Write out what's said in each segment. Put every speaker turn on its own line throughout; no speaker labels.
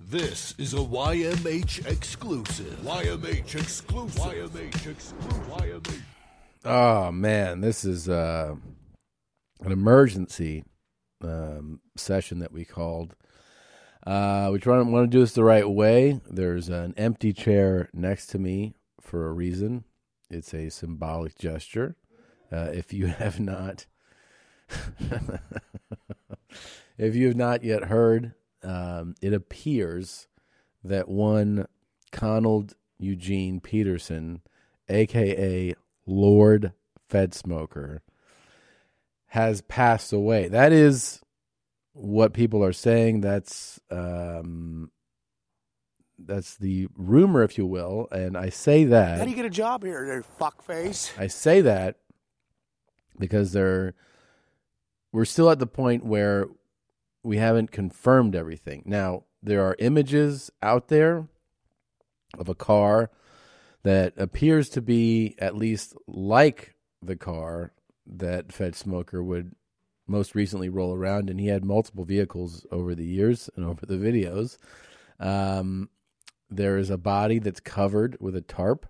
This is a YMH exclusive. YMH exclusive. YMH exclusive. YMH.
Oh man, this is uh, an emergency um, session that we called. Uh, we try to want to do this the right way. There's an empty chair next to me for a reason. It's a symbolic gesture. Uh, if you have not, if you have not yet heard, um, it appears that one Conald Eugene Peterson, aka Lord Fedsmoker, has passed away. That is what people are saying. That's um, that's the rumor, if you will. And I say that.
How do you get a job here, there, fuckface?
I say that because there we're still at the point where we haven't confirmed everything. Now, there are images out there of a car that appears to be at least like the car that Fed Smoker would most recently roll around and he had multiple vehicles over the years and over the videos. Um, there is a body that's covered with a tarp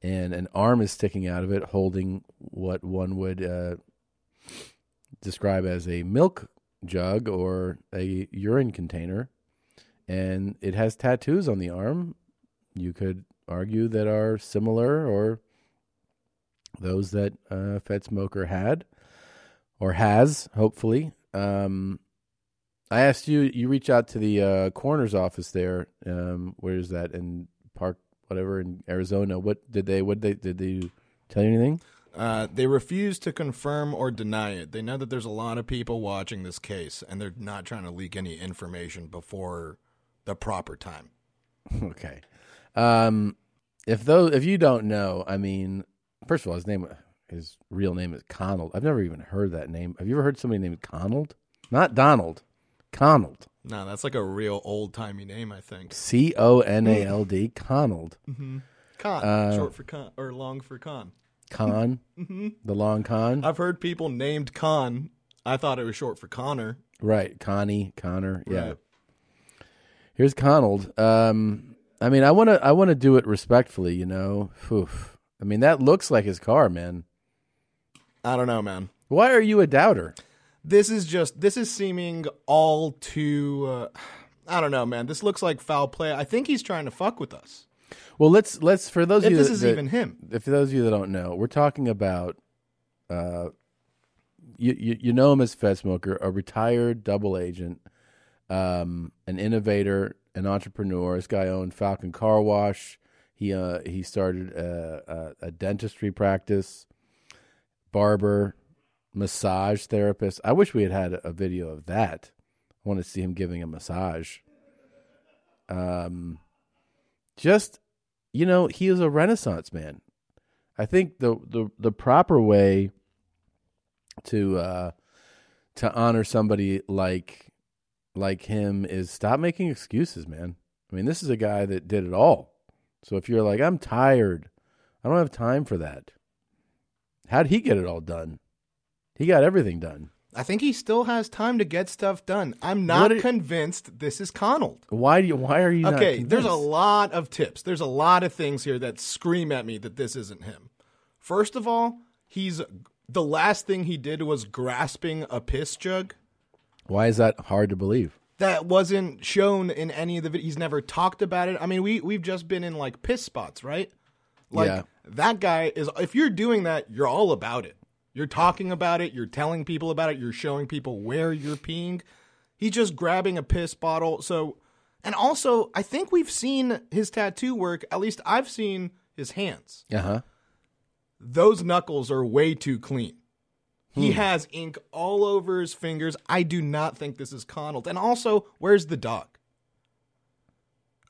and an arm is sticking out of it holding what one would uh, describe as a milk jug or a urine container and it has tattoos on the arm you could argue that are similar or those that uh, fed smoker had or has hopefully um, i asked you you reach out to the uh, coroner's office there um, where is that in park whatever in arizona what did they what they did they tell you anything
Uh, they refuse to confirm or deny it. They know that there's a lot of people watching this case, and they're not trying to leak any information before the proper time.
Okay. Um, if those, if you don't know, I mean, first of all, his name, his real name is Conald. I've never even heard that name. Have you ever heard somebody named Conald? Not Donald, Conald.
No, that's like a real old timey name, I think.
C O N A L D, Conald.
Mm-hmm. Con, short for Mm-hmm. con or long for con.
uh, Con, the long con.
I've heard people named Con. I thought it was short for Connor.
Right, Connie, Connor. Yeah.
Right.
Here's Conald. Um, I mean, I want to, I want to do it respectfully, you know. Oof. I mean, that looks like his car, man.
I don't know, man.
Why are you a doubter?
This is just this is seeming all too. Uh, I don't know, man. This looks like foul play. I think he's trying to fuck with us.
Well, let's let's for those of
If
you
this
that,
is
that-
even him.
If for those of you that don't know, we're talking about, uh, you you, you know him as Fed Smoker, a retired double agent, um, an innovator, an entrepreneur. This guy owned Falcon Car Wash. He uh, he started a, a, a dentistry practice, barber, massage therapist. I wish we had had a video of that. I want to see him giving a massage. Um, just you know, he is a renaissance man. I think the the, the proper way to uh, to honor somebody like like him is stop making excuses, man. I mean, this is a guy that did it all. So if you're like, I'm tired, I don't have time for that. How'd he get it all done? He got everything done.
I think he still has time to get stuff done. I'm not
What did-
convinced this is Conald.
Why do you? Why are you? not
okay, there's a
convinced?
lot of tips. There's a lot of things here that scream at me that this isn't him. First of all, he's the last thing he did was grasping a piss jug.
Why is that hard to believe?
that wasn't shown in any of the videos. He's never talked about it. I mean, we we've just been in like piss spots, right? Like
Yeah.
that guy is. If you're doing that, you're all about it. You're talking about it. You're telling people about it. You're showing people where you're peeing. He's just grabbing a piss bottle. So, and also, I think we've seen his tattoo work. At least I've seen his hands.
Uh huh.
Those knuckles are way too clean. He
Hmm.
has ink all over his fingers. I do not think this is Conald. And also, where's the dog?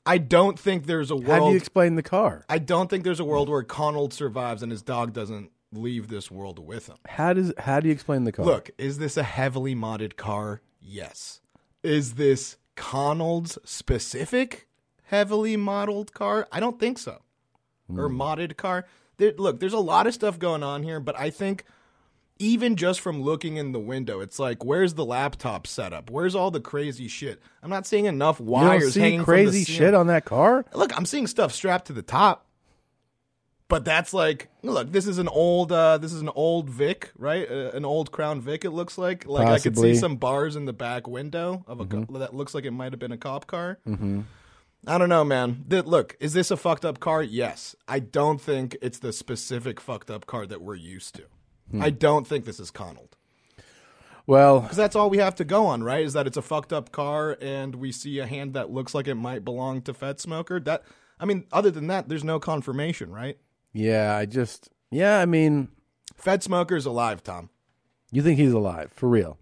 I don't think there's a
How do
world.
you explain the car?
I don't think there's a world where Conald survives and his dog doesn't leave this world with him.
How does? How do you explain the car?
Look, is this a heavily modded car? Yes. Is this Conald's specific heavily modeled car? I don't think
Hmm.
so. Or modded car. There, look, there's a lot of stuff going on here, but I think even just from looking in the window, it's like, where's the laptop setup? Where's all the crazy shit? I'm not seeing enough
You
wires
don't see
hanging
crazy
from the
shit
ceiling.
on that car.
Look, I'm seeing stuff strapped to the top. But that's like, look, this is an old, uh, this is an old Vic, right? Uh, an old Crown Vic. It looks like, like I
Possibly.
could see some bars in the back window of a co- that looks like it might have been a cop car. Mm-hmm. I don't know, man. Th- look, is this a fucked up car? Yes. I don't think it's the specific fucked up car that we're used to. I don't think this is Conald.
Well,
Because that's all we have to go on, right? Is that it's a fucked up car and we see a hand that looks like it might belong to Fed Smoker. That I mean, other than that, there's no confirmation, right?
yeah, I just yeah, I mean,
Fed Smoker's alive, Tom.
you think he's alive for real?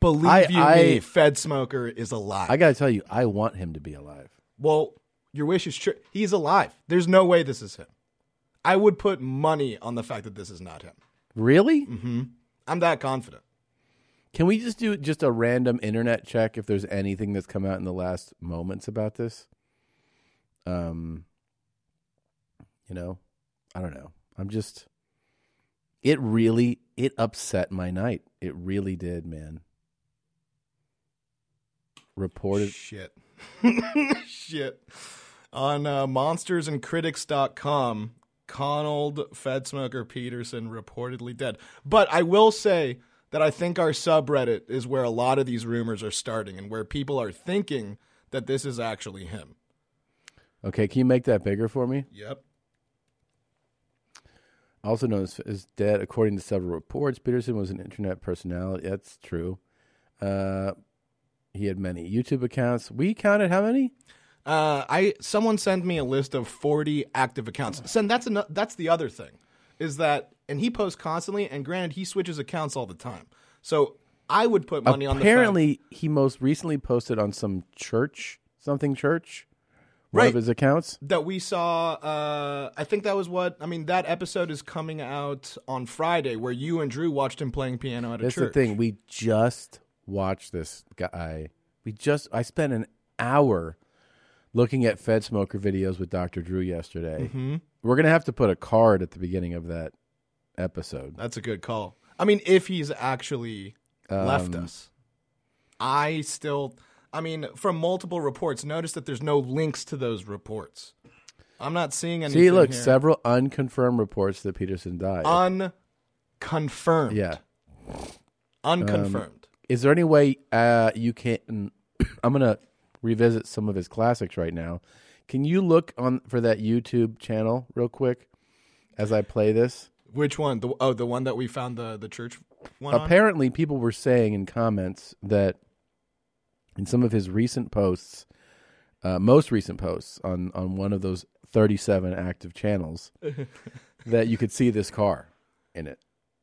Believe
I-
you
I-
me, Fed Smoker is alive.
I gotta tell you, I want him to be alive.
well, your wish is true. He's alive. There's no way this is him. I would put money on the fact that this is not him.
Really?
Mm-hmm. I'm that confident.
Can we just do just a random internet check if there's anything that's come out in the last moments about this? Um, you know, I don't know. I'm just. It really it upset my night. It really did, man. Reported.
Shit. Shit. On uh, monstersandcritics.com, Conald Fedsmoker Peterson reportedly dead. But I will say that I think our subreddit is where a lot of these rumors are starting and where people are thinking that this is actually him.
Okay, can you make that bigger for me?
Yep.
also known as, as dead, according to several reports. Peterson was an internet personality. That's true. Uh, he had many YouTube accounts. We counted how many?
Uh, I someone sent me a list of 40 active accounts. Send that's ano- that's the other thing is that and he posts constantly and granted he switches accounts all the time. So I would put money on the fact-
Apparently, he most recently posted on some church, something church, one of
Right.
his accounts.
that we saw uh i think that was what i mean that episode is coming out on friday where you and drew watched him playing piano at a
That's
church
the thing. We just watched this guy. We just I spent an hour looking at Fed Smoker videos with Dr. Drew yesterday.
Mm-hmm.
We're gonna have to put a card at the beginning of that episode.
that's a good call i mean if he's actually left
Um,
us i still i mean from multiple reports notice that there's no links to those reports i'm not seeing anything
See, look,
here.
several unconfirmed reports that Peterson died.
unconfirmed
yeah. Um,
unconfirmed
Is there any way uh, you can? I'm gonna revisit some of his classics right now. Can you look on for that YouTube channel real quick as I play this?
which one the oh the one that we found the the church one on?
Apparently, people were saying in comments that in some of his recent posts, uh, most recent posts on on one of those 37 active channels, that you could see this car in it.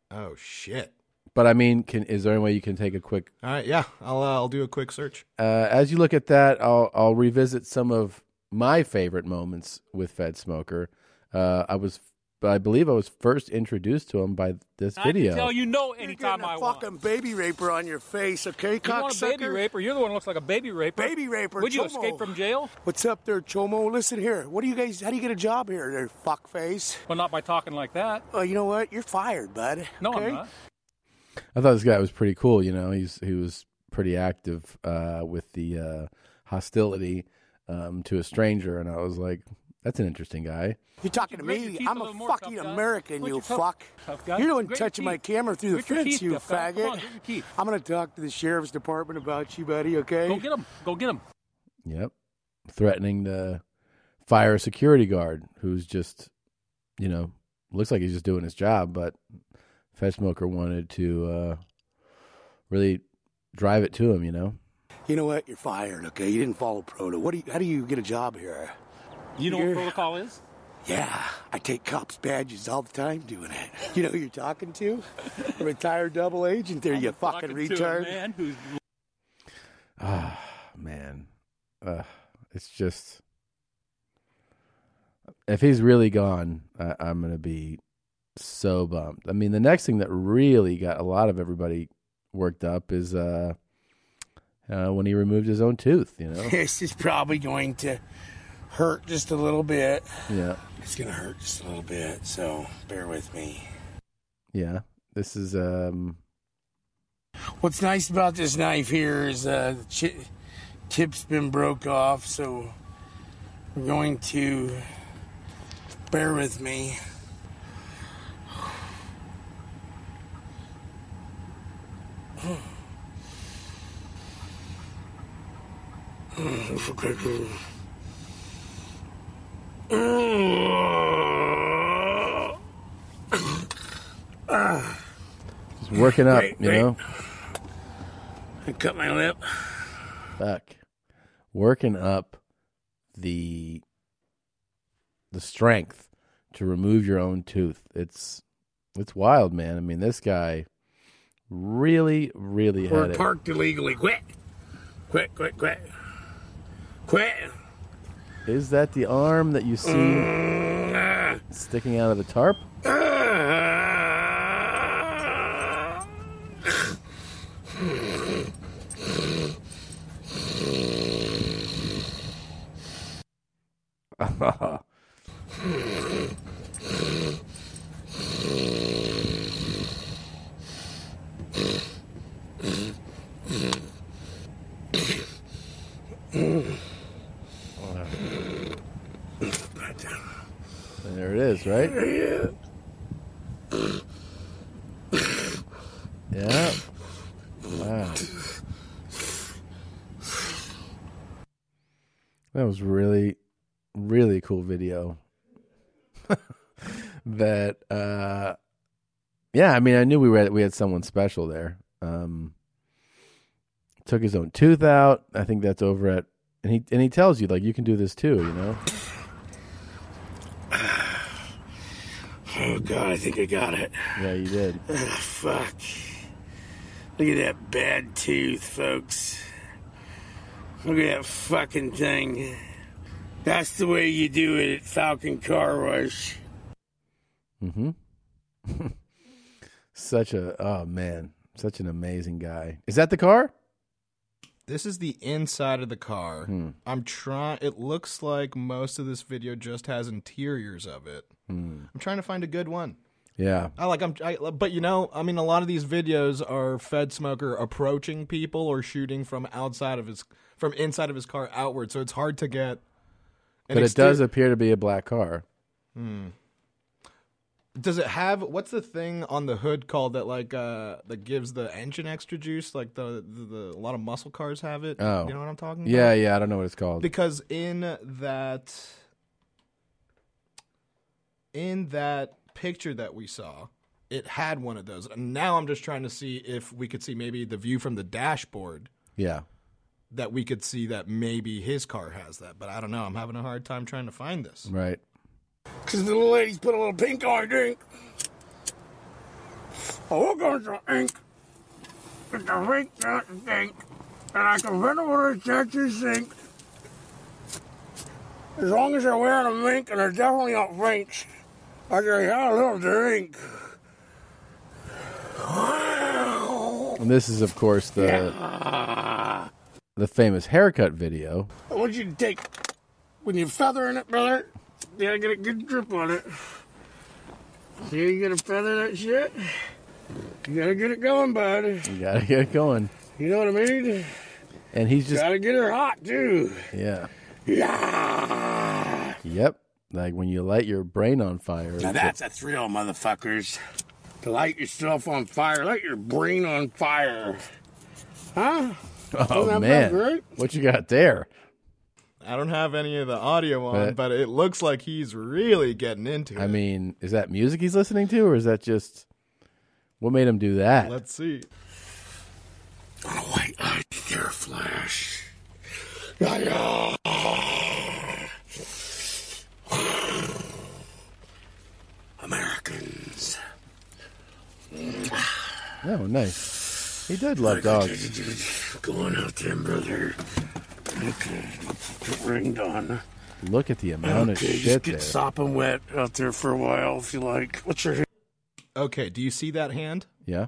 oh shit
But I mean, can is there any way you can take a quick
all right yeah i'll uh, i'll do a quick search
uh, as you look at that, I'll I'll revisit some of my favorite moments with Fed Smoker. Uh, I was, I believe, I was first introduced to him by this
I can
video.
tell you no
You're
anytime
getting
I
a
want.
fucking baby raper on your face, okay,
You want a baby
cocksucker?
raper? You're the one who looks like a baby raper.
Baby raper,
Would you
chomo.
escape from jail?
What's up there, Chomo? Listen here. What do you guys? How do you get a job here, there, fuckface?
Well, not by talking like that.
Well, you know what? You're fired, bud.
No,
okay?
I'm not.
I thought this guy was pretty cool. You know, he's he was pretty active uh, with the uh, hostility um, to a stranger, and I was like, that's an interesting guy.
You're talking to
Grit your
me.
teeth a
I'm a
little more,
fucking
tough guy.
American,
Put
you
your tough-
fuck.
tough guy.
You're the one
Grit your
touching my
teeth.
camera through the
Grit your
fence,
teeth,
you
tough guy. Come
faggot.
on, grit your teeth.
I'm gonna talk to the sheriff's department about you, buddy.
Go
Okay?
get him. Go get him.
Yep, threatening to fire a security guard who's just, you know, looks like he's just doing his job, but Fed Smoker wanted to uh, really drive it to him. You know,
You know what? You're fired. Okay? You didn't follow proto. What do you? How do you get a job here?
You know
You're-
what protocol is?
Yeah, I take cops' badges all the time doing it. You know who you're talking to? A retired double agent there, you fucking
Talking to a
retard.
man who's
Ah, man, uh, it's just if he's really gone, I, I'm gonna be so bummed. I mean, the next thing that really got a lot of everybody worked up is uh, uh, when he removed his own tooth. You know,
This is probably going to hurt just a little bit.
yeah,
It's going to hurt just a little bit, so bear with me.
yeah. This is um
What's nice about this knife here is uh, the chi- tip's been broke off, so we're going to bear with me.
just working up,
Wait,
you
wait.
know.
I cut my lip.
Fuck. Working up the the strength to remove your own tooth. It's it's wild, man. I mean, this guy really, really
We're
had it.
parked illegally. Quit. Quit, quit, quit. Quit.
Is that the arm that you see sticking out of the tarp? There it is, right? Yeah. Wow. That was really, really cool video. that uh yeah, I mean I knew we were we had someone special there. Um took his own tooth out. I think that's over at and he and he tells you like you can do this too, you know?
Oh, God, I think I got it.
Yeah, you did.
Ah, Fuck. Look at that bad tooth, folks. Look at that fucking thing. That's the way you do it at Falcon Car Wash.
Mm-hmm. such a oh man, such an amazing guy. Is that the car?
This is the inside of the car.
Hmm.
I'm trying. It looks like most of this video just has interiors of it. I'm trying to find a good one.
Hmm. Yeah.
I like. I'm. I, but you know, I mean, a lot of these videos are Fed Smoker approaching people or shooting from outside of his, from inside of his car outward. So it's hard to get. an
But it does
exter-
appear to be a black car.
Hmm. Does it have what's the thing on the hood called that like uh that gives the engine extra juice? Like the the, the a lot of muscle cars have it.
Oh.
you know what I'm talking about?
Yeah, yeah, I don't know what it's called.
because in that in that picture that we saw it had one of those and now i'm just trying to see if we could see maybe the view from the dashboard
yeah.
that we could see that maybe his car has that but i don't know i'm having a hard time trying to find this
Right.
Because the little lady's put a little pink on it, ink. Oh, we're going to ink. It's a pink fountain ink. And I can run over to tattoo sink. As long as they're wearing a mink and they're definitely not French. I say, how little drink.
And this is of course the the famous haircut video.
I want you to take, when you're feathering it, brother, you gotta get a good grip on it. See, you gotta feather that shit. You gotta get it going, bud.
You gotta get it going.
You know what I mean?
And he's just
Gotta get her hot too.
yeah. Yep. Like when you light your brain on fire.
Now that's a thrill, motherfuckers. To light yourself on fire, light your brain on fire. Huh?
oh
that
man.
great?
What you got there?
i don't have any of the audio on
But-
but, it looks like he's really getting into it
I mean, is that music he's listening to or is that just what made him do that?
let's see
On a white light, there flash. Yeah, yeah. Americans.
Oh, nice. He did love dogs.
Going out there, brother. Okay, get ringed on.
Look at the amount of
Okay,
shit
just
there.
get sopping wet out there for a while if you like. What's your
okay do you see that hand
Yeah.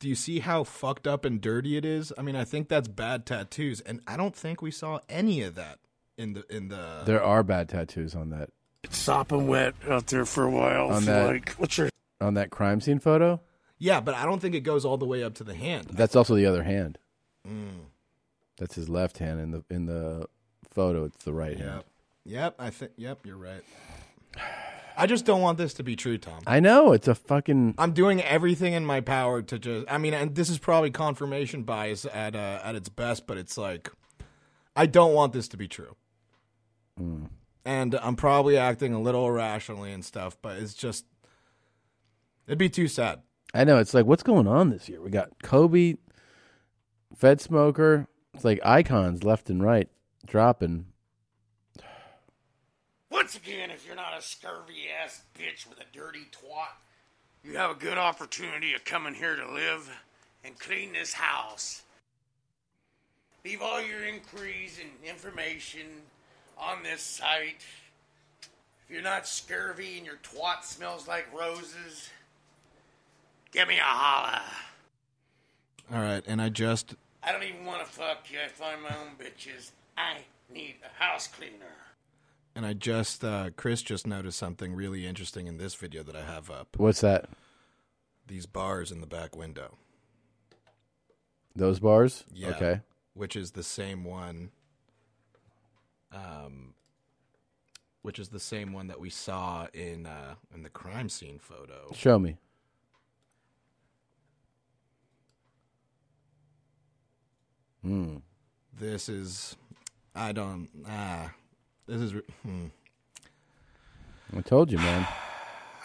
do you see how fucked up and dirty it is i mean i think that's bad tattoos and i don't think we saw any of that in the in the
There are bad tattoos on that
sopping wet out there for a while
On
if you
that-
like. What's your
on that crime scene photo.
Yeah, but I don't think it goes all the way up to the hand. Mm.
That's also the other hand. That's his left hand in the in the photo. It's the right hand.
Yep. Yep, I think yep, you're right. I just don't want this to be true, Tom.
I know it's a fucking.
I'm doing everything in my power to just. I mean, and this is probably confirmation bias at uh, at its best, but it's like, I don't want this to be true, and I'm probably acting a little irrationally and stuff. But it's just, it'd be too sad.
I know it's like what's going on this year. We got Kobe, Fed Smoker. It's like icons left and right dropping.
Once again, if you're not a scurvy ass bitch with a dirty twat, you have a good opportunity of coming here to live and clean this house. Leave all your inquiries and information on this site. If you're not scurvy and your twat smells like roses, give me a holla.
All right, and I just
I don't even want to fuck you. I find my own bitches. I need a house cleaner.
and I just uh, Chris just noticed something really interesting in this video that I have up.
What's that?
These bars in the back window.
Those bars.
Yeah.
Okay.
Which is the same one. Um, which is the same one that we saw in uh, in the crime scene photo.
Show me.
This is, I don't. Ah, this is. re- Hmm.
I told you, man.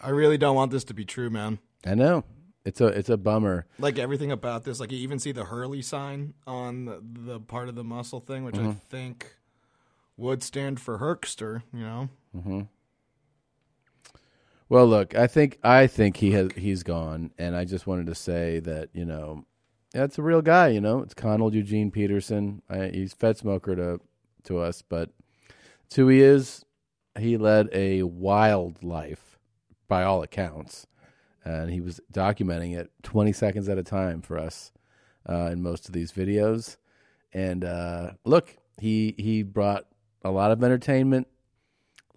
I really don't want this to be true, man.
I know. It's a it's a bummer.
Like everything about this, like you even see the Hurley sign on the, the part of the muscle thing, which
Mm-hmm.
I think would stand for Herkster. You know,
Mm-hmm. Well, look, I think I think he has he's gone, and I just wanted to say that you know that's a real guy. You know, it's Conal Eugene Peterson. I, he's Fed Smoker to to us, but it's who he is. He led a wild life, by all accounts, and he was documenting it twenty seconds at a time for us uh, in most of these videos. And uh, look, he he brought a lot of entertainment,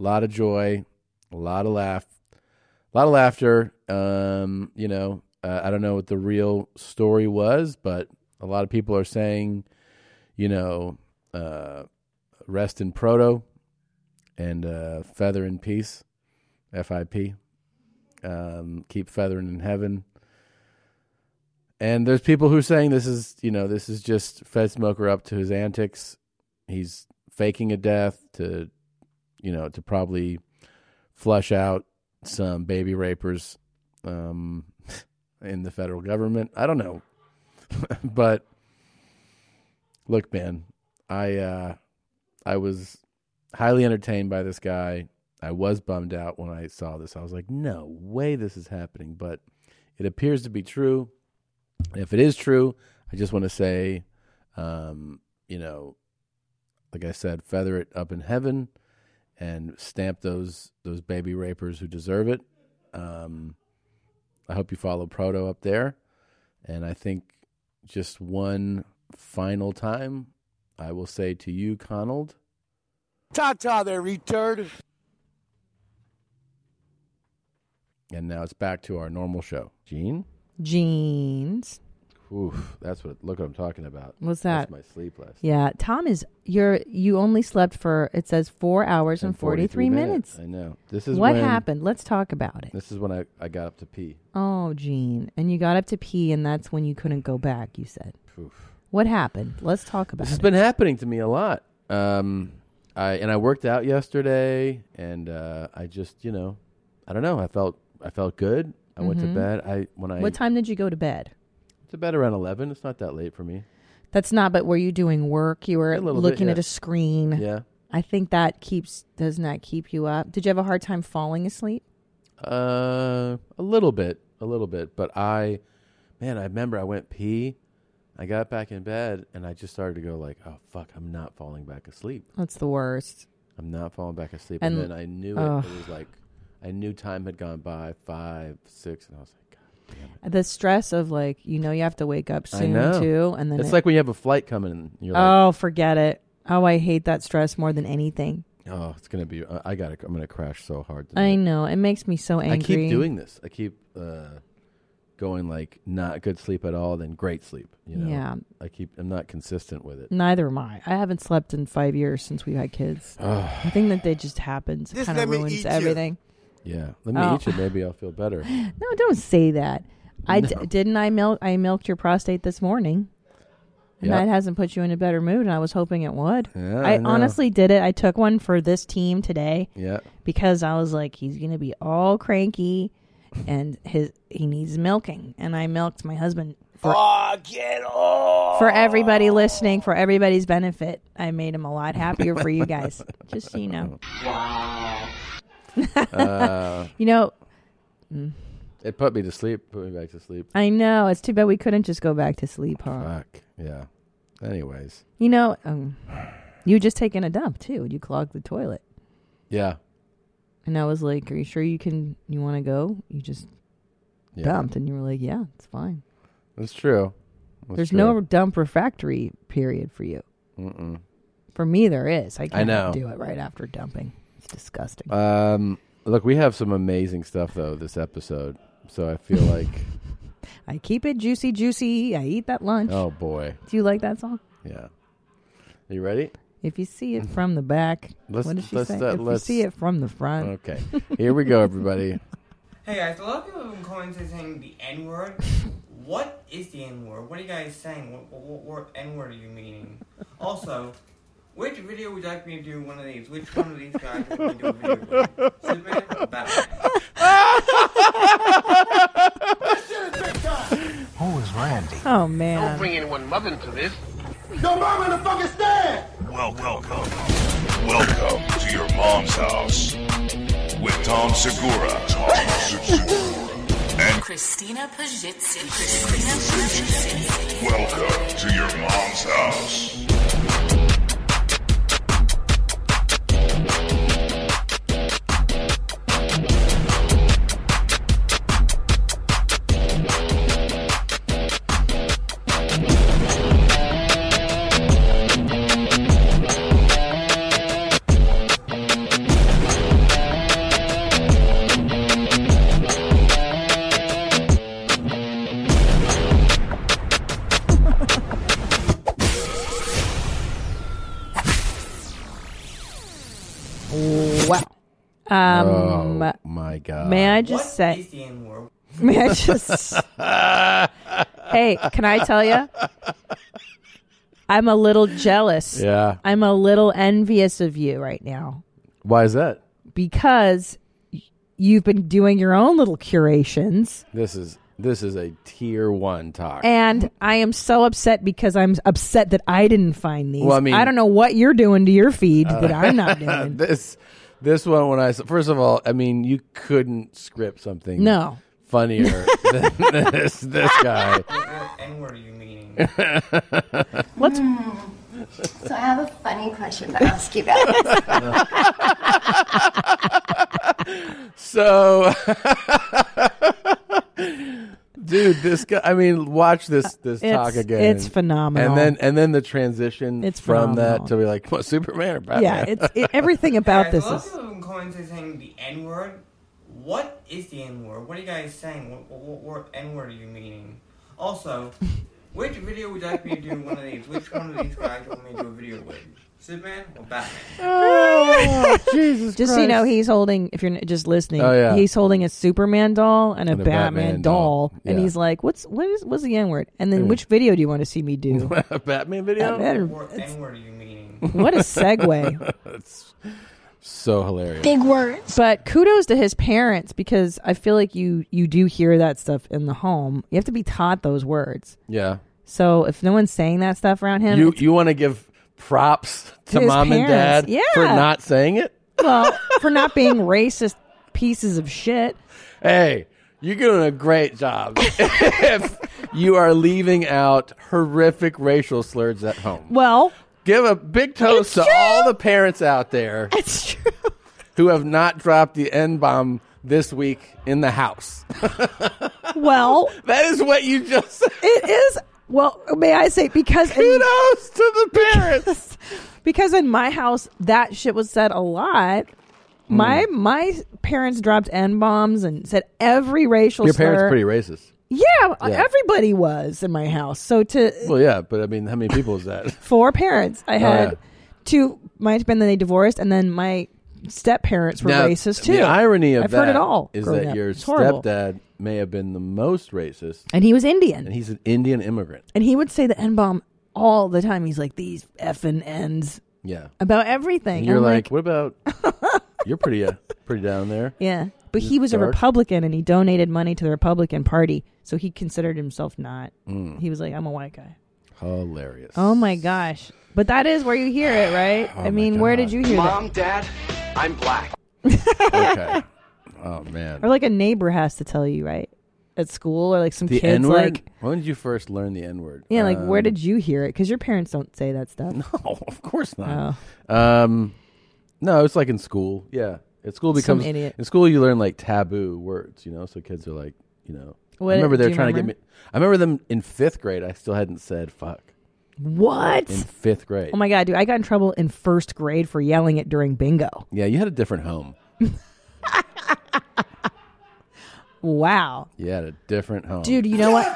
a lot of joy, a lot of laugh, a lot of laughter. Um, you know, uh, I don't know what the real story was, but a lot of people are saying, you know, uh, rest in proto and uh, feather in peace, FIP. Um, keep feathering in heaven. And there's people who are saying this is, you know, this is just Fed Smoker up to his antics. He's faking a death to, you know, to probably flush out some baby rapers um, in the federal government. I don't know, but look, man, I uh, I was highly entertained by this guy. I was bummed out when I saw this. I was like, no way this is happening, but it appears to be true. And If it is true, I just want to say, um, you know, like I said, feather it up in heaven and stamp those those baby rapers who deserve it. Um, I hope you follow Proto up there, and I think just one final time, I will say to you, Conald,
Ta ta there, retard.
and now it's back to our normal show. Gene,
Jeans.
oof, that's what look what I'm talking about.
What's
That's
that?
my sleep last.
Yeah, Tom is you're you only slept for it says four hours and,
And
forty three minutes.
I know. This is
What
when-
happened? Let's talk about it.
This is when I, I got up to pee.
Oh, Gene, and you got up to pee, and that's when you couldn't go back. You said, "What happened?" Let's talk about
This has
it.
been happening to me a lot. Um, I and I worked out yesterday, and uh, I just you know, I don't know. I felt I felt good. I went to bed. I when I
Mm-hmm. what time did you go to bed?
went to bed around eleven. It's not that late for me.
That's not. But were you doing work? You were
A little bit,
looking
yeah.
at a screen.
Yeah.
I think that keeps doesn't that keep you up? Did you have a hard time falling asleep?
Uh, a little bit, a little bit. But I, man, I remember I went pee. I got back in bed and I just started to go like, oh fuck, I'm not falling back asleep.
That's the worst.
I'm not falling back asleep. And,
And-
then I knew it. it was like, I knew time had gone by five, six, and I was like, God.
The stress of like you know you have to wake up soon
I know.
too, and then
it's
it-
like when you have a flight coming, and you're like,
oh forget it. Oh, I hate that stress more than anything.
oh, it's gonna be. I got. to I'm gonna crash so hard.
I
tonight."
know it makes me so angry.
I keep doing this. I keep. uh going like not good sleep at all than great sleep. You know,
Yeah.
I keep I'm not consistent with it.
Neither am I. I haven't slept in five years since we had kids. I think that they just happens. It
Just
kind of
let me
ruins
eat you.
everything.
Yeah, let me
Oh.
eat you. Maybe I'll feel better.
No, don't say that. I d- didn't. I milk. I milked your prostate this morning. And
Yeah.
that hasn't put you in a better mood, and I was hoping it would.
Yeah,
I,
I know.
honestly did it. I took one for this team today
Yeah,
because I was like, he's gonna be all cranky, and his he needs milking. And I milked my husband for for everybody listening, for everybody's benefit. I made him a lot happier for you guys, just so you know.
Uh,
you know,
it put me to sleep. Put me back to sleep.
Mm. I know it's too bad we couldn't just go back to sleep, huh?
Fuck. Yeah. Anyways.
You know, um, you just taken a dump too. You clogged the toilet,
Yeah.
and I was like, "Are you sure you can? You want to go? You just
Yeah.
dumped," and you were like, "Yeah, it's fine."
That's true. That's
There's
true.
no dump refractory period for you. Mm-mm. For me, there is. I can't
know.
do it right after dumping. It's disgusting.
Um, look, we have some amazing stuff though this episode. So I feel like,
I keep it juicy, juicy. I eat that lunch.
oh boy,
Do you like that song?
yeah. Are you ready?
If you see it from the back,
Mm. Let's-
what does she
let's-
say?
uh,
if you
let's-
see it from the front,
Okay, here we go, everybody.
Hey guys, a lot of people have been calling to saying the N word. what is the N word? What are you guys saying? What, what, what, what N word are you meaning? Also, which video would you like me to do one of these? Which one of these guys would you do a video with? Superman or Batman?
oh man,
Welcome. Welcome to your mom's house with Tom Segura. Tom Segura. And
Christina Pajitsin. Christina Pajitsin.
welcome to your mom's house.
wow. Um,
oh my god.
may I
What
just
is
say?
the N word?
May I just? hey, can I tell you? I'm a little jealous.
Yeah.
I'm a little envious of you right now
Why is that?
because y- you've been doing your own little curations,
This is this is a tier one talk.
and I am so upset because I'm upset that I didn't find these.
Well, I mean-
I don't know what you're doing to your feed that I'm not doing.
Uh, this this one when I s- first of all, I mean, you couldn't script something
No.
funnier than this this guy.
What N word are you meaning?
Hmm. So I have a funny question to ask you guys.
So, dude, this guy. I mean, watch this this
It's-
talk again.
it's phenomenal.
And then and then the transition
It's
from
phenomenal.
that to be like, what Superman or Batman?
yeah, it's it, everything about
Guys, a
this
lot of
is
people have been calling to saying the N word. What is the N word? What are you guys saying? What, what, what, what N word are you meaning? Also, which video would you like me to do one of these? Which one of these guys would you want me to do a video with? Superman or Batman?
oh, Jesus.
Just so you know, he's holding. If you're n- just listening,
Oh, yeah.
he's holding a Superman doll and a,
a
Batman,
Batman
doll,
doll.
and
Yeah.
he's like, "What's what is what's the N word?" And then, which video do you want to see me do?
Christ. Batman video.
Batman-
What N word are you meaning?
what a segue!
So hilarious.
Big words.
but kudos to his parents because I feel like you you do hear that stuff in the home. You have to be taught those words.
Yeah.
So if no one's saying that stuff around him,
You
it's-
you want to give props to
His
mom and
parents,
dad
yeah.
for not saying it?
well, for not being racist pieces of shit.
Hey, you're doing a great job. if you are leaving out horrific racial slurs at home.
Well,
Give a big toast
It's
to
true.
all the parents out there
it's true.
who have not dropped the N bomb this week in the house.
Well,
That is what you just said.
it is. Well, may I say because
Kudos to the parents.
because in my house that shit was said a lot.
Mm.
My my parents dropped n bombs and said every racial
Your
slur.
parents are pretty racist.
Yeah, uh,
Yeah.
everybody was in my house. So to
Well, yeah, but I mean, how many people is that?
four parents, I
Oh,
had
yeah.
two. Mine's been then they divorced, and then my step parents were
Now,
racist too.
The irony of
I've
that
heard it all
is
growing
that
up.
your
It's horrible.
stepdad may have been the most racist,
and he was Indian,
and he's an Indian immigrant.
and he would say the n bomb all the time. He's like these effing ends
Yeah,
about everything.
and you're
I'm
like, what about? you're pretty uh, pretty down there.
Yeah. But
Is
he
it
was a
dark?
Republican and he donated money to the Republican Party. So he considered himself not.
Mm.
He was like, I'm a white guy.
Hilarious.
Oh my gosh. But that is where you hear it, right?
Oh my
I mean, where did
God.
you hear
Mom, Dad, I'm black.
okay. Oh man.
that? Or like a neighbor has to tell you, right? At school or like some
the
kids
N word.
like
when did you first learn the Um, N word?
Yeah, like where did you hear it? Because your parents don't say that stuff. Oh.
No, of course not. Um, no, it's like in school. Yeah, at school
Some
becomes
idiot.
in school you learn like taboo words. You know, so kids are like, you know,
What-
I remember
do
they're
you
trying to
remember?
get me. I remember them in fifth grade. I still hadn't said fuck.
What?
in fifth grade?
Oh my god, dude, I got in trouble in first grade for yelling it during bingo.
Yeah, you had a different home.
Wow.
You had a different home,
Dude, you know what?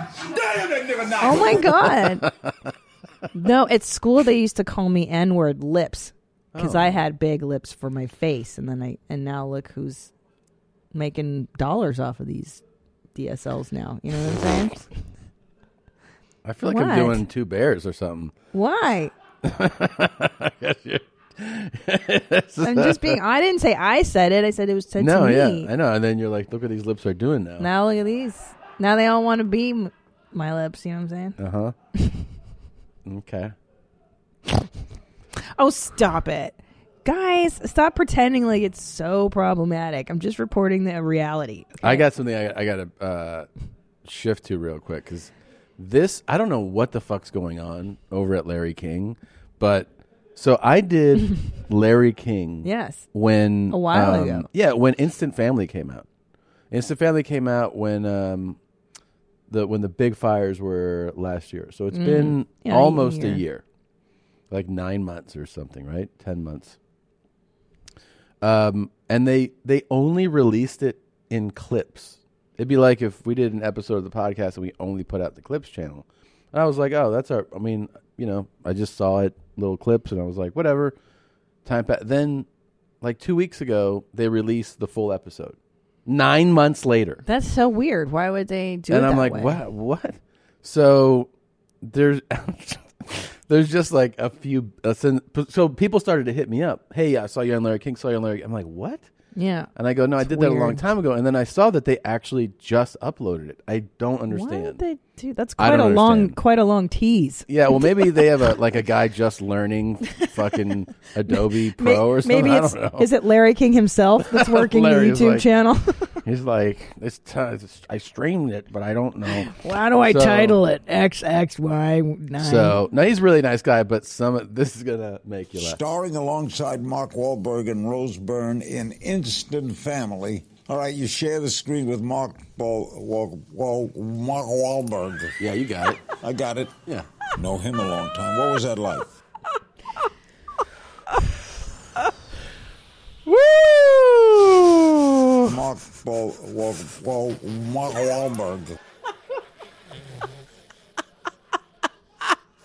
Oh my god. no, at school they used to call me N-word lips because
Oh.
I had big lips for my face, and then I and now look who's making dollars off of these DSLs now. You know what I'm saying?
I feel like
What?
I'm doing two bears or something.
Why? I'm just being. I didn't say I said it. I said it was said
no,
to me.
yeah, I know. And then you're like, look what these lips are doing now.
Now look at these. Now they all want to be m- my lips. You know what I'm saying?
Uh huh. okay.
Oh, stop it. Guys, stop pretending like it's so problematic. I'm just reporting the reality.
I got something I, I got to uh, shift to real quick because this I don't know what the fuck's going on over at Larry King, but so I did Larry King.
Yes.
when um,
A while ago.
Yeah, when Instant Family came out. Instant Family came out when um, the when the big fires were last year. So it's
Mm.
Mhm.
been
Yeah, a
almost
year.
a year, like nine months or something, right? Ten months. Um, and they they only released it in clips. It'd be like if we did an episode of the podcast and we only put out the clips channel. And I was like, oh, that's our. I mean, you know, I just saw it little clips, and I was like, whatever. Time pa- then, like two weeks ago, they released the full episode. Nine months later,
That's so weird. Why would they do
and
it
I'm
that
like,
way?
what? What? So there's there's just like a few. a sen- So people started to hit me up. Hey, I saw you on Larry King. Saw you on Larry. I'm like, what?
Yeah.
And I go, no, I
It's
did that a long
weird.
time ago. And then I saw that they actually just uploaded it. I don't understand.
Why would they do? That's
I
quite a
don't
long,
understand.
quite a long tease.
Yeah, well, maybe they have a like a guy just learning fucking Adobe Pro or something.
Maybe
I
it's
don't know.
is it Larry King himself that's working the
Larry's
YouTube
like-
channel?
He's like, it's t- it's- I streamed it, but I don't know. So-
it? X X Y nine.
So no, he's a really nice guy, but some this is gonna make you laugh.
Starring alongside Mark Wahlberg and Rose Byrne in Instant Family. All right, you share the screen with Mark Ball, Wal, Wal, Mark Wahlberg.
Yeah, you got it.
I got it.
Yeah.
Know him a long time. What was that like?
Woo!
Mark Ball, Wal, Wal, Mark Wahlberg.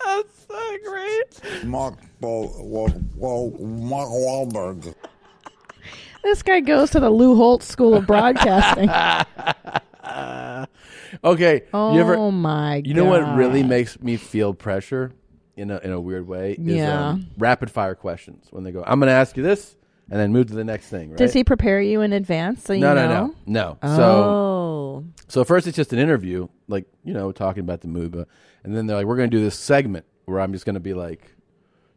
That's so great.
Mark Ball, Wal, Wal, Mark Wahlberg.
This guy goes to the Lou Holtz School of Broadcasting.
Okay. you ever-
Oh, my
You know what really
God.
makes me feel pressure in a in a weird way? Is,
Yeah.
um, rapid fire questions when they go, I'm gonna ask you this and then move to the next thing, right?
Does he prepare you in advance so you
no,
know?
no, no, no.
Oh.
So, so first it's just an interview, like you know, talking about the movie, and then they're like, "We're going to do this segment where I'm just going to be like,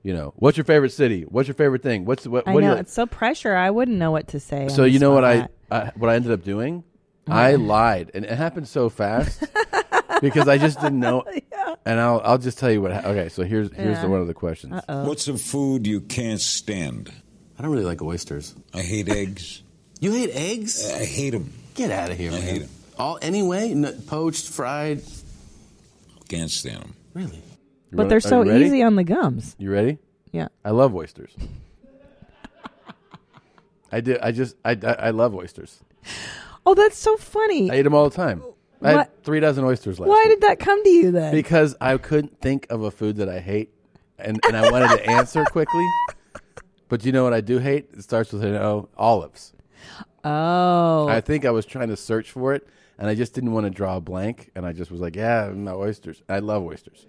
you know, what's your favorite city? What's your favorite thing? What's what?
I
what do you
know
like?"
it's so pressure. I wouldn't know what to say. on
So
the
you know what
spot.
I, I what I ended up doing? I lied, and it happened so fast because I just didn't know. And I'll I'll just tell you what. ha- Okay, so here's here's
Yeah.
the, one of the questions.
What's a food you can't stand? I don't really like oysters. I hate eggs. You hate eggs? I hate them.
Get outta here,
I
man.
hate them.
All anyway, n- poached, fried.
Can't stand them.
Really?
You
But
re-
they're
are
so
you ready?
easy on the gums.
You ready?
Yeah.
I love oysters. I do. I just I I, I love oysters.
Oh, that's so funny.
I eat them all the time. I
What?
had three dozen oysters left.
Why did that come to you then?
Because I couldn't think of a food that I hate, and, and I wanted to answer quickly. But you know what I do hate? It starts with an O. Olives.
oh,
I think I was trying to search for it, and I just didn't want to draw a blank, and I just was like, "Yeah, no oysters. I love oysters."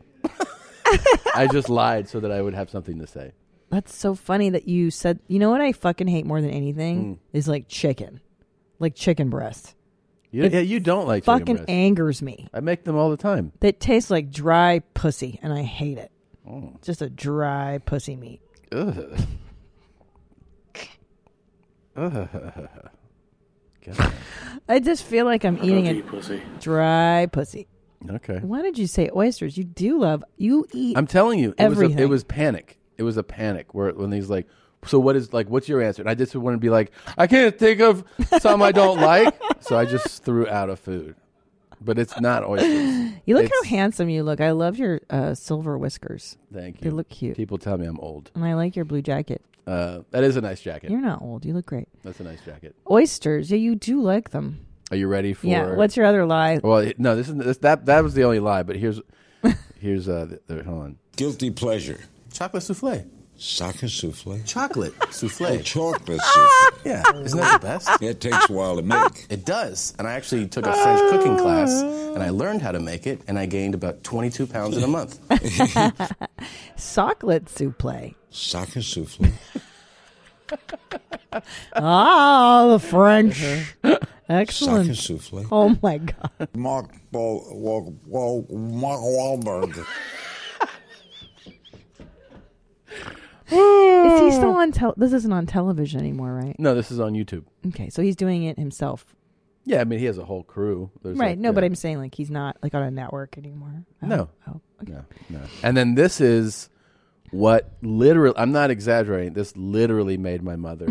I just lied so that I would have something to say.
that's so funny that you said. You know what I fucking hate more than anything
Hmm.
is like chicken, like chicken breast.
You,
It
yeah, you don't like chicken
fucking
breast.
angers me.
I make them all the time.
They taste like dry pussy, and I hate it. Just a dry pussy meat.
Hmm. Ugh. Ugh. God.
I just feel like I'm
I
eating
love
a
you, pussy.
dry pussy.
Okay.
Why did you say oysters? You do love. You eat.
I'm telling you, it was,
E everything.
a, it was panic. It was a panic where when he's like, "So what is like? What's your answer?" And I just wanted to be like, "I can't think of some I don't like," so I just threw out a food. But it's not oysters.
You look
It's-
how handsome you look. I love your uh, silver whiskers.
Thank
They
you.
look cute,
People tell me I'm old.
and I like your blue jacket.
Uh, that is a nice jacket.
You're not old. You look great.
That's a nice jacket.
Oysters. Yeah, you do like them.
Are you ready for?
Yeah, what's your other lie?
Well, it- no, this is this, that. That was the only lie. But here's, here's uh, the, the, hold on.
Guilty pleasure.
Chocolate souffle.
Chocolate souffle.
Chocolate souffle.
Oh, chocolate souffle.
Yeah, isn't that the best?
It takes a while to make.
It does. And I actually took a French cooking class and I learned how to make it and I gained about 22 pounds in a month.
Socklet souffle.
Chocolate souffle.
ah, the French.
Uh-huh.
Excellent.
Socket souffle.
Oh my god.
Mark Ball, Wal, Wal, Mark Wahlberg.
Is he still on tel- This isn't on television anymore, right?
No, this is on YouTube.
Okay, so he's doing it himself.
Yeah, I mean he has a whole crew. There's
right.
like,
no,
yeah.
but I'm saying like he's not like on a network anymore. Oh,
No.
Oh.
No, no. And then this is what literally, I'm not exaggerating, this literally made my mother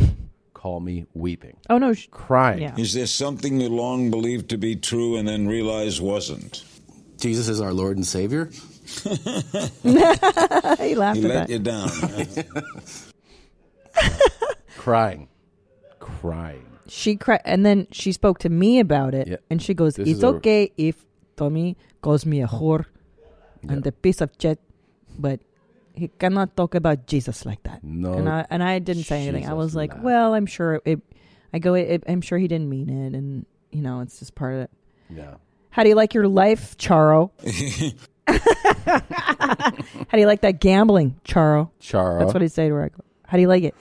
call me weeping.
Oh, no.
Crying.
Is there something you long believed to be true and then realized wasn't?
Jesus is our Lord and Savior.
he laughed
He
at
let
that.
you down.
Crying. Crying.
She cried, and then she spoke to me about it, and she goes,
This
"It's
is a-
okay if Tommy calls me a whore and a piece of shit, but he cannot talk about Jesus like that."
No,
and I and I didn't say anything. I
Jesus,
was like,
nah.
"Well, I'm sure it." it I go, it, "I'm sure he didn't mean it," and you know, it's just part of it.
Yeah.
How do you like your life, Charo? How do you like that gambling, Charo?
Charo.
That's what he'd say to her. I go, How do you like it,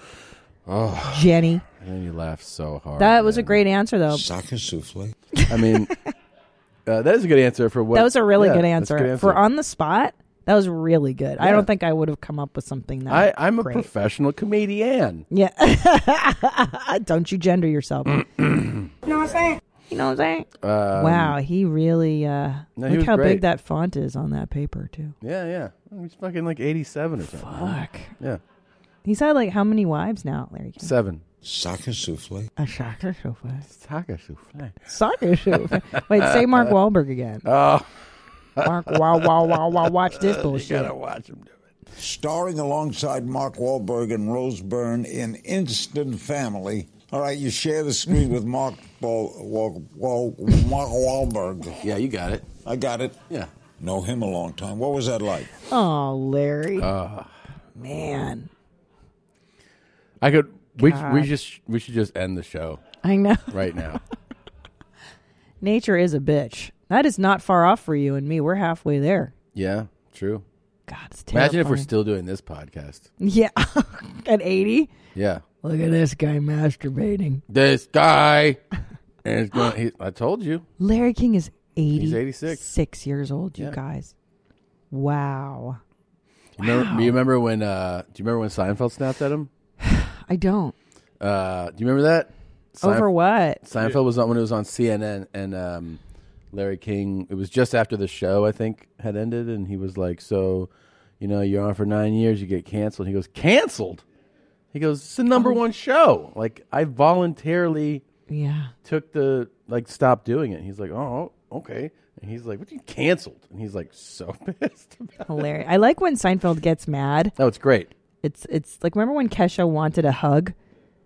Oh.
Jenny?
And then you laugh so hard.
that was a great answer, though.
Socket souffle.
I mean, uh, that is a good answer for what.
that was a really
yeah,
good,
that's
answer.
a
for on the spot. That was really good. I
Yeah.
don't think I would have come up with something that.
I, I'm a
great.
professional comedian.
yeah. don't you gender yourself? you know
You know what I'm saying?
what I'm saying?
Um,
wow, he really. Uh,
No, he
look
was
how
great.
big that font is on that paper too.
Yeah, yeah. He's fucking like 87 or something.
Fuck.
Yeah.
He's had like how many wives now, Larry? King?
Seven.
Socket souffle.
A shocker souffle.
Socker souffle.
Soccer souffle. Wait, say Mark Wahlberg again.
Oh.
Mark, wow, wow, wow, wow. Watch this bullshit.
watch him do
it. Starring alongside Mark Wahlberg and Rose Byrne in Instant Family. All right, you share the screen with Mark Ball, Wal, Wal, Mark Wahlberg.
Yeah, you got it.
I got it.
Yeah.
Know him a long time. What was that like?
Oh, Larry.
Ah.
Man.
I could. We, we
God.
just we should just end the show.
I know.
Right now.
Nature is a bitch. That is not far off for you and me. We're halfway there.
yeah. True.
God, it's
Imagine if we're
terrifying.
still doing this podcast.
Yeah. At 80.
Yeah.
Look at this guy masturbating.
This guy. And it's going, he, I told you.
Larry King is 80.
He's 86.
Six years old, you
Yeah.
guys. Wow.
You remember, you remember when? Uh, do you remember when Seinfeld snapped at him?
I don't.
Uh, do you remember that?
Over what?
Seinfeld was on when it was on CNN, and um, Larry King. It was just after the show, I think, had ended, and he was like, "So, you know, you're on for nine years, you get canceled." he goes, "Canceled." He goes, "It's the
Oh.
number one show. Like I voluntarily,
yeah,
took the like stopped doing it." And he's like, "Oh, okay." And he's like, "What do you canceled?" And he's like, "So pissed."
Hilarious. I like when Seinfeld gets mad.
Oh, it's great.
It's it's like remember when Kesha wanted a hug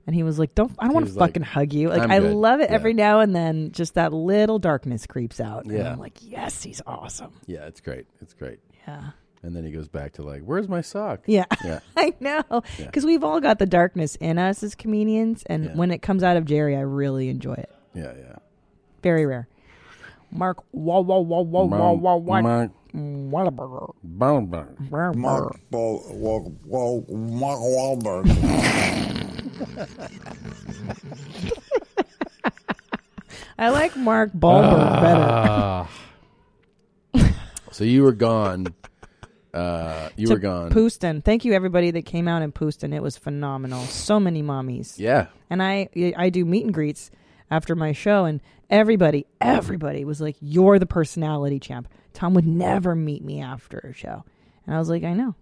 And he was like, "Don't I don't
He
want to
was like,
fucking hug you." Like
"I'm
I
good."
love it
Yeah.
every now and then. Just that little darkness creeps out. And
Yeah.
I'm like, yes, he's awesome.
Yeah, it's great. It's great.
Yeah.
And then he goes back to like, "Where's my sock?"
Yeah.
Yeah.
I know
Yeah.
because we've all got the darkness in us as comedians, and when it comes out of Jerry, I really enjoy it.
Yeah. Yeah.
Very rare. Mark Wa Wa Wa Wa Wa Wa Wa Wahlberg.
Wahlberg.
Mark Ball, Wal, Wal, Mark Wahlberg.
I like Mark Wahlberg better.
Ah. so you were gone. Uh, you
To
were gone.
Pooston. Thank you everybody that came out in Pooston. It was phenomenal. So many mommies.
Yeah.
And I I do meet and greets after my show and everybody everybody was like you're the personality champ. Tom would never meet me after a show. And I was like, I know.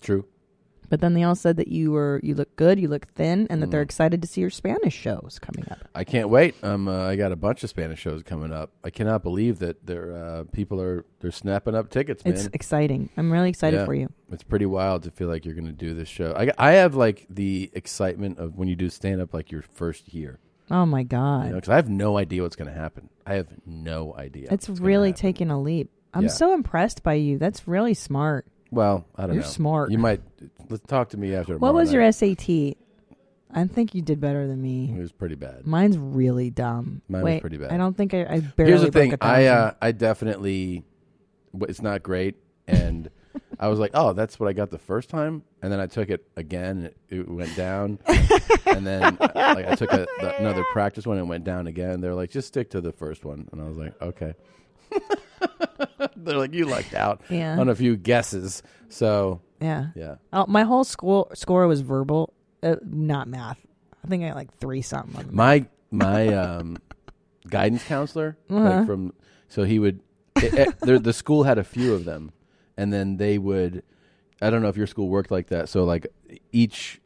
True.
But then they all said that you were you look good, you look thin and that they're
Mm.
excited to see your Spanish shows coming up.
I can't wait. Um, uh, I got a bunch of Spanish shows coming up. I cannot believe that there uh, people are they're snapping up tickets. Man.
It's exciting. I'm really excited
Yeah.
for you.
It's pretty wild to feel like you're going to do this show. I I have like the excitement of when you do stand up like your first year.
Oh my god.
Because I have no idea what's going to happen. I have no idea.
It's really taking a leap. I'm
Yeah.
so impressed by you. That's really smart.
well, I don't
You're
know.
smart.
You might let's talk to me after.
What
tomorrow
was
night.
your SAT? I think you did better than me. It
was pretty bad.
Mine's really dumb.
Mine
Wait,
was pretty bad.
I don't think I, I barely.
Here's the
broke
thing.
a
I uh,
thousand.
I definitely w- it's not great, and I was like, oh, that's what I got the first time, and then I took it again. and It, it went down, and then uh, like I took a, the, another practice one and it went down again. They're like, just stick to the first one, and I was like, okay. They're like, you lucked out
Yeah.
on a few guesses, so
yeah
yeah.
Oh, my whole school score was verbal, uh, not math. I think I got like three something. on the
my my um guidance counselor
Uh-huh.
like from so he would it, it- there, the school had a few of them and then they would i don't know if your school worked like that so like each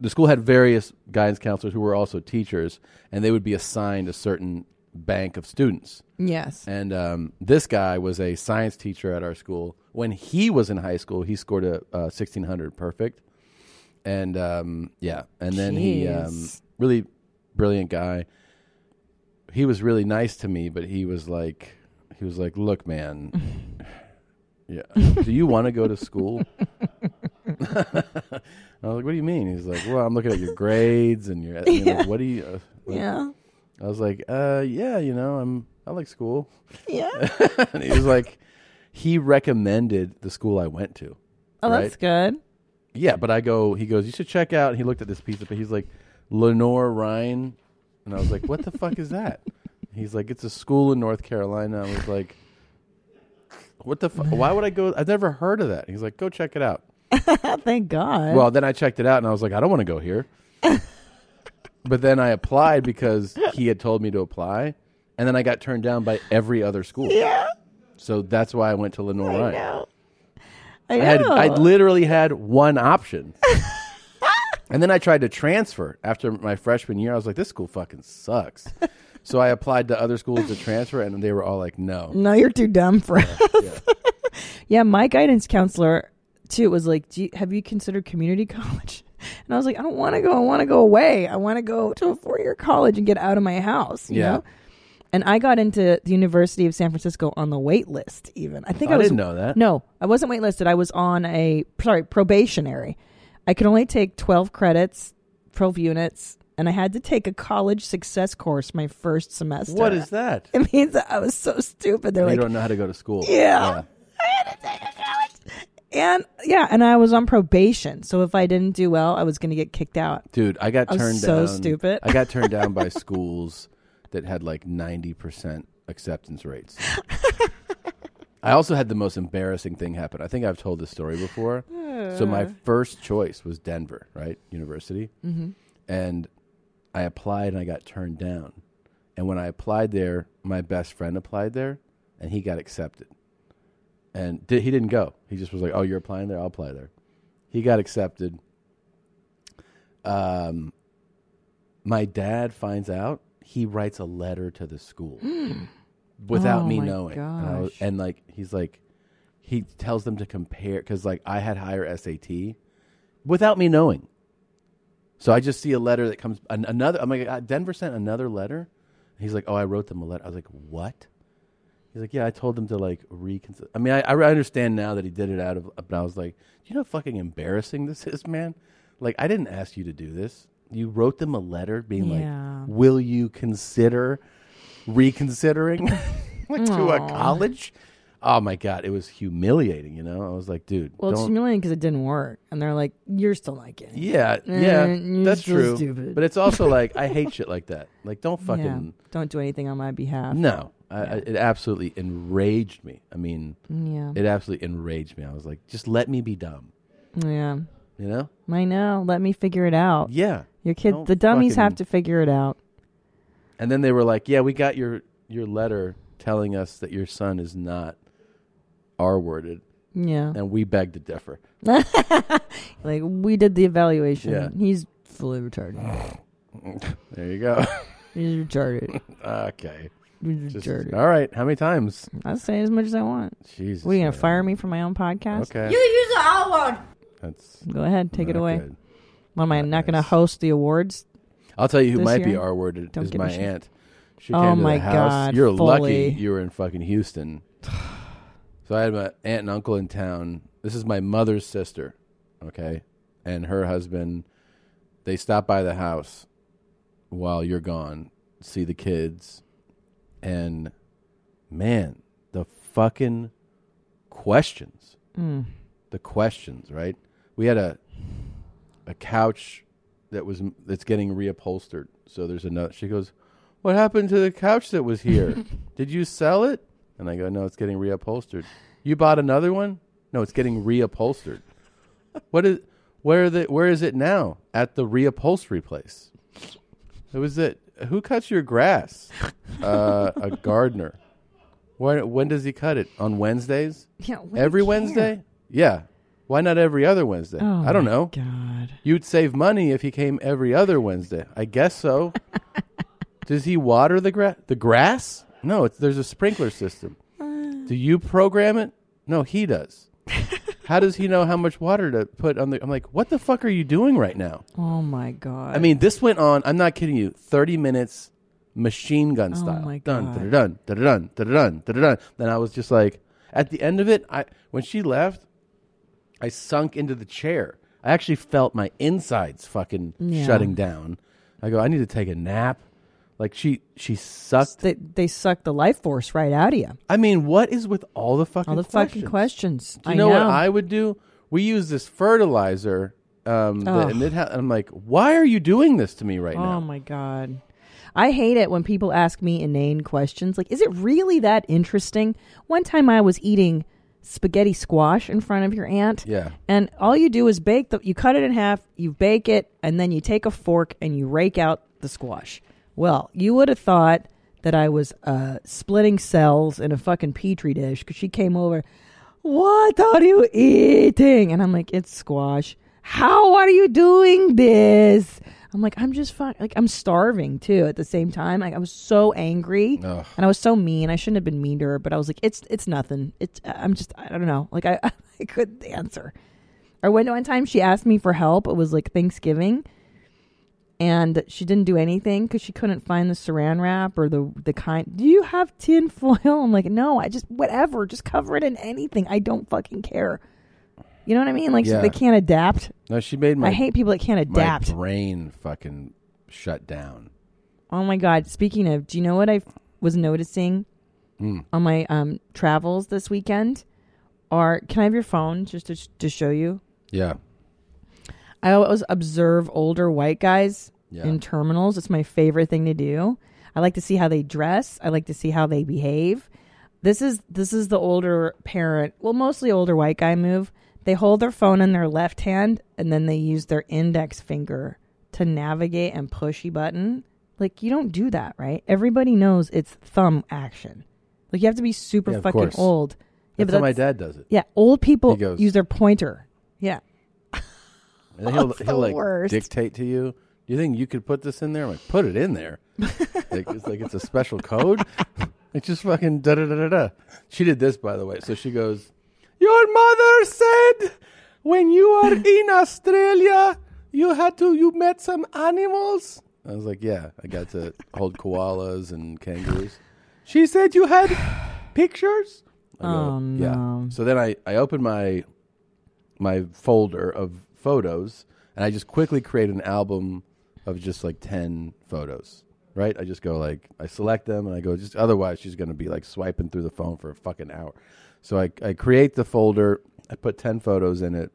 the school had various guidance counselors who were also teachers and they would be assigned a certain bank of students
Yes.
and um, this guy was a science teacher at our school when he was in high school he scored a, uh 1600 perfect and um, yeah and then he um,
Jeez.
really brilliant guy he was really nice to me but he was like he was like look man yeah do you want to go to school I was like, "What do you mean?" He's like, "Well, I'm looking at your grades and your, you know,
Yeah.
what do you?" Uh, like-
Yeah.
I was like, "Uh, yeah, you know, I'm I like school."
Yeah.
and he was like, he recommended the school I went to.
Oh, that's good.
Yeah, but I go. He goes, "You should check out." And he looked at this piece of paper. He's like, "Lenore Ryan," and I was like, "What the fuck is that?" He's like, "It's a school in North Carolina." I was like. What the fuck? Why would I go? I've never heard of that. He's like, go check it out.
Thank God.
Well, then I checked it out and I was like, I don't want to go here. but then I applied because he had told me to apply, and then I got turned down by every other school. Yeah. So that's why I went to Lenore Ryan.
I
had
know.
I literally had one option. and then I tried to transfer after my freshman year. I was like, this school fucking sucks. so I applied to other schools to transfer, and they were all like, no.
No, you're too dumb for us. Yeah. my guidance counselor too was like, Do you, "Have you considered community college?" And I was like, "I don't want to go. I want to go away. I want to go to a four-year college and get out of my house." You
Yeah.
Know? And I got into the University of San Francisco on the wait list. Even I think
I
I, was,
didn't know that.
No, I wasn't waitlisted. I was on a sorry probationary. I could only take twelve credits, twelve units, and I had to take a college success course my first semester.
What is that?
It means that I was so stupid. They're
you
like,
don't know how to go to school.
Yeah. and yeah, and I was on probation. So if I didn't do well, I was going to get kicked out.
Dude, I got
I was
turned
so
down.
stupid.
I got turned down by schools that had like 90% acceptance rates. I also had the most embarrassing thing happen. I think I've told this story before. so my
Uh.
first choice was Denver, right? University.
Mm-hmm.
Mhm.
And I applied and I got turned down. And when I applied there, my best friend applied there and he got accepted. And di- he didn't go. He just was like, "Oh, you're applying there. I'll apply there." He got accepted. Um, my dad finds out. He writes a letter to the school without
Oh
me
my
knowing. And, I was- and, like, he's like, he tells them to compare because like I had higher SAT without me knowing. So I just see a letter that comes an, another. I'm like, "Uh, Denver sent another letter. And he's like, oh, I wrote them a letter. I was like, what? He's like, yeah, I told them to like reconsider. I mean, I, I understand now that he did it out of. But I was like, do you know how fucking embarrassing this is, man? Like, I didn't ask you to do this. You wrote them a letter being
Yeah.
like, will you consider reconsidering like to a
Aw.
college? Oh my god, it was humiliating. You know, I was like, dude,
Well, it's
don't-
humiliating because it didn't work, and they're like, "You're still not getting." it."
yeah,
Eh,
yeah,
you're
that's
still
true.
Stupid.
But it's also like I hate shit like that. Like, don't
Yeah.
fucking
Don't do anything on my behalf.
no. I, I, it absolutely enraged me. I mean,
Yeah.
it absolutely enraged me. I was like, just let me be dumb.
Yeah.
You know?
I know. Let me figure it out.
Yeah.
Your kids,
Don't
the dummies, have
fucking-
to figure it out.
And then they were like, "Yeah, we got your your letter telling us that your son is not R worded."
Yeah.
And we beg to differ.
like we did the evaluation.
Yeah.
He's fully retarded.
There you go.
He's retarded.
okay.
He's retarded.
all right. How many times?
I'll say as much as I want.
Jesus,
What are you gonna fire me for my own podcast?
Okay.
You use the R word.
That's
Go ahead, take it
not
away.
good.
What am I not gonna host the awards?
I'll tell you who
this
might be
year?
R worded
Don't
is
give a
my
shit.
aunt. She
oh
came to
my
the house.
god!
You're
fully.
lucky you were in fucking Houston. so I had my aunt and uncle in town. This is my mother's sister, okay, and her husband. They stop by the house while you're gone, see the kids, and man, the fucking questions.
Mm.
The questions, right? We had a a couch that was that's getting reupholstered. So there's another. She goes, "What happened to the couch that was here? Did you sell it?" And I go, "No, it's getting reupholstered. You bought another one? No, it's getting reupholstered. What is? Where are the? Where is it now? At the reupholstery place. It was it. Who cuts your grass? Uh, a gardener. When, when does he cut it? On Wednesdays?
Yeah, what do
Every
you care?
Wednesday? Yeah. Why not every other Wednesday?
Oh
I don't
my
know.
God.
You'd save money if he came every other Wednesday. I guess so. Does he water the grass? The grass? No, it's, there's a sprinkler system. Do you program it? No, he does. how does he know how much water to put on the? I'm like, what the fuck are you doing right now?
Oh my god!
I mean, this went on. I'm not kidding you. Thirty minutes, machine gun
Oh
style.
my
dun, dun,
God.
dun, dun, dun, dun, dun, dun. Then I was just like, at the end of it, I when she left, I sunk into the chair. I actually felt my insides fucking
Yeah.
shutting down. I go, I need to take a nap. Like she, she sucked.
They, they suck the life force right out of you.
I mean, what is with all the fucking
all the
questions?
fucking questions?
Do you
I
know, what I would do? We use this fertilizer, um, that,
Ugh.
and it ha- I'm like, why are you doing this to me right now?
Oh my god. I hate it when people ask me inane questions like is it really that interesting? One time I was eating spaghetti squash in front of your aunt.
Yeah.
And all you do is bake the you cut it in half, you bake it, and then you take a fork and you rake out the squash. Well, you would have thought that I was uh, splitting cells in a fucking petri dish because she came over. What are you eating? And I'm like, it's squash. How are you doing this? I'm like, I'm just fine. Like, I'm starving too. At the same time, like, I was so angry
Ugh.
and I was so mean. I shouldn't have been mean to her, but I was like, it's it's nothing. It's I'm just I don't know. Like I I couldn't answer. Or when one time she asked me for help, it was like Thanksgiving, and she didn't do anything because she couldn't find the Saran wrap or the the kind. Do you have tin foil? I'm like, no. I just whatever. Just cover it in anything. I don't fucking care. You know what I mean? Like so
Yeah.
they can't adapt.
No, she made my.
I hate people that can't adapt.
My brain fucking shut down.
Oh my god! Speaking of, do you know what I f- was noticing
Hmm.
on my um, travels this weekend? Are can I have your phone just to, sh- to show you?
Yeah.
I always observe older white guys
Yeah.
in terminals. It's my favorite thing to do. I like to see how they dress. I like to see how they behave. This is this is the older parent, well, mostly older white guy move. They hold their phone in their left hand and then they use their index finger to navigate and push a button. Like you don't do that, right? Everybody knows it's thumb action. Like you have to be super
Yeah, of
fucking
course.
old.
That's how my dad does it.
Yeah, old people
He goes-
use their pointer. Yeah.
And then he'll
That's Oh, the
he'll like
worst.
dictate to you. Do you think you could put this in there? I'm like, put it in there. like it's like it's a special code. it's just fucking da da da da da. She did this by the way. So she goes, Your mother said when you are in Australia You had to. You met some animals. I was like, yeah, I got to hold koalas and kangaroos. She said you had pictures. Um, I go,
Oh,
Yeah. So then I, I opened my my folder of photos and I just quickly create an album of just like ten photos. Right? I just go like I select them and I go just otherwise she's gonna be like swiping through the phone for a fucking hour. So I, I create the folder, I put ten photos in it.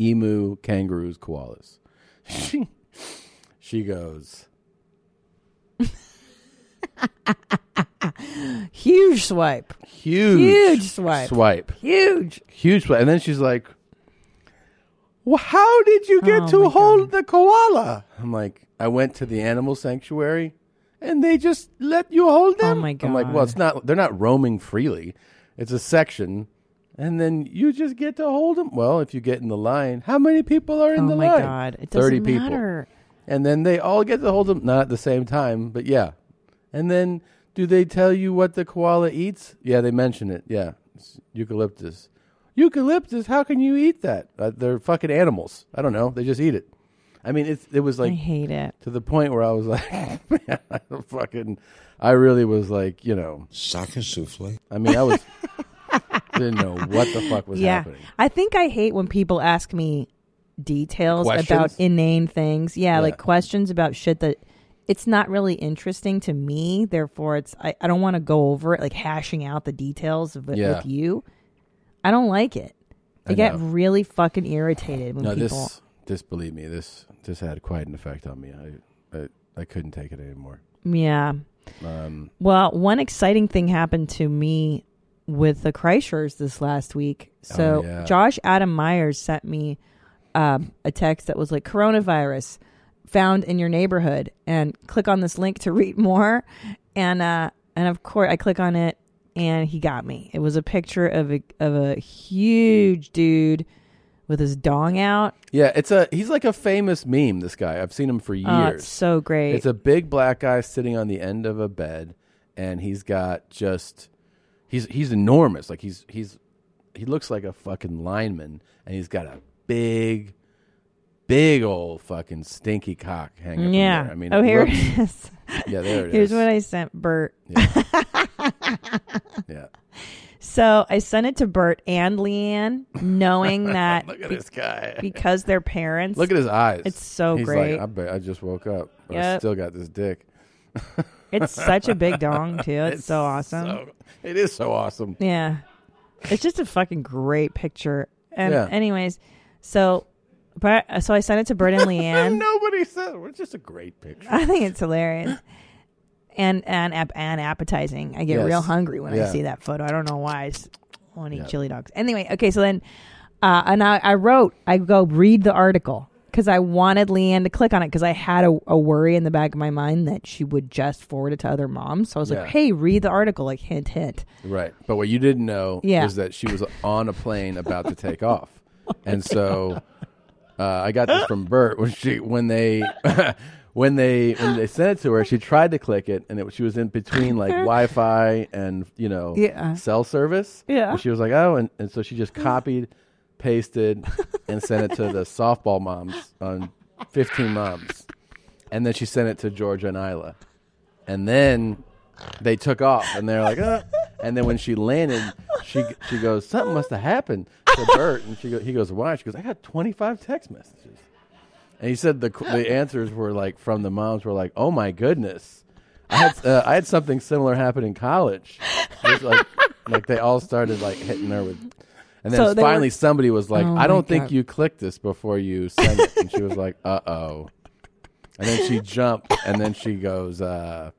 Emu, kangaroos, koalas. she goes,
Huge swipe.
huge,
Huge swipe.
swipe,
Huge.
huge swipe. And then she's like, well, how did you
Oh
get to hold the koala? I'm like, I went to the animal sanctuary. and they just let you hold them. Oh my god! I'm like, well, it's not. They're not roaming freely. It's a section, and then you just get to hold them. Well, if you get in the line, how many people are in
Oh
the
my
line?
God, it doesn't
Thirty
matter.
people. And then they all get to hold them, not at the same time, but yeah. And then do they tell you what the koala eats? Yeah, they mention it. Yeah, It's eucalyptus. Eucalyptus. How can you eat that? Uh, they're fucking animals. I don't know. They just eat it. I mean, it's, it was like
I hate it
to the point where I was like, man, I don't fucking, I really was like, you know,
soccer souffle.
I mean, I was didn't know what the fuck was
yeah.
happening.
I think I hate when people ask me details about
Questions?
inane things. Yeah,
Yeah.
like questions about shit that it's not really interesting to me. Therefore, it's I, I don't want to go over it, like hashing out the details of it
Yeah.
with you. I don't like it. I,
I
get
know.
really fucking irritated when
No,
people.
this, this, believe me, this, this had quite an effect on me. I, I, I couldn't take it anymore.
Yeah.
Um,
Well, one exciting thing happened to me with the Kreischers this last week. So
Oh, yeah.
Josh Adam Myers sent me um, a text that was like coronavirus found in your neighborhood, and click on this link to read more. And uh, and of course, I click on it, and he got me. It was a picture of a of a huge dude with his dong out.
Yeah, it's a he's like a famous meme. This guy, I've seen him for years.
Oh, it's so great.
It's a big black guy sitting on the end of a bed, and he's got just he's he's enormous. Like he's he's he looks like a fucking lineman, and he's got a big, big old fucking stinky cock hanging. from
Yeah.
there. I mean,
oh, here
looks-
it is.
Yeah, there it is.
Here's what I sent Bert.
yeah.
So I sent it to Bert and Leanne, knowing that
Look at this guy.
because they're parents.
Look at his eyes.
It's so
He's like,
great.
I bet I just woke up. but I
Yep.
still got this dick.
it's such a big dong too. It's, so awesome.
so- it is so awesome.
Yeah, it's just a fucking great picture. And
Yeah.
anyways, so but so I sent it to Bert and Leanne.
Nobody said it's just a great picture.
I think it's hilarious. And and ap- and appetizing. I get
Yes.
real hungry when
Yeah.
I see that photo. I don't know why. I just want to eat
Yeah.
chili dogs. Anyway, okay. So then, uh, and I, I wrote. I go read the article because I wanted Leanne to click on it because I had a, a worry in the back of my mind that she would just forward it to other moms. So I was
Yeah.
like, hey, read the article. Like hint, hint.
Right. But what you didn't know
Yeah.
is that she was on a plane about to take off. And so uh, I got this from Bert when she when they when they when they sent it to her, she tried to click it and it, she was in between like Wi-Fi and, you know,
Yeah.
cell service.
Yeah.
And she was like, "Oh," and, and so she just copied, pasted and sent it to the softball moms on 15 moms. And then she sent it to Georgia and Isla. And then they took off and they're like, uh and then when she landed, she she goes, something must have happened to Bert, and she go, he goes, why? She goes, I got twenty five text messages, and he said the qu- the answers were like from the moms were like, oh my goodness, I had uh, I had something similar happen in college, It was like like they all started like hitting her with, and then
So they
finally
were-
somebody was like,
Oh
I don't
my
think
God.
you clicked this before you sent it, and she was like, uh oh. And then she jumped, and then she goes, uh,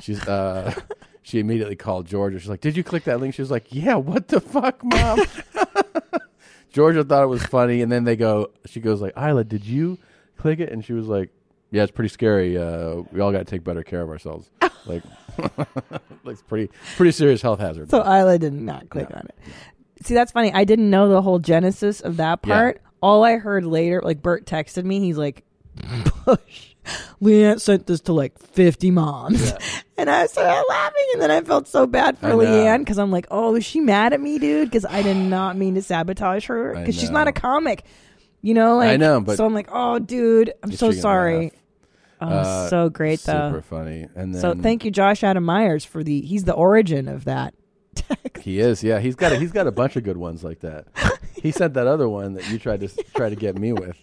she's, uh, she immediately called Georgia. She's like, "Did you click that link?" She was like, "Yeah." What the fuck, mom? Georgia thought it was funny, and then they go, she goes like, "Isla, did you click it?" And she was like, "Yeah, it's pretty scary. Uh, we all got to take better care of ourselves. like, looks pretty, pretty serious health hazard."
So Isla did not click on it. See, that's funny. I didn't know the whole genesis of that
Yeah.
part. All I heard later, like Bert texted me, he's like, Push. Leanne sent this to like 50 moms. And I started laughing, and then I felt so bad for
I know.
Leanne because I'm like, oh, is she mad at me, dude? Because I did not mean to sabotage her
I
because she's
know.
not a comic. You know, like
I know, but-
so I'm like, oh, dude, I'm
You're
so
gonna
sorry. Oh,
Uh,
so great though.
super funny. And
so
then-
thank you, Josh Adam Myers, for the he's the origin of that.
He is, yeah. He's got a, he's got a bunch of good ones like that. He sent that other one that you tried to s- try to get me with.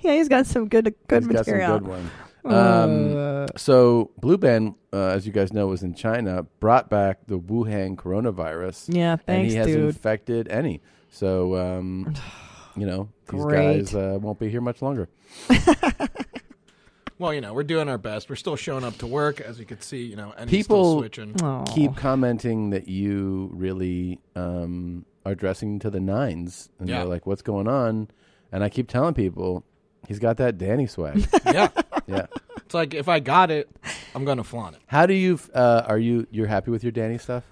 Yeah, he's got some good good
He's got some
material. Mm.
good one. Um,
Uh,
so Blue Band, uh, as you guys know, was in China, brought back the Wuhan coronavirus.
Yeah,
And
thanks,
he hasn't
dude.
infected any. So, um, you know, these
Great.
guys uh, won't be here much longer.
Well, you know, we're doing our best. We're still showing up to work, as you could see. You know, and still
People
switching.
keep commenting that you really um, are dressing to the nines, and
Yeah.
they're like, "What's going on?" And I keep telling people, "He's got that Danny swag."
Yeah,
yeah.
It's like if I got it, I'm gonna flaunt it.
How do you? Uh, are you? You're happy with your Danny stuff?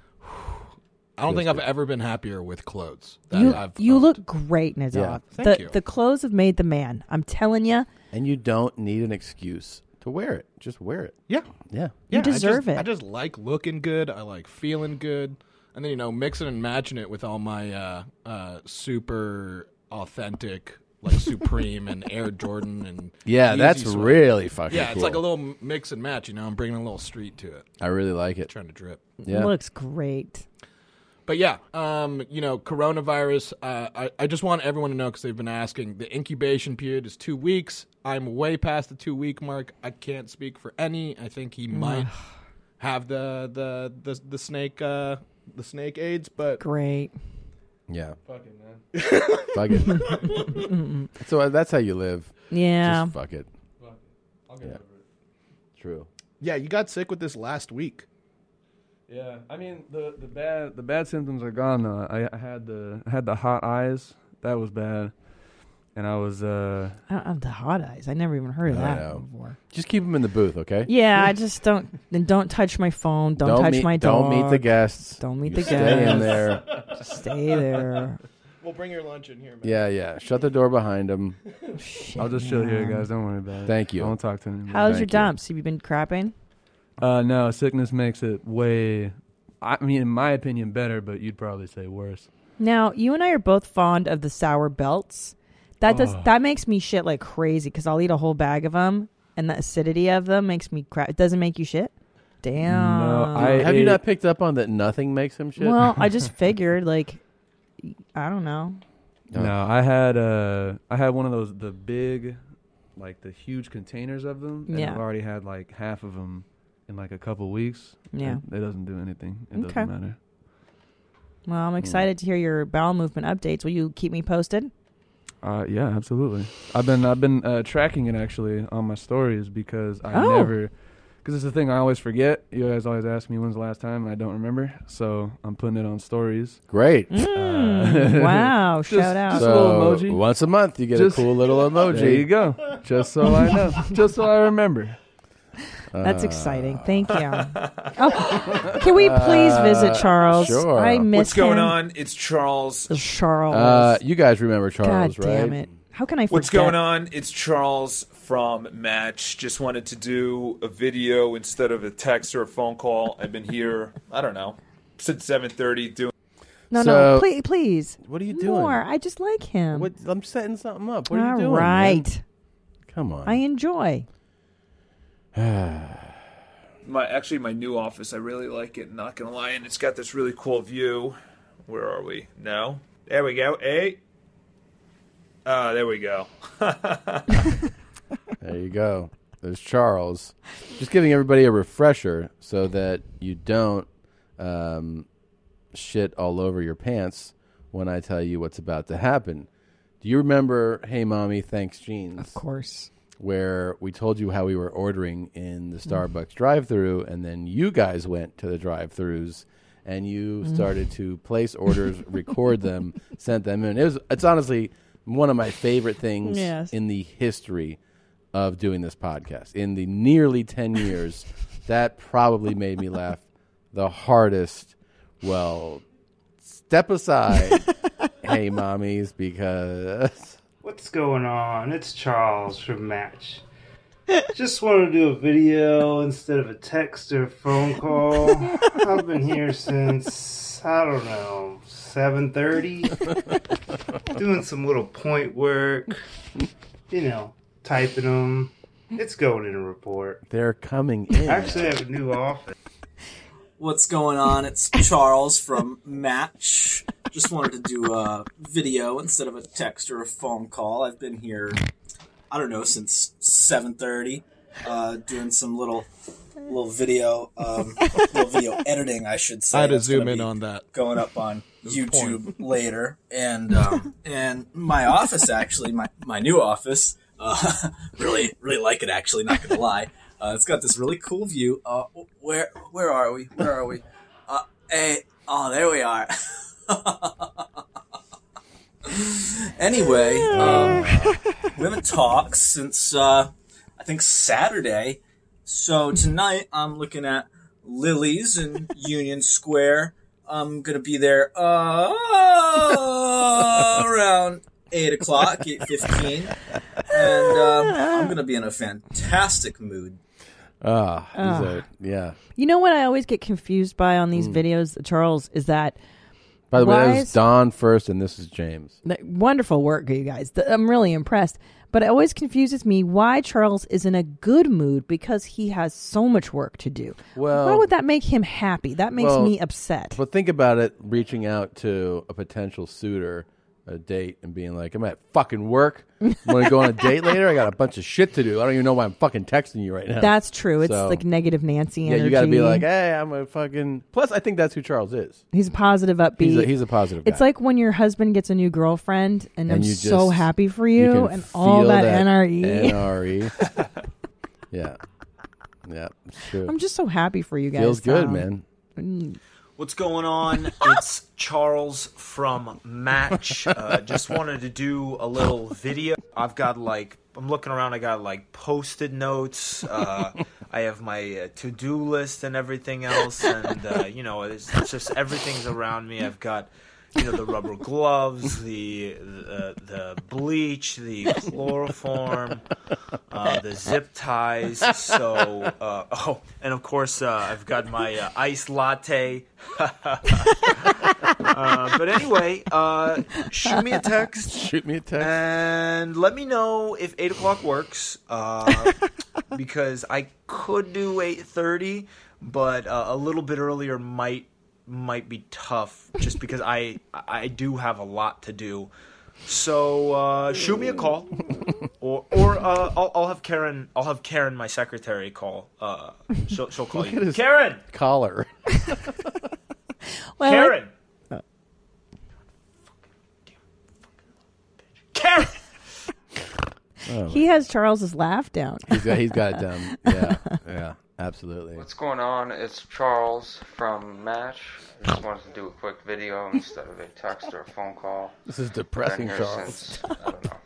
I don't
Feels
think I've ever been happier with clothes. That
you
I've,
you look great, Nizar.
Yeah.
The,
Thank you.
the clothes have made the man. I'm telling you,
And you don't need an excuse to wear it. Just wear it.
Yeah.
Yeah.
You
I just-
deserve it.
I just like looking good. I like feeling good, and then you know, mixing and matching it with all my uh, uh, super authentic, like Supreme and Air Jordan and
Yeah,
Yeezy
that's
sweat.
really fucking
Yeah, it's like a
cool.
little m- mix and match. You know, I'm bringing a little street to it.
I really like it.
Trying to drip.
Yeah.
looks great.
But yeah, um, you know, coronavirus. Uh, I, I just want everyone to know because they've been asking. The incubation period is two weeks. I'm way past the two week mark. I can't speak for any. I think he might have the the the, the snake uh, the snake AIDS, but
great.
Yeah.
Fuck it, man.
Fuck it. so uh, that's how you live.
Yeah.
Just fuck it. I'll get over it. True.
yeah, you got sick with this last week.
Yeah, I mean the the bad the bad symptoms are gone though. I, I had the I had the hot eyes. That was bad, and I was uh.
I don't have the hot eyes. I never even heard of that before.
Oh. Just keep them in the booth, okay?
Yeah, I just don't and don't touch my phone. Don't,
Don't
touch
meet-
my
don't
dog.
meet the guests.
Don't meet
You
the
stay
guests.
in there.
Just stay there.
We'll bring your lunch in here.
Yeah, yeah. Shut the door behind them.
I'll just chill here, guys. Don't worry about it.
Thank you.
I won't talk to anybody.
How's your dumps? Have you been crapping?
Uh, no, sickness makes it way. I mean, in my opinion, better, but you'd probably say worse.
Now you and I are both fond of the sour belts. That
Oh.
does
Ugh.
that makes me shit like crazy because I'll eat a whole bag of them, and the acidity of them makes me crap. It doesn't make you shit. Damn.
have you not picked up on that nothing makes him shit?
Well, I just figured like, I don't know.
No, I had uh, I had one of those the big, like the huge containers of them. And
Yeah.
I've already had like half of them in like a couple weeks.
Yeah.
and It doesn't do anything. It
Okay.
doesn't matter.
Well,
Hmm.
I'm excited to hear your bowel movement updates. Will you keep me posted?
Uh, yeah, absolutely. I've been I've been uh, tracking it actually on my stories because I
Oh.
never because it's the thing I always forget. You guys always ask me when's the last time, and I don't remember. So I'm putting it on stories. Uh,
Great!
Mm, wow,
just-
shout out.
just a little
So,
emoji.
once a month, you get a
Just-
cool little emoji.
There you go. Just so I know. Just so I remember.
That's
Uh,
exciting. Thank you. Oh, can we please visit
Uh,
Charles?
sure.
I miss
What's going
him.
on? It's Charles.
It's Charles.
Uh, you guys remember Charles,
God
right?
damn it. How can I forget?
What's going on? It's Charles from Match. Just wanted to do a video instead of a text or a phone call. I've been here, I don't know, since 7:30 doing
No,
So-
no, please, please.
What are you doing?
More. I just like him.
What, I'm setting something up. What are you
All
doing?
right.
man? Come on.
I enjoy.
my actually my new office. I really like it, not going to lie, and it's got this really cool view. Where are we? No. There we go. Hey. Ah, there we go.
There you go. There's Charles. Just giving everybody a refresher so that you don't um, shit all over your pants when I tell you what's about to happen. Do you remember Hey Mommy, Thanks Jeans? Of
course.
Where we told you how we were ordering in the Starbucks drive thru, and then you guys went to the drive thrus and you
Mm.
started to place orders, record them, sent them in. It was, it's honestly one of my favorite things
Yes.
in the history of doing this podcast. In the nearly 10 years, that probably made me laugh the hardest. Well, step aside, hey, mommies, because.
What's going on? It's Charles from Match. Just wanted to do a video instead of a text or phone call. I've been here since, I don't know, seven thirty, doing some little point work, you know, typing them. It's going in a report.
They're coming in.
I actually have a new office.
What's going on? It's Charles from Match. Just wanted to do a video instead of a text or a phone call. I've been here, I don't know, since seven thirty, uh, doing some little little video, um, little video editing, I should say.
I had to
That's gonna
zoom in
be
on that.
Going up on
Good
YouTube later, and um, and my office actually, my my new office, uh, really really like it actually. Not gonna lie, uh, it's got this really cool view. Uh, where where are we? Where are we? Uh, hey, oh, there we are. anyway, um, we haven't talked since uh, I think Saturday. So tonight I'm looking at Lily's in Union Square. I'm gonna be there uh, around eight o'clock, eight fifteen, and um, I'm gonna be in a fantastic mood.
Ah, he's
Ah.
a- yeah.
You know what I always get confused by on these
Mm.
videos, Charles, is that
By the way, that
Lies-
was Don first, and this is James.
Th- Wonderful work, you guys. Th- I'm really impressed. But it always confuses me why Charles is in a good mood because he has so much work to do.
Well-
why would that make him happy? That makes
Well,
me upset.
But think about it: reaching out to a potential suitor, a date, and being like, "I'm at fucking work. Want to go on a date later? I got a bunch of shit to do. I don't even know why I'm fucking texting you right now."
That's true. It's
So-
like negative Nancy
Yeah,
energy.
you got to be like, "Hey, I'm a fucking." Plus, I think that's who Charles is.
He's positive, upbeat.
He's a, he's a positive.
It's
guy.
like when your husband gets a new girlfriend, and, I'm
you
so
just-
happy for
you
you,
can
and all
feel
that, E. NRE.
NRE. E. yeah, yeah, it's true.
I'm just so happy for you guys.
Feels good,
um,
man.
mm.
What's going on? it's Charles from Match. Uh, just wanted to do a little video. I've got like, I'm looking around, I got like post it notes. Uh, I have my uh, to do list and everything else. And, uh, you know, it's, it's just everything's around me. I've got. You know the rubber gloves, the the, the bleach, the chloroform, uh, the zip ties. So, uh, oh, and of course, uh, I've got my uh, iced latte. uh, but anyway, uh, shoot me a text.
Shoot me a text.
And let me know if 8 o'clock works, uh, because I could do 8.30, but uh, a little bit earlier might might be tough just because I I do have a lot to do. So uh, shoot me a call, or or uh, I'll, I'll have Karen I'll have Karen my secretary call. Uh, she'll, she'll call
Look
you.
at his
Karen,
collar.
Well, I-
Karen, Karen.
Oh,
He has Charles's laugh down.
he's got he's got it down. Yeah, yeah, absolutely.
What's going on? It's Charles from Match.
Oh.
I just wanted to do a quick video instead of a text or a phone call.
This is depressing,
Been here
Charles.
Since, I don't know,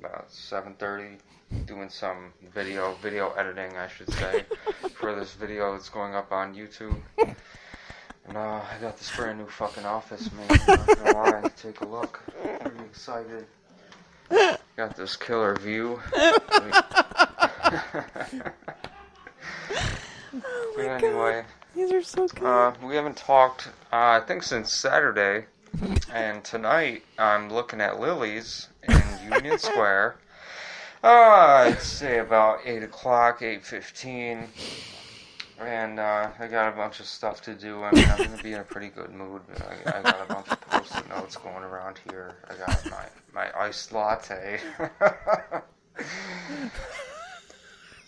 about 7:30, doing some video, video editing, I should say, for this video that's going up on YouTube. And uh, I got this brand new fucking office, man. I'm not gonna lie. Take a look. I'm excited. Got this killer view. but anyway,
These are so good.
uh, we haven't talked, uh, I think, since Saturday. and tonight, I'm looking at Lily's in Union Square. Uh, I'd say about 8 o'clock, 8.15. And uh, I got a bunch of stuff to do. I mean, I'm going to be in a pretty good mood. I, I got a bunch of post-it notes going around here. I got my, my iced latte.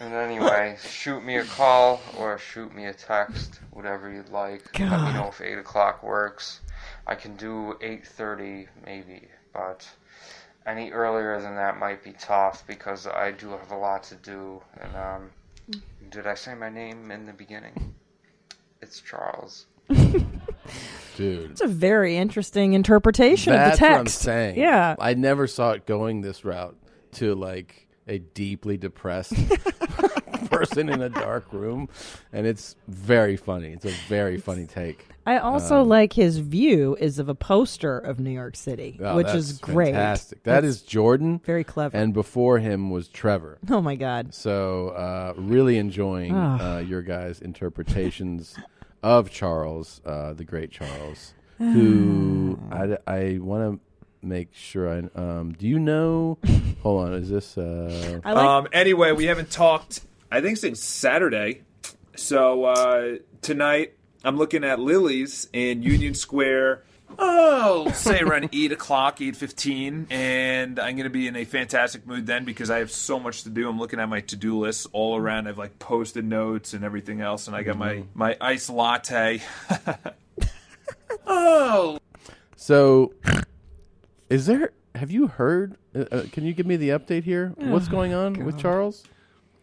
And anyway, shoot me a call or shoot me a text, whatever you'd like. Let me
God.
know if eight o'clock works. I can do eight thirty maybe, but any earlier than that might be tough because I do have a lot to do. And um, did I say my name in the beginning? It's Charles.
Dude,
It's a very interesting interpretation
that's
of the text.
what I'm saying.
Yeah.
I never saw it going this route to like a deeply depressed person in a dark room, and it's very funny. It's a very funny take.
I also
Um,
like his view is of a poster of New York City,
oh,
which is
that's
great.
Fantastic.
That's-
That is Jordan.
Very clever.
And before him was Trevor.
Oh my God.
So uh, really enjoying
Ah.
uh, your guys' interpretations of Charles, uh, the great Charles. who
Ah.
I, I want to make sure I um do you know hold on is this uh
um, anyway, we haven't talked. I think since Saturday. So uh, tonight, I'm looking at Lily's in Union Square. Oh, say around eight o'clock, eight fifteen, and I'm gonna be in a fantastic mood then because I have so much to do. I'm looking at my to do list all around. I've like posted notes and everything else, and I got my my iced latte. oh,
so is there have you heard uh, uh, can you give me the update here
Oh
what's going on with Charles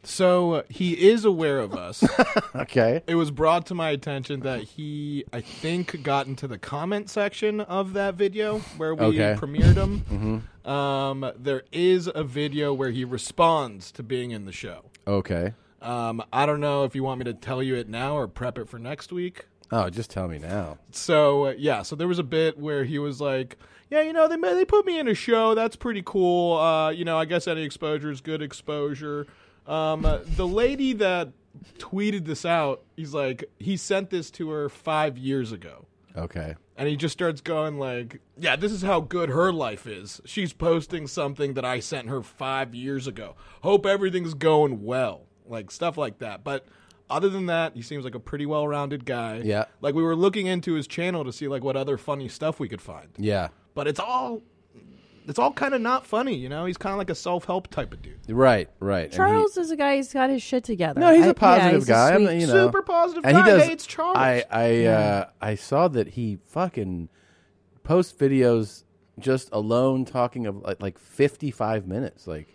So uh, he is aware of us.
okay.
It was brought to my attention that he, I think, got into the comment section of that video where we
Okay.
premiered him.
Mhm.
Um, there is a video where he responds to being in the show.
okay
Um, I don't know if you want me to tell you it now or prep it for next week.
oh just tell me now
So uh, yeah, so there was a bit where he was like, "Yeah, you know, they ma- they put me in a show. That's pretty cool. Uh, you know, I guess any exposure is good exposure." Um, uh, the lady that tweeted this out, he's like, he sent this to her five years ago.
okay
And he just starts going like, "Yeah, this is how good her life is. She's posting something that I sent her five years ago. Hope everything's going well, like stuff like that." But other than that, he seems like a pretty well-rounded guy.
Yeah.
Like we were looking into his channel to see like what other funny stuff we could find,
yeah
but it's all, it's all kind of not funny. You know, he's kind of like a self-help type of dude.
right right And he-
Charles is a guy who's got his shit together.
No, he's
I-
a positive
yeah, he's a
guy. I'm
sweet-
not- you know,
Super positive
and
guy
He does,
hates Charles.
I I
Yeah.
uh, I saw that he fucking posts videos just alone talking of like, like 55 minutes. Like,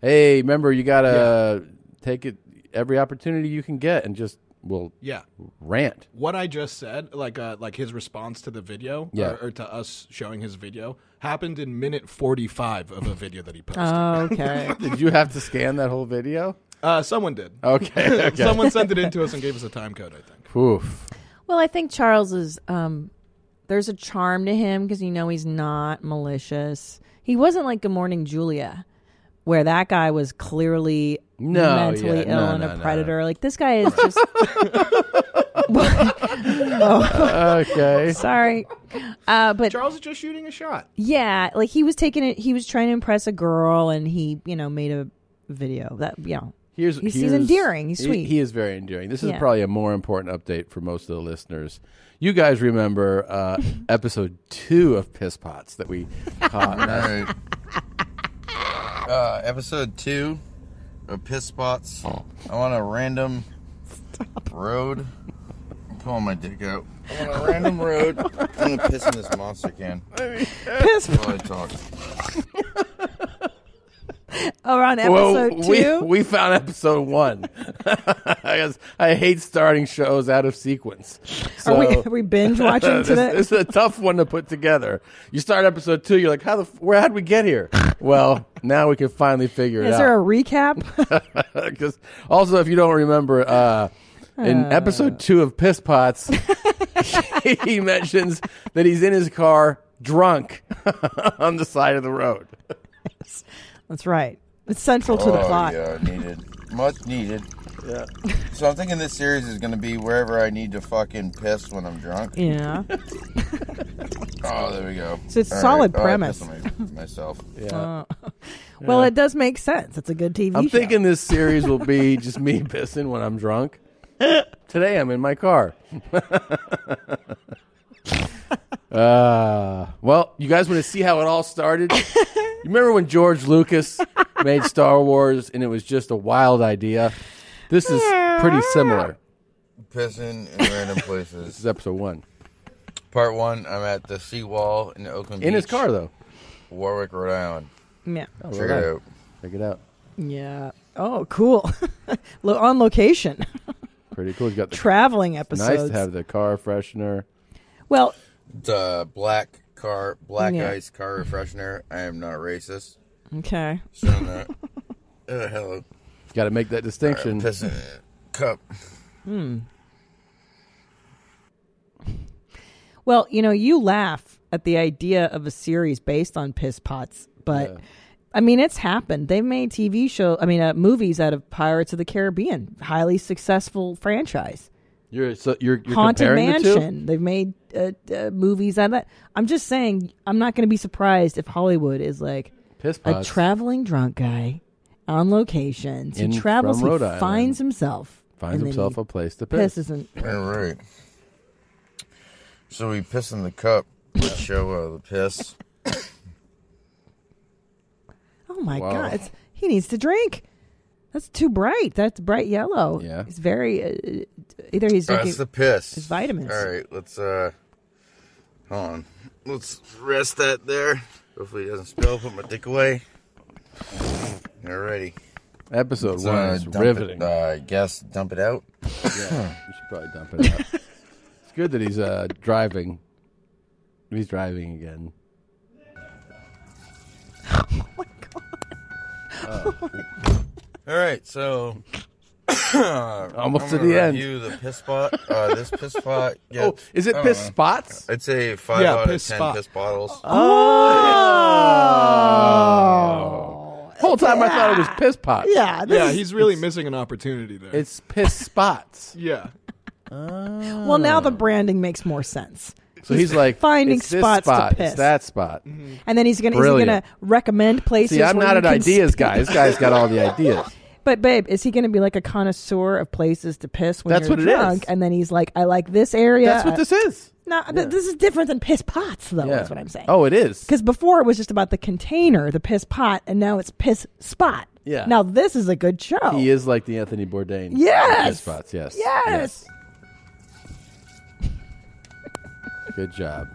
hey, remember you gotta take it every opportunity you can get and just will
Yeah.
rant.
what I just said, like uh, like his response to the video,
Yeah.
or, or to us showing his video, happened in minute forty five of a video that he posted.
Oh, Did you have to scan that whole video?
Uh, someone did.
Okay, okay.
someone sent it in to us and gave us a time code. I think.
Oof.
Well, I think Charles is. Um, there's a charm to him because you know he's not malicious. He wasn't like Good Morning Julia, where that guy was clearly
No,
mentally
yeah,
ill
no,
and
no,
a
no.
predator. Like this guy is just.
okay.
Sorry, uh, but
Charles is just shooting a shot.
Yeah, like he was taking it. He was trying to impress a girl, and he, you know, made a video that you know.
Here's,
he's, he's
here's-
endearing. He's
he-
sweet.
He, is very endearing. This is
Yeah.
probably a more important update for most of the listeners. You guys remember uh, episode two of Piss Pots that we caught.
Right. Uh, episode two of Piss Spots. I'm on a random road. I'm pulling my dick out. I'm on a random road. I'm gonna piss in this monster can.
Piss-
While I talk.
Oh, we're on
Well,
episode
we-
two.
We, found episode one. I, guess I hate starting shows out of sequence.
Are we-
So-
are we binge watching
this,
today?
This is a tough one to put together. You start episode two, you're like, how the f- where how'd we get here? Well, now we can finally figure it
is
out.
there a recap?
Because also, if you don't remember, uh, in
Uh.
episode two of Piss Pots, he mentions that he's in his car drunk on the side of the road.
That's right. It's central to the
Oh,
plot.
Yeah, needed. Much needed. Yeah. So I'm thinking this series is gonna be wherever I need to fucking piss when I'm drunk.
Yeah.
Oh, there we go.
So it's
All
solid
Oh, I pissed
premise.
on my- myself.
Yeah.
Oh. well,
Yeah.
it does make sense. It's a good TV
I'm
show.
thinking this series will be just me pissing when I'm drunk. Today I'm in my car. uh, well, you guys want to see how it all started? you remember when George Lucas made Star Wars and it was just a wild idea? This is pretty similar.
Pissing in random places. This
is episode one.
Part one, I'm at the seawall in Oakland
In his
Beach,
car, though.
Warwick, Rhode Island.
Yeah.
Oh,
Check
Rhode
it
Island.
out.
Check it out.
Yeah. Oh, cool. Lo- on location.
Pretty cool. You got the
Traveling
It's Nice
episodes.
to have the car freshener.
well,
The black car, black
Yeah.
ice car refreshener. I am not racist.
okay.
Showing that. Uh, hello.
Got to make that distinction.
Alright, pissing in a cup.
Hmm. Well, you know, you laugh at the idea of a series based on piss pots, but
Yeah.
I mean, it's happened. They've made TV show, I mean, uh, movies out of Pirates of the Caribbean, highly successful franchise.
You're so you're, you're
Haunted
comparing the
Mansion. They've made uh, uh, movies out of that. I'm just saying, I'm not going to be surprised if Hollywood is like
Piss
a
pots.
traveling drunk guy on locations.
In-
he travels,
from
he
Rhode Island.
finds himself,
Finds
and then
himself
he
a place to piss.
Pisses in-
All right. So we piss in the cup. to show uh, the piss.
Oh my
Wow.
god, it's, he needs to drink. That's too bright. That's bright yellow.
Yeah.
it's very. Uh, either he's
Oh,
drinking
that's the piss.
His vitamins.
All right, let's uh, hold on. Let's rest that there. Hopefully it doesn't spill. Put my dick away. Alrighty.
Episode
Let's,
one
uh,
is
dump it,
riveting.
uh, I guess dump it out.
Yeah, you should probably dump it out. it's good that he's uh, driving. He's driving again.
Uh, All right, so
Almost
I'm
to
gonna
the end.
review the piss spot. Uh, this piss spot. Yeah,
Oh, is it piss spots?
I'd say five
Yeah,
out
piss
of ten
spot.
piss bottles.
Oh.
Oh. Whole time I thought it was piss pots.
yeah, he's really missing an opportunity there.
It's piss spots.
yeah.
Well, now the branding makes more
Ah.
sense.
So he's like
finding
it's this
spots
spot,
to
it's
piss.
that spot.
and then he's gonna he's
Brilliant.
gonna recommend places.
See, I'm
where
not
you
an
can
ideas
sp-
guy. This guy's got all the ideas.
But babe, is he gonna be like a connoisseur of places to piss when
That's
you're
what it
drunk?
is.
And then he's like, I like this area.
That's what this is.
No, but this is different than piss pots, though. That's what I'm saying.
Oh, it is.
Because before it was just about the container, the piss pot, and now it's piss spot.
Yeah.
Now this is a good show.
He is like the Anthony Bourdain. of
Oh. Yes!
Piss spots. Yes.
Yes.
Good job.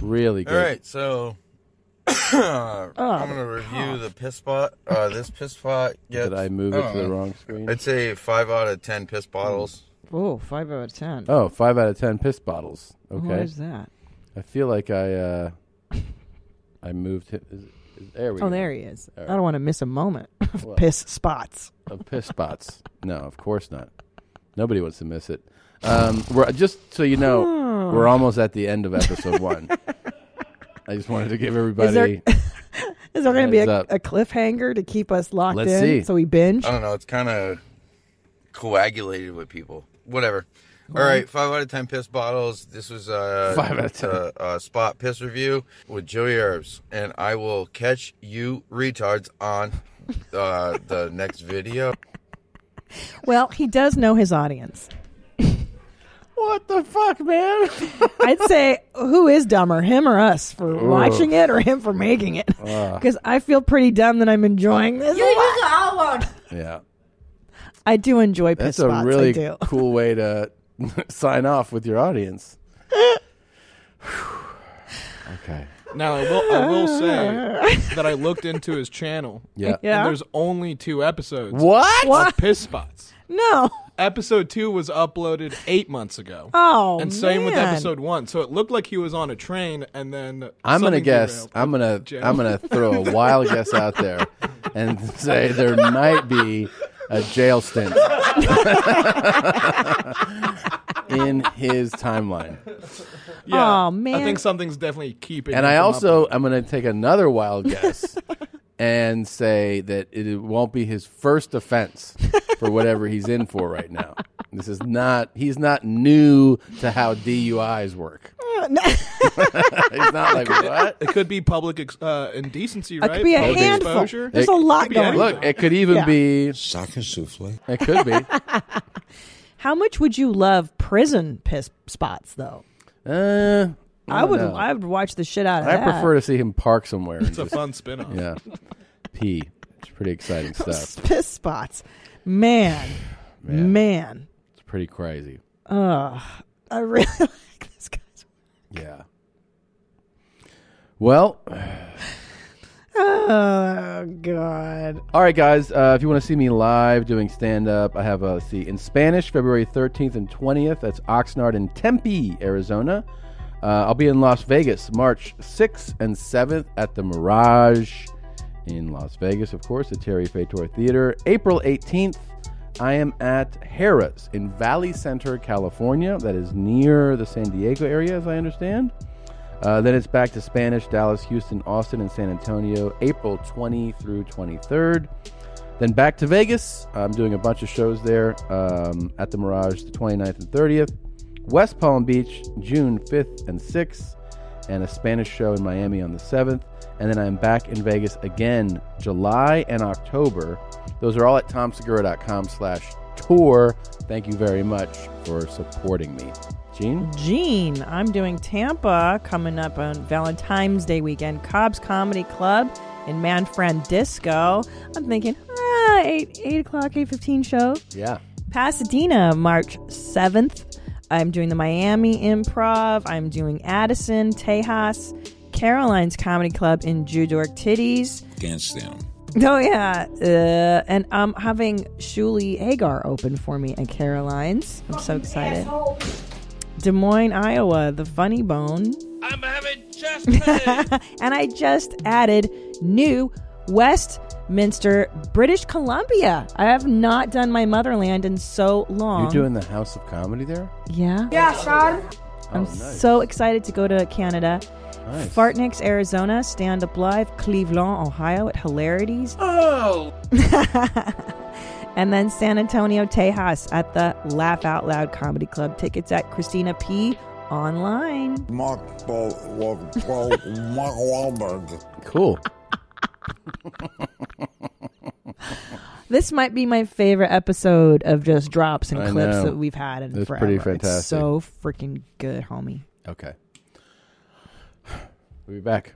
Really good.
All right, so
Oh,
I'm gonna review the piss spot. Uh, this piss spot. Gets,
Did I move it to the
uh,
wrong screen?
I'd say five out of ten piss bottles.
Oh, five out of ten.
Oh, five out of ten piss bottles. Okay.
What is that?
I feel like I uh I moved him. Is, is, there we go.
Oh, there he is.
All
I
right.
don't want to miss a moment of
What?
piss spots.
Of piss spots. No, of course not. Nobody wants to miss it. Um, we're just so you know,
Hmm.
we're almost at the end of episode one. I just wanted to give everybody.
Is there is there going to be
Heads
a,
up.
a cliffhanger to keep us locked
Let's
in?
see. Oh,
So we binge.
I don't know. It's kind of coagulated with people. Whatever. All right, five out of ten piss bottles. This was uh,
Five out of 10.
uh, uh, spot piss review with Joey Herbs, and I will catch you retards on uh, the next video.
Well, he does know his audience.
What the fuck, man?
I'd say who is dumber, him or us, for
Ooh.
watching it or him for making it?
Ah.
Because I feel pretty dumb that I'm enjoying this. a lot.
yeah,
I do enjoy piss
that's
spots.
a
I
really
do.
cool way to sign off with your audience. okay.
Now I will I will say that I looked into his channel.
Yeah.
Yeah.
And there's only two episodes.
What?
of
What?
Piss spots.
No.
Episode two was uploaded eight months ago.
Oh,
And same with
man.
episode one. So it looked like he was on a train, and then
I'm gonna
something
guess.
derailed.
I'm gonna.
Jail.
I'm gonna throw a wild guess out there and say there might be a jail stint in his timeline.
Yeah,
Oh, man.
I think something's definitely keeping.
And
him
I
from
also I'm gonna take another wild guess and say that it won't be his first offense for whatever he's in for right now. This is not. He's not new to how DUIs work. he's not like what.
It could be public ex- uh, indecency,
It
right?
could be a
public
handful.
Exposure.
There's a lot
Could be
going
anything.
Look, it could even
Yeah.
be
soccer souffle.
It could be.
How much would you love prison piss spots, though?
Uh,
I,
don't
would.
know.
I would watch the shit out of
I
that.
prefer to see him park somewhere. and
It's a
just-
fun spin-off.
Yeah, pee. It's pretty exciting stuff.
piss spots. Man, man,
It's pretty crazy.
Ugh, I really like this guy.
Yeah. Well,
Oh God.
all right, guys. Uh, if you want to see me live doing stand up, I have a let's see in Spanish February 13th and 20th. That's Oxnard and Tempe, Arizona. Uh, I'll be in Las Vegas March 6th and 7th at the Mirage in Las Vegas, of course, at Terry Fator Theater. April 18th, I am at Harrah's in Valley Center, California. That is near the San Diego area, as I understand. Uh, then it's back to Spanish, Dallas, Houston, Austin, and San Antonio, April 20 through 23rd. Then back to Vegas. I'm doing a bunch of shows there um, at the Mirage the 29th and 30th. West Palm Beach, June 5th and 6th, and a Spanish show in Miami on the 7th. And then I'm back in Vegas again, July and October. Those are all at tomsegura.com slash tour. Thank you very much for supporting me. Gene?
Gene, I'm doing Tampa coming up on Valentine's Day weekend. Cobb's Comedy Club and Man Friend Disco. I'm thinking, ah, eight eight o'clock, eight fifteen show.
Yeah.
Pasadena, March seventh. I'm doing the Miami Improv. I'm doing Addison, Tejas, Caroline's Comedy Club in Judork Titties.
Can't stand them.
Oh yeah, uh, and I'm having Shuli Agar open for me at Caroline's. I'm so excited. Des Moines, Iowa, the Funny Bone.
I'm having just
and I just added new Westminster, British Columbia. I have not done my motherland in so long.
You're doing the House of Comedy there?
Yeah.
Yeah, son.
I'm
Oh, nice.
so excited to go to Canada.
Nice.
Fartniks, Arizona, Stand Up Live, Cleveland, Ohio at Hilarities.
Oh.
And then San Antonio Tejas at the Laugh Out Loud Comedy Club. Tickets at Christina P. online.
Mark Ball, Wal Wal Mark Wahlberg.
Cool.
This might be my favorite episode of just drops and
I
clips
know.
that we've had in
That's
forever.
pretty
It's
fantastic.
so freaking good, homie.
Okay. We'll be back.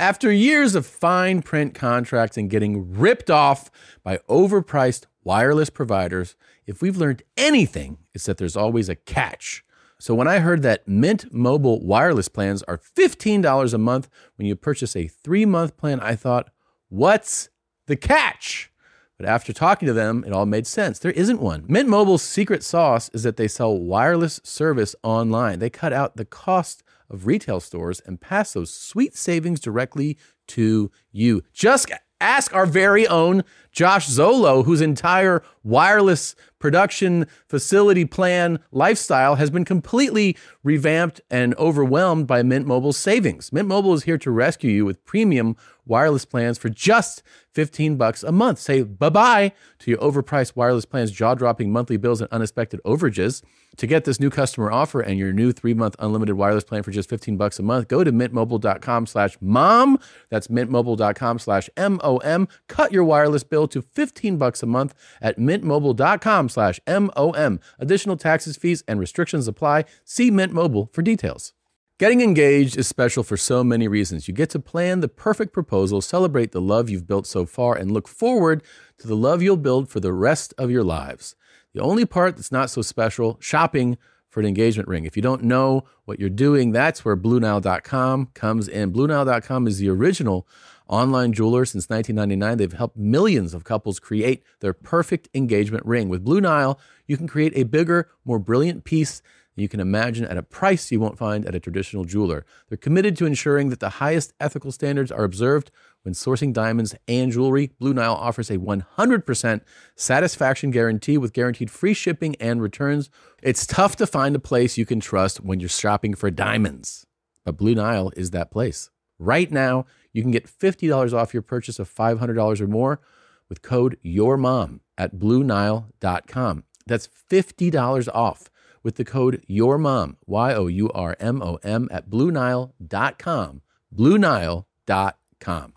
After years of fine print contracts and getting ripped off by overpriced wireless providers, if we've learned anything, it's that there's always a catch. So when I heard that Mint Mobile wireless plans are $15 a month when you purchase a three month plan, I thought, what's the catch? But after talking to them, it all made sense. There isn't one. Mint Mobile's secret sauce is that they sell wireless service online. They cut out the cost of retail stores and pass those sweet savings directly to you. Just ask our very own Josh Zolo, whose entire wireless production facility plan lifestyle has been completely revamped and overwhelmed by Mint Mobile's savings. Mint Mobile is here to rescue you with premium wireless plans for just 15 bucks a month. Say bye-bye to your overpriced wireless plans, jaw-dropping monthly bills and unexpected overages. To get this new customer offer and your new 3-month unlimited wireless plan for just 15 bucks a month, go to mintmobile.com/mom. slash mom. That's mintmobile.com/mom. slash M-O-M. Cut your wireless bill to 15 bucks a month at mintmobile.com/mom. slash M-O-M. Additional taxes, fees and restrictions apply. See Mint Mobile for details. Getting engaged is special for so many reasons. You get to plan the perfect proposal, celebrate the love you've built so far, and look forward to the love you'll build for the rest of your lives. The only part that's not so special shopping for an engagement ring. If you don't know what you're doing, that's where BlueNile.com comes in. BlueNile.com is the original online jeweler since 1999. They've helped millions of couples create their perfect engagement ring. With Blue Nile, you can create a bigger, more brilliant piece that you can imagine at a price you won't find at a traditional jeweler. They're committed to ensuring that the highest ethical standards are observed when sourcing diamonds and jewelry. Blue Nile offers a 100% satisfaction guarantee with guaranteed free shipping and returns. It's tough to find a place you can trust when you're shopping for diamonds, but Blue Nile is that place. Right now, you can get $50 off your purchase of $500 or more with code YOURMOM at BlueNile.com. That's $50 off with the code YOURMOM, Y O U R M O M, at BlueNile.com. BlueNile.com.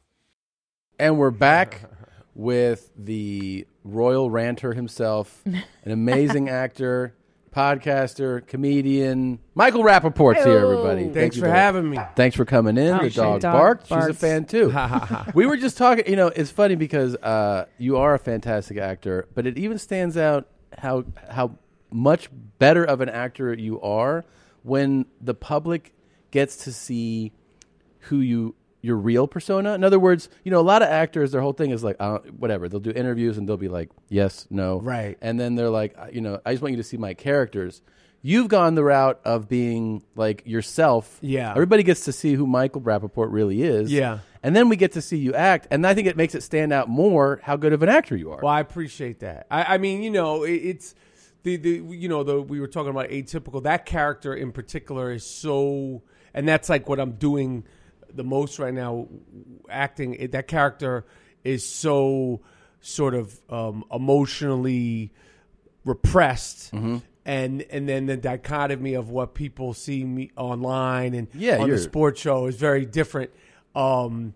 And we're back with the royal ranter himself, an amazing actor, podcaster, comedian, Michael Rappaport's here, everybody.
Thanks
Thank you
for
very-
having me.
Thanks for coming in. The
Appreciate
dog,
it. Dog
barked. She's a
barks.
fan too. we were just talking. You know, it's funny because uh, you are a fantastic actor, but it even stands out how how much better of an actor you are when the public gets to see who you your real persona. In other words, you know, a lot of actors, their whole thing is like, uh, whatever. They'll do interviews and they'll be like, yes, no, right, and then they're like, uh, you know, I just want you to see my characters. You've gone the route of being like yourself.
Yeah.
Everybody gets to see who Michael Rappaport really is.
Yeah.
And then we get to see you act. And I think it makes it stand out more how good of an actor you are.
Well, I appreciate that. I, I mean, you know, it, it's the the you know the we were talking about atypical. That character in particular is so, and that's like what I'm doing the most right now, acting. It, that character is so sort of um, emotionally repressed.
Mm-hmm.
And, and then the dichotomy of what people see me online and
Yeah,
on the
you're-
sports show is very different. Um,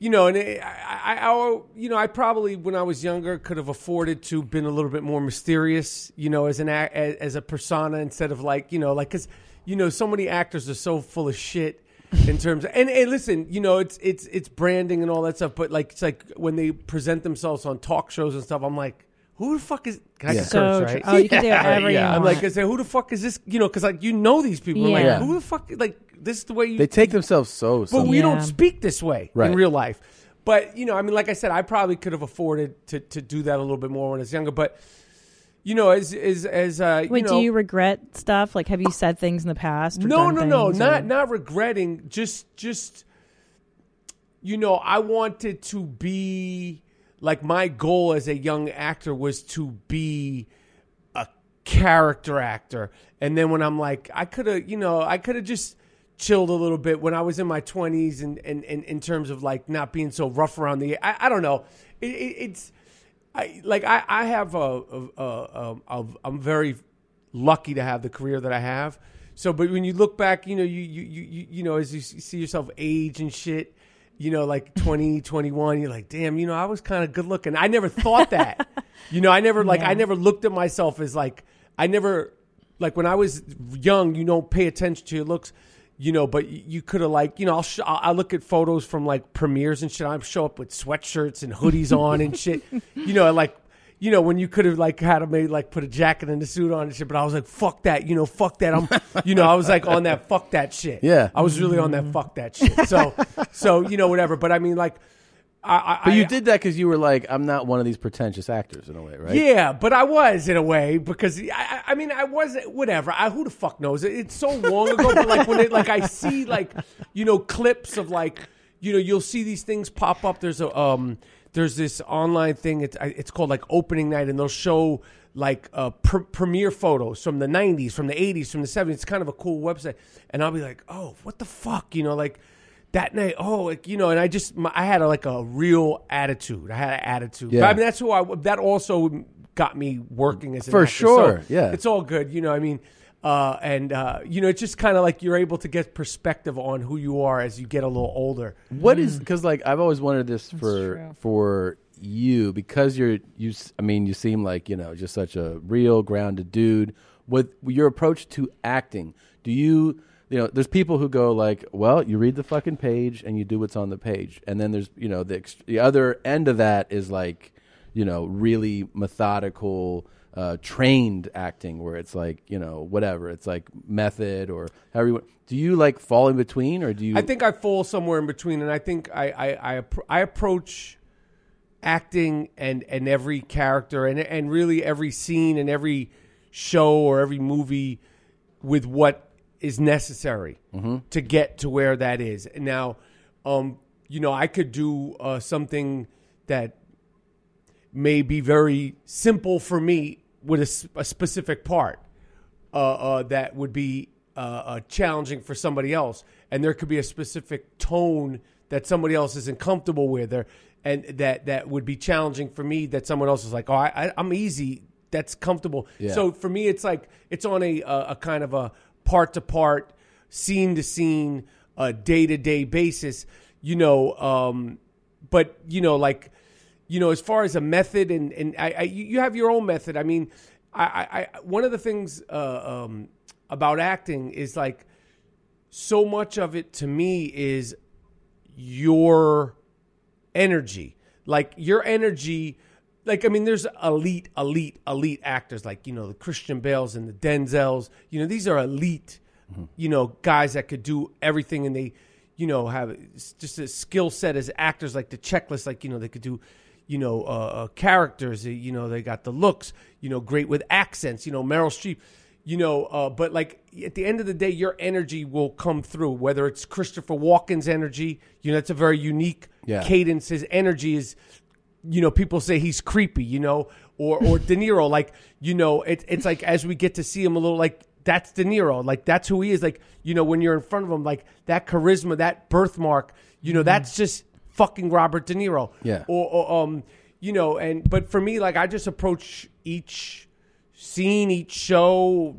you know, and it, I, I, I, you know, I probably when I was younger could have afforded to been a little bit more mysterious, you know, as an ac- as, as a persona instead of like, you know, like because you know, so many actors are so full of shit in terms of, and, and listen, you know, it's it's it's branding and all that stuff, but like it's like when they present themselves on talk shows and stuff, I'm like. Who the fuck is? Can I Yeah. curse, So right? true. Oh, you can do Yeah, whatever you yeah. I'm want. like, I say, who the fuck is this? You know, because like you know these people. I'm
Yeah.
Like, who the fuck? Like this is the way you
They take themselves so.
but we don't
seriously.
speak this way
Right.
in real life. But you know, I mean, like I said, I probably could have afforded to, to do that a little bit more when I was younger. But you know, as as as uh,
Wait,
you know,
do you regret stuff? Like, have you said things in the past? or
no,
done
no, no,
things,
not
or-
not regretting. Just just you know, I wanted to be like my goal as a young actor was to be a character actor. And then when I'm like, I could have, you know, I could have just chilled a little bit when I was in my 20s and and, and in terms of like not being so rough around the I, I don't know. It, it, it's I like I I have a, a, a, a, a I'm very lucky to have the career that I have. So, but when you look back, you know, you you you you, you know, as you s- see yourself age and shit, you know, like 20, 21, you're like, damn, you know, I was kind of good looking. I never thought that. you know, I never like I never looked at myself as like I never like when I was young, you don't pay attention to your looks. You know, but y- you could have like, you know, I'll, sh- I'll I look at photos from like premieres and shit. I show up with sweatshirts and hoodies on and shit. You know, and, like you know, when you could have like had to maybe like put a jacket and a suit on and shit, but I was like, fuck that, you know, fuck that. I'm, you know, I was like on that fuck that shit.
Yeah.
I was really on that fuck that shit. So, so you know, whatever. But I mean, like, I, I
But
I-
you did that because you were like, I'm not one of these pretentious actors in a way, right?
yeah, but I was in a way because I- I, I mean I wasn't whatever. I who the fuck knows? It, it's so long ago, but like when it like I see like you know clips of like you know you'll see these things pop up. There's a um there's this online thing. It's I- it's called like opening night, and they'll show like uh, pr- premiere photos from the 90s, from the 80s, from the 70s. It's kind of a cool website, and I'll be like, oh, what the fuck, you know, like that night, oh, like, you know, and I just, my, I had a, like a real attitude. I had an attitude. But,
Yeah.
I mean, that's who I, that also got me working as an
For
actor. So
sure, yeah.
It's all good. You know, I mean, uh, and, uh, you know, it's just kind of like you're able to get perspective on who you are as you get a little older.
What is because like I've always wondered this for for you because you're you. s- I mean, you seem like you know just such a real grounded dude. With your approach to acting, do you you know? There's people who go like, well, you read the fucking page and you do what's on the page, and then there's you know the ex- the other end of that is like you know really methodical. Uh, trained acting where it's like you know whatever it's like method or however you want. do you like fall in between or do you
I think I fall somewhere in between, and I think I I I, appro- I approach acting and and every character and and really every scene and every show or every movie with what is necessary
Mhm.
to get to where that is. And now, um, you know, I could do uh, something that may be very simple for me with a, s- a specific part uh, uh, that would be uh, uh, challenging for somebody else, and there could be a specific tone that somebody else isn't comfortable with, or and that that would be challenging for me that someone else is like, oh, I, I, I'm easy, that's comfortable.
Yeah.
So for me, it's like it's on a a, a kind of a part to part, scene to scene, day to day basis, you know. Um, but you know, like you know, as far as a method, and and I, I you you have your own method. I mean, I, I, I one of the things uh, um, about acting is like so much of it to me is your energy. Like your energy, like I mean, there's elite, elite, elite actors like you know the Christian Bales and the Denzels. You know these are elite, you know guys that could do everything, and they, you know, have s- just a skill set as actors. Like the checklist, like you know they could do, you know, uh, uh, characters. uh, You know they got the looks. You know, great with accents. You know Meryl Streep. You know, uh, but like at the end of the day, your energy will come through. Whether it's Christopher Walken's energy, you know, that's a very unique
Yeah.
cadence. His energy is, you know, people say he's creepy, you know, or or De Niro, like you know, it, it's like as we get to see him a little, like that's De Niro, like that's who he is, like you know, when you're in front of him, like that charisma, that birthmark, you know, that's just fucking Robert De Niro,
Mm-hmm. Yeah.
or, or um, you know, and but for me, like I just approach each scene, each show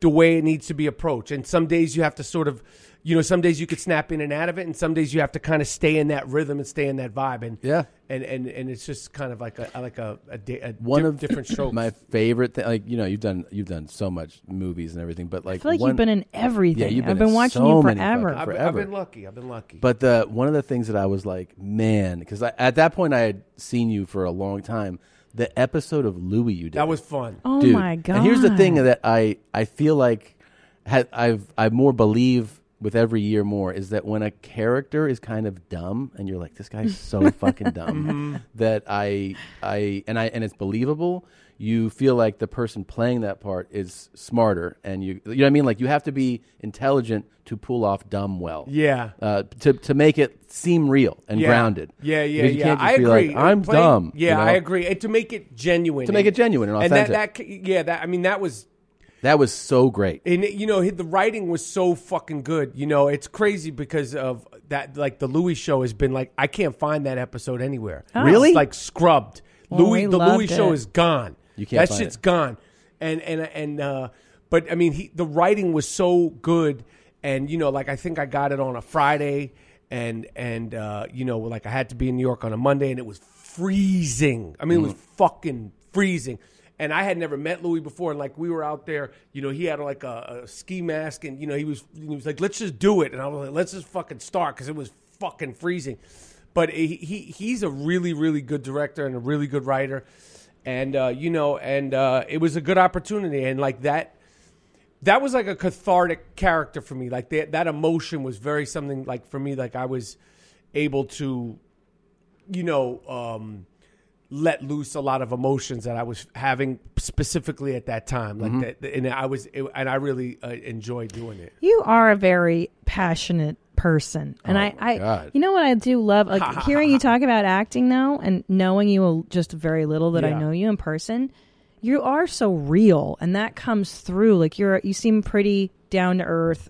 the way it needs to be approached. And some days you have to sort of, you know, some days you could snap in and out of it, and some days you have to kind of stay in that rhythm and stay in that vibe. And
Yeah.
and and and it's just kind of like a like a, a, da- a
one
di-
of
different strokes.
My favorite thing, like you know, you've done you've done so much movies and everything, but like
feel like you've
one-
been in
Yeah,
everything.
you've been
I've been
in
watching
so
you
many
forever.
fucking
I've been- I've
forever.
been lucky. I've been lucky.
But the one of the things that I was like, man, because at that point I had seen you for a long time. The episode of Louis you did
That was fun.
Oh
Dude,
my
And here's the thing
God.
that I I feel like ha I've I more believe with every year more is that when a character is kind of dumb and you're like this guy's so fucking
Mm-hmm.
dumb that I I and I and it's believable you feel like the person playing that part is smarter and you you know what I mean like you have to be intelligent to pull off dumb well
Yeah.
uh, to to make it seem real and
Yeah.
grounded
Yeah, yeah,
Because you
yeah.
can't just
I
be
agree.
like, I'm
Playing-
dumb
Yeah,
you know?
I agree. And to make it genuine,
To make it genuine and authentic.
that, that, yeah, that. I mean, that was
that was so great
and it- you know he- the writing was so fucking good. You know, it's crazy because of that. Like the Louis show has been like I can't find that episode anywhere.
Oh. Really?
It's like scrubbed.
Well,
Louis,
we
the Louis
loved
show
it.
is gone.
You can't
That
find
shit's
it.
gone. And and and uh, but I mean, he, the writing was so good, and you know, like I think I got it on a Friday, and and uh, you know, like I had to be in New York on a Monday, and it was freezing. I mean, it was
Mm.
fucking freezing. And I had never met Louis before, and like we were out there, you know, he had like a, a ski mask, and you know, he was he was like, "Let's just do it," and I was like, "Let's just fucking start," because it was fucking freezing. But he, he he's a really really good director and a really good writer, and uh, you know, and uh, it was a good opportunity, and like that that was like a cathartic character for me. Like that, that emotion was very something like for me. Like I was able to, you know, um, let loose a lot of emotions that I was having specifically at that time. Like
Mhm.
that, and I was, it, and I really uh, enjoyed doing it.
You are a very passionate person, and
Oh,
I,
my
I,
God.
you know what I do love, like hearing you talk about acting now, and knowing you a- just very little that
Yeah.
I know you in person. You are so real, and that comes through. Like you're, you seem pretty down to earth.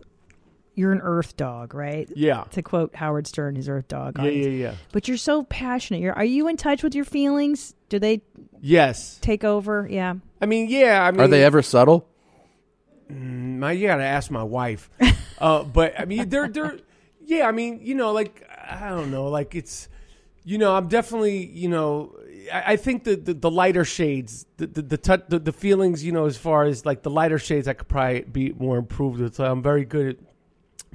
You're an earth dog, right?
Yeah.
To quote Howard Stern, his earth dog. on
Yeah,
it.
yeah, yeah.
But you're so passionate. You're, are you in touch with your feelings? Do they
Yes,
take over? Yeah.
I mean, yeah. I mean,
are they ever subtle
Mm, my, you gotta ask my wife. uh, but I mean, they're they're yeah. I mean, you know, like I don't know, like it's you know, I'm definitely you know, I, I think the, the the lighter shades, the the the, tou- the the feelings, you know, as far as like the lighter shades, I could probably be more improved with. So I'm very good at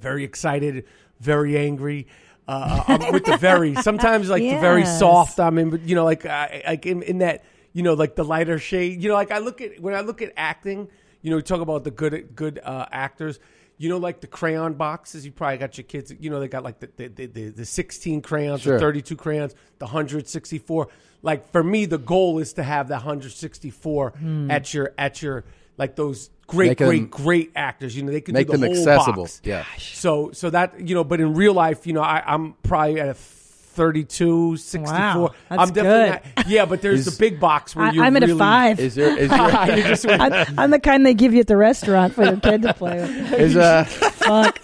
very excited, very angry. Uh, I'm with the very sometimes like the very
Yes.
soft soft. I mean, you know, like I, like in, in that, you know, like the lighter shade. You know, like I look at when I look at acting. You know, we talk about the good good uh, actors. You know, like the crayon boxes. You probably got your kids. You know, they got like the the the, the, the sixteen crayons,
Sure.
the thirty two crayons, the hundred sixty four. Like for me, the goal is to have the hundred sixty four
Hmm.
at your at your like those great
Make 'em-
great great actors. You know, they can
make
do the
them
whole
accessible
box.
yeah
So so that you know, but in real life, you know, I, I'm probably at a 32, 64.
Wow, that's
I'm definitely not- yeah, but there's
Is-
the big box where
I,
you're
I'm at
really,
a five.
You're just-
I'm, I'm the kind they give you at the restaurant for your kid to play with.
is uh
Fuck.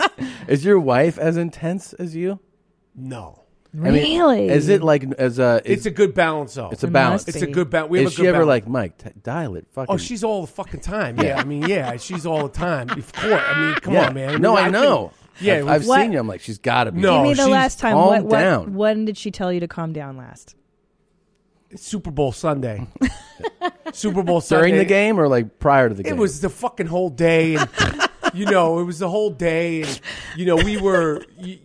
is your wife as intense as you
no
I mean,
Really?
is it like as a is-
It's a good balance, though.
it's a
It
balance
must It's a be. good ba- we have
is
a
she
good
ever
balance.
like Mike t- dial it fucking
Oh, she's all the fucking time. Yeah, I mean, yeah, she's all the time. Of course, I mean, come
Yeah.
on, man. I
no
mean,
I,
can-
know
yeah,
I've, I've
What-
seen you I'm like she's got to be
No,
Give me the
she's
last time.
calm
What, what,
down.
When did she tell you to calm down last?
Super Bowl Sunday. Super Bowl Sunday
during the game or like prior to the game
It was the fucking whole day, and you know, it was the whole day, and you know, we were. y-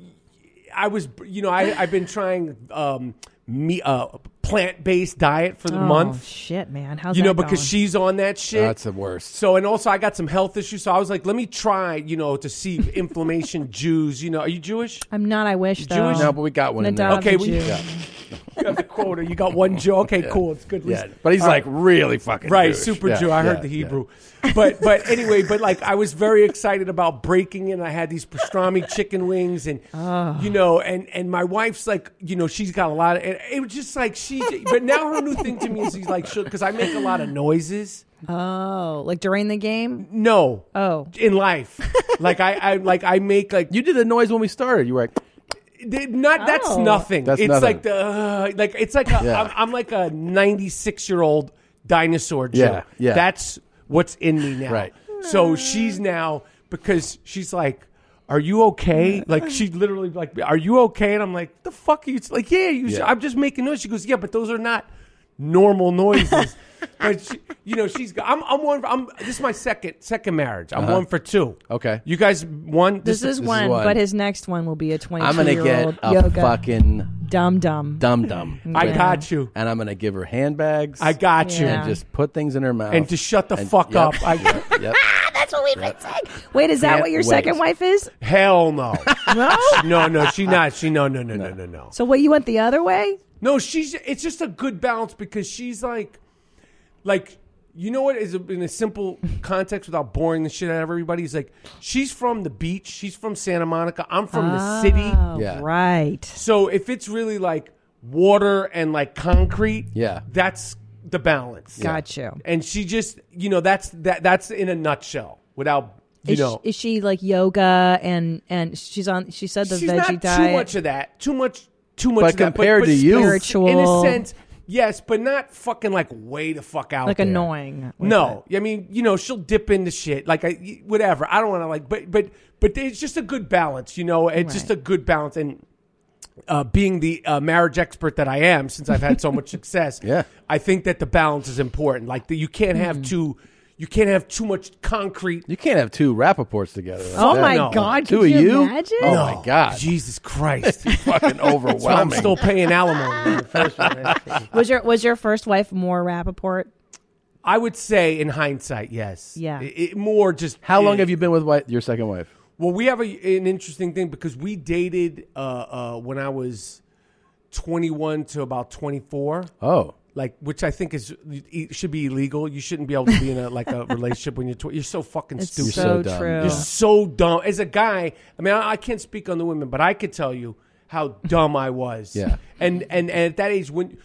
I was, you know, I I've been trying um me uh plant based diet for the
oh,
month.
Shit, man. How's
you know
that
because
going?
she's on that shit.
That's the worst.
So and also I got some health issues, so I was like, let me try, you know, to see if inflammation. Jews, you know, are you Jewish?
I'm not. I wish though.
Jewish?
no but we got one in there
Nadav
Okay,
the
we-
Jew.
Yeah.
You have the quota. You got one Jew. Okay, cool. It's good.
Yeah, but he's,
All
like, really fucking
right.
Jewish.
Super
Yeah,
Jew.
yeah,
I heard the
yeah.
Hebrew, but but anyway, but like I was very excited about breaking in. I had these pastrami chicken wings, and you know, and and my wife's like, you know, she's got a lot of. And it was just like she. But now her new thing to me is she's like, because I make a lot of noises.
Oh, like during the game?
No.
Oh.
In life, like I, I like I make like
you did a noise when we started. You were like.
They- Not that's Oh. nothing.
That's
it's
nothing.
like the uh, like it's like a,
Yeah.
I'm, I'm like a 96 year old dinosaur. Joe.
Yeah, yeah.
That's what's in me now. Right. So she's now because she's like, "Are you okay?" Like she literally like, "Are you okay?" And I'm like, "The fuck are you?" It's like, "Yeah, you,
Yeah.
I'm just making noise." She goes, "Yeah, but those are not normal noises." but she, you know, she's I'm I'm one. for- I'm this is my second second marriage. I'm
Uh-huh.
one for two.
Okay.
You guys one.
This, is, one, but his next one will be a 22
I'm gonna
year
get
old
a
yoga.
fucking
dumb dumb
dum dum.
I got
you.
And I'm gonna give her handbags.
I got you.
And
Yeah.
just put things in her mouth.
And to shut the
And-
fuck
yep,
up. I-
yep, yep.
That's what we've been saying. Wait, is that
Can't
what your
wait.
second wife is?
Hell no.
No.
no, no, she not. She Ah, no, no, no, no, no, no.
So what you went the other way?
No, she's. It's just a good balance because she's like, like you know what is in a simple context without boring the shit out of everybody. Is like she's from the beach. She's from Santa Monica. I'm from the
Oh,
city.
Yeah. right.
So if it's really like water and like concrete,
Yeah.
that's the balance.
Got you.
And she just, you know, that's that. That's in a nutshell. Without you
Is,
know,
she, is she like yoga and and she's on? She said the
she's
veggie
not
diet.
too much of that. Too much. Too much.
But
of that,
compared to you.
spiritual, in a
Spiritual.
sense, yes, but not fucking like way the fuck out.
Like
there.
annoying with
No, I mean you know she'll dip into shit like I whatever. I don't want to like, but but but it's just a good balance. You know, it's just a good balance and. Uh, being the uh, marriage expert that I am, since I've had so much success, yeah. I think that the balance is important. Like that, you can't have too, you can't have too much concrete.
Mm-hmm. You can't have two Rappaports together. like
Oh
that.
my No. God,
Two
could
of
you
you?
imagine?
Oh
No.
my god!
Jesus Christ!
fucking overwhelming.
So I'm still paying alimony. on the first one.
Was your was your first wife more Rappaport?
I would say, in hindsight, yes.
Yeah.
It, it more just.
How long
it-
have you been with wi- your second wife?
Well, we have a, an interesting thing because we dated uh, uh, when I was 21 to about 24.
Oh.
Like, which I think is it should be illegal. You shouldn't be able to be in a like a relationship when you're tw- you're so fucking
It's
stupid.
so You're so dumb, true.
You're so dumb. As a guy, I mean, I, I can't speak on the women, but I could tell you how dumb I was.
Yeah.
And and and at that age, when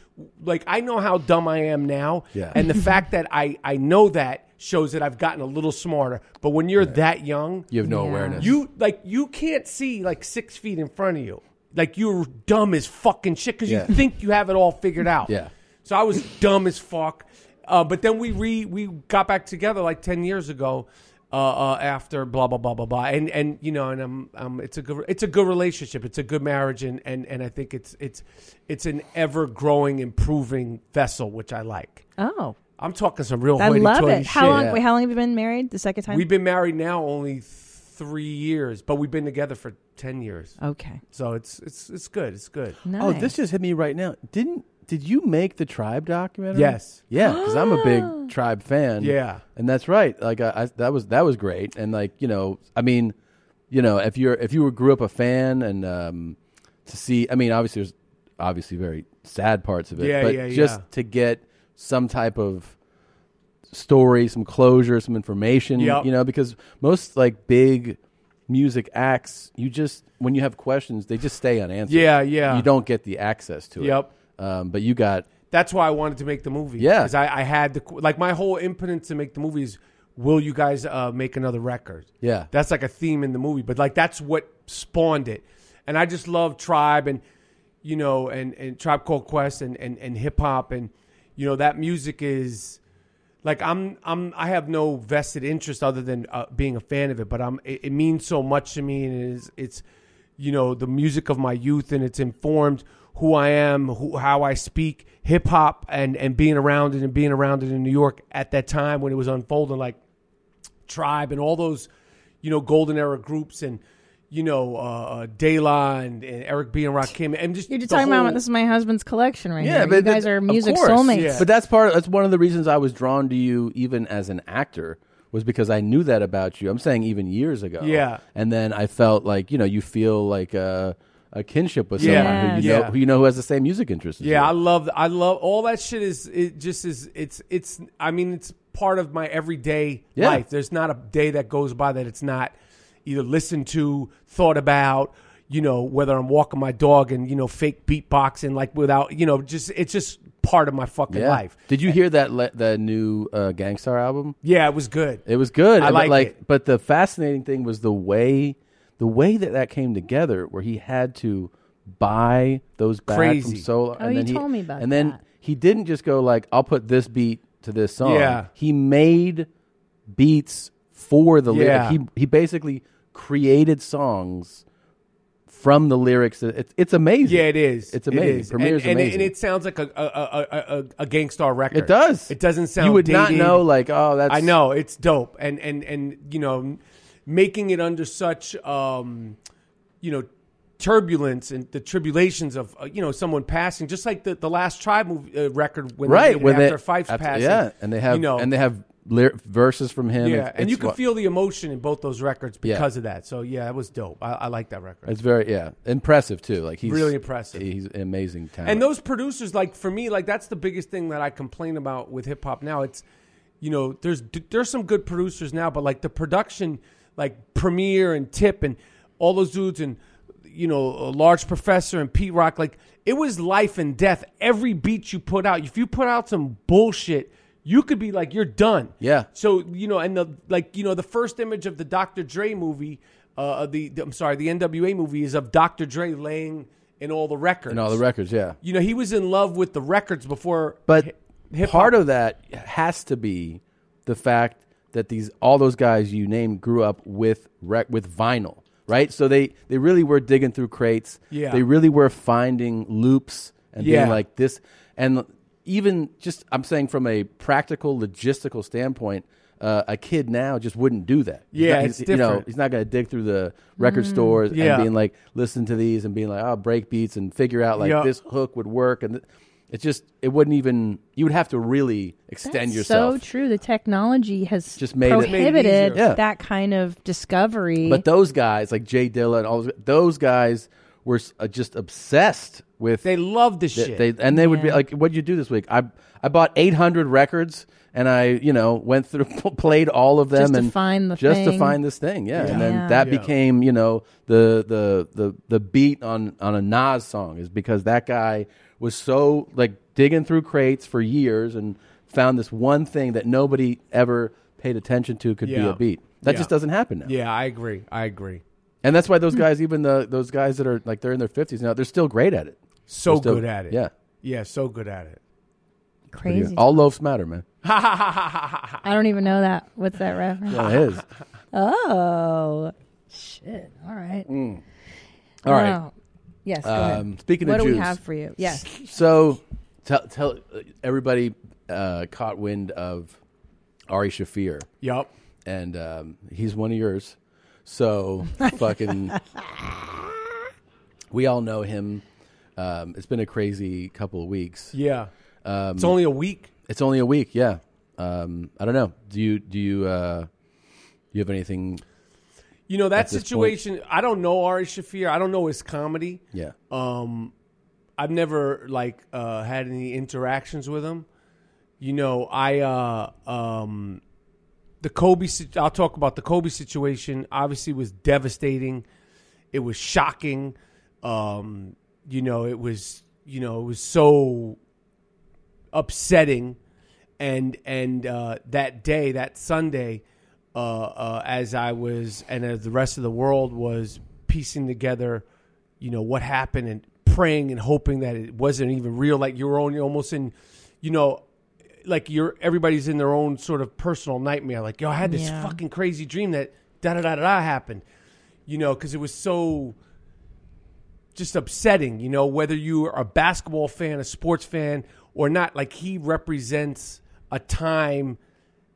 like I know how dumb I am now.
Yeah.
And the fact that I I know that shows that I've gotten a little smarter. But when you're that young,
You have no Yeah. awareness.
you like you can't see like six feet in front of you. Like you're dumb as fucking shit because
Yeah.
you think you have it all figured out.
Yeah.
So I was dumb as fuck. Uh, but then we re we got back together like ten years ago. Uh, uh, after blah blah blah blah blah, and and you know, and um, um, it's a good it's a good relationship, it's a good marriage, and and and I think it's it's it's an ever growing, improving vessel, which I like.
Oh,
I'm talking some
Oh,
real.
I love
hoity-toity
it. How
shit.
long? Wait, how long have you been married? The second time?
We've been married now only three years, but we've been together for ten years.
Okay.
So it's it's it's good. It's good.
Oh, this just hit me right now. Didn't did you make the Tribe documentary?
Yes.
Yeah, because I'm a big Tribe fan.
Yeah.
and that's right. Like I, I, that was that was great. And like you know, I mean, you know, if you're if you were grew up a fan and um, to see, I mean, obviously there's obviously very sad parts of it.
Yeah,
but
yeah,
just
yeah.
to get some type of story, some closure, some information.
Yep.
You know, because most like big music acts, you just when you have questions, they just stay unanswered.
Yeah, yeah.
You don't get the access to it.
Yep.
Um, but you got
That's why I wanted to make the movie.
Yeah.
because I, I had the like my whole impotence to make the movie is, will you guys uh, make another record?
Yeah.
that's like a theme in the movie, but like that's what spawned it, and I just love Tribe and you know and and Tribe Called Quest and and, and hip hop and you know that music is like I'm I'm I have no vested interest other than uh, being a fan of it, but I'm it, it means so much to me and it is it's you know the music of my youth and it's informed who I am, who, how I speak, hip hop and and being around it and being around it in New York at that time when it was unfolding like Tribe and all those, you know, golden era groups and you know uh, uh, De La and, and Eric B and Rakim and just
You're just
the
talking
whole-
about this is my husband's collection right here. you guys
that-
are
of
music
course.
soulmates.
But that's part. That's one of the reasons I was drawn to you, even as an actor, was because I knew that about you. I'm saying even years ago.
Yeah.
And then I felt like you know you feel like a, a kinship with
Yeah.
someone who you know
Yeah.
who you know who has the same music interest. As
Yeah, I love I love all that shit is it just is it's it's I mean it's part of my everyday
Yeah.
life. There's not a day that goes by that it's not either listened to, thought about, you know, whether I'm walking my dog and you know fake beatboxing like without, you know, just it's just part of my fucking
you. Yeah.
life.
Did you hear that le- the new uh, Gangstar album?
Yeah, it was good.
It was good.
I
but,
like
But the fascinating thing was the way the way that that came together, where he had to buy those back
Crazy.
from Soul.
Oh,
and
you
then he,
told me about
And then he didn't just go like, "I'll put this beat to this song."
Yeah.
he made beats for the
Yeah.
lyrics. He he basically created songs from the lyrics. It's it's amazing.
Yeah, it is.
It's amazing.
It is.
Premiere's
and, and,
amazing.
It, and it sounds like a a, a, a, a- a gangstar record.
It does.
It doesn't sound.
You would not
dated.
know, like, oh, that's-
I know it's dope, and and and you know, making it under such um, you know, turbulence and the tribulations of uh, you know someone passing, just like the the last tribe movie, uh, record when
right
they did it
when
after
they-
Fife's
after-
passing.
Yeah, and they have
you know
and they have lyr- verses from him.
yeah,
It's-
and you
it's
can
wa-
feel the emotion in both those records
Yeah.
because of that. So yeah, that was dope. I, I like that record.
It's very yeah impressive too. Like he's
Really impressive.
He's an amazing talent.
And those producers, like for me, like that's the biggest thing that I complain about with hip hop now. It's, you know, there's there's some good producers now, but like the production, like Premier and Tip and all those dudes and you know a large professor and Pete Rock, like it was life and death. Every beat you put out, if you put out some bullshit, you could be like you're done.
Yeah.
So you know, and the like, you know, the first image of the Dr. Dre movie, uh, the, the I'm sorry, the NWA movie is of Dr. Dre laying in all the records.
and all the records, yeah.
You know, he was in love with the records before.
But part of that has to be the fact that these all those guys you named grew up with rec- with vinyl, right? So they they really were digging through crates.
Yeah.
They really were finding loops and being
Yeah.
like this and even just I'm saying from a practical logistical standpoint uh, a kid now just wouldn't do that. He's
Yeah,
not-
it's
he's- you know,
different.
he's not going to dig through the record
Mm,
stores
yeah.
and being like, listen to these and being like, oh, break beats and figure out like
Yeah.
this hook would work and th- it just it wouldn't even you would have to really extend yourself.
So true. The technology has
Just made it- Made it
prohibited
easier. Yeah.
that kind of discovery.
But those guys like Jay Dilla and all those, those guys were s- uh, just obsessed with
they loved this shit.
They, and they would be
Yeah.
like, "What'd you do this week? I I bought 800 records and I you know went through played all of them
Just to
and
find the
just to
thing.
find this thing, yeah. And then
Yeah.
that
Yeah.
became you know the the the the beat on on a Nas song is because that guy was so like digging through crates for years and found this one thing that nobody ever paid attention to could be
Yeah.
a beat. That
Yeah.
just doesn't happen now.
Yeah, I agree. I agree.
And that's why those
Hmm.
guys, even the those guys that are like they're in their fifties now, they're still great at it.
So
They're still-
good at it.
Yeah,
Yeah, so good at it.
pretty good.
Crazy.
All loafs matter, man.
I don't even know that. What's that reference?
Yeah, it is.
Oh shit! All right.
Mm. All right.
Wow. Oh, Yes. go ahead.
Um, speaking
what
of
do
Jews,
we have for you? Yes.
So, tell tell everybody uh, caught wind of Ari Shafir.
Yup.
And um, he's one of yours. So fucking. we all know him. Um, it's been a crazy couple of weeks.
Yeah.
Um,
It's only a week.
It's only a week. Yeah. Um, I don't know. Do you do you uh, you have anything?
You know that
at this point?
situation. I don't know Ari Shafir. I don't know his comedy.
Yeah.
Um, I've never like uh, had any interactions with him. You know, I uh, um, the Kobe. sit- I'll talk about the Kobe situation. Obviously, was devastating. It was shocking. Um, you know, it was you know it was so upsetting and and uh, that day that sunday uh, uh, as i was and as the rest of the world was piecing together you know what happened and praying and hoping that it wasn't even real like you were only almost in you know like you're everybody's in their own sort of personal nightmare like yo i had this Yeah. fucking crazy dream that da da da da da happened you know because it was so just upsetting, you know, whether you are a basketball fan, a sports fan, or not. Like he represents a time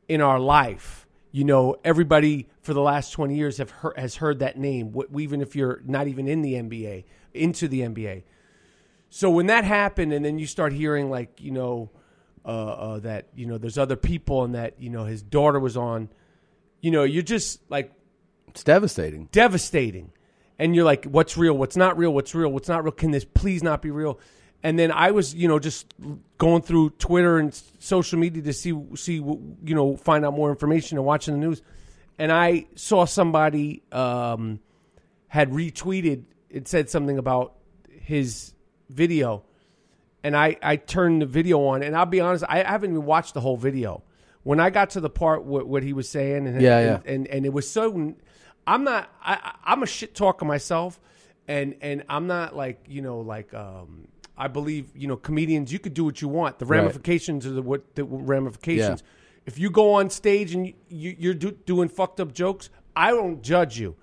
in our life. You know, everybody for the last twenty years have heard, has heard that name, wh- even if you're not even in the NBA, into the NBA. So when that happened, and then you start hearing like you know uh, uh, that you know there's other people, and that you know his daughter was on, you know, you're just like
it's devastating,
devastating, and you're like, what's real, what's not real, what's real, what's not real? Can this please not be real? And then I was you know just going through Twitter and s- social media to see see you know find out more information and watching the news, and I saw somebody um, had retweeted it said something about his video and I, I turned the video on and I'll be honest, I haven't even watched the whole video. When I got to the part what, what he was saying and,
Yeah,
and, and and it was so I'm not I I- I'm a shit talker myself and and I'm not like you know like um I believe you know comedians you could do what you want. The
Right.
ramifications are the what the ramifications. If you go on stage and you, you're do, doing fucked up jokes, I won't judge you.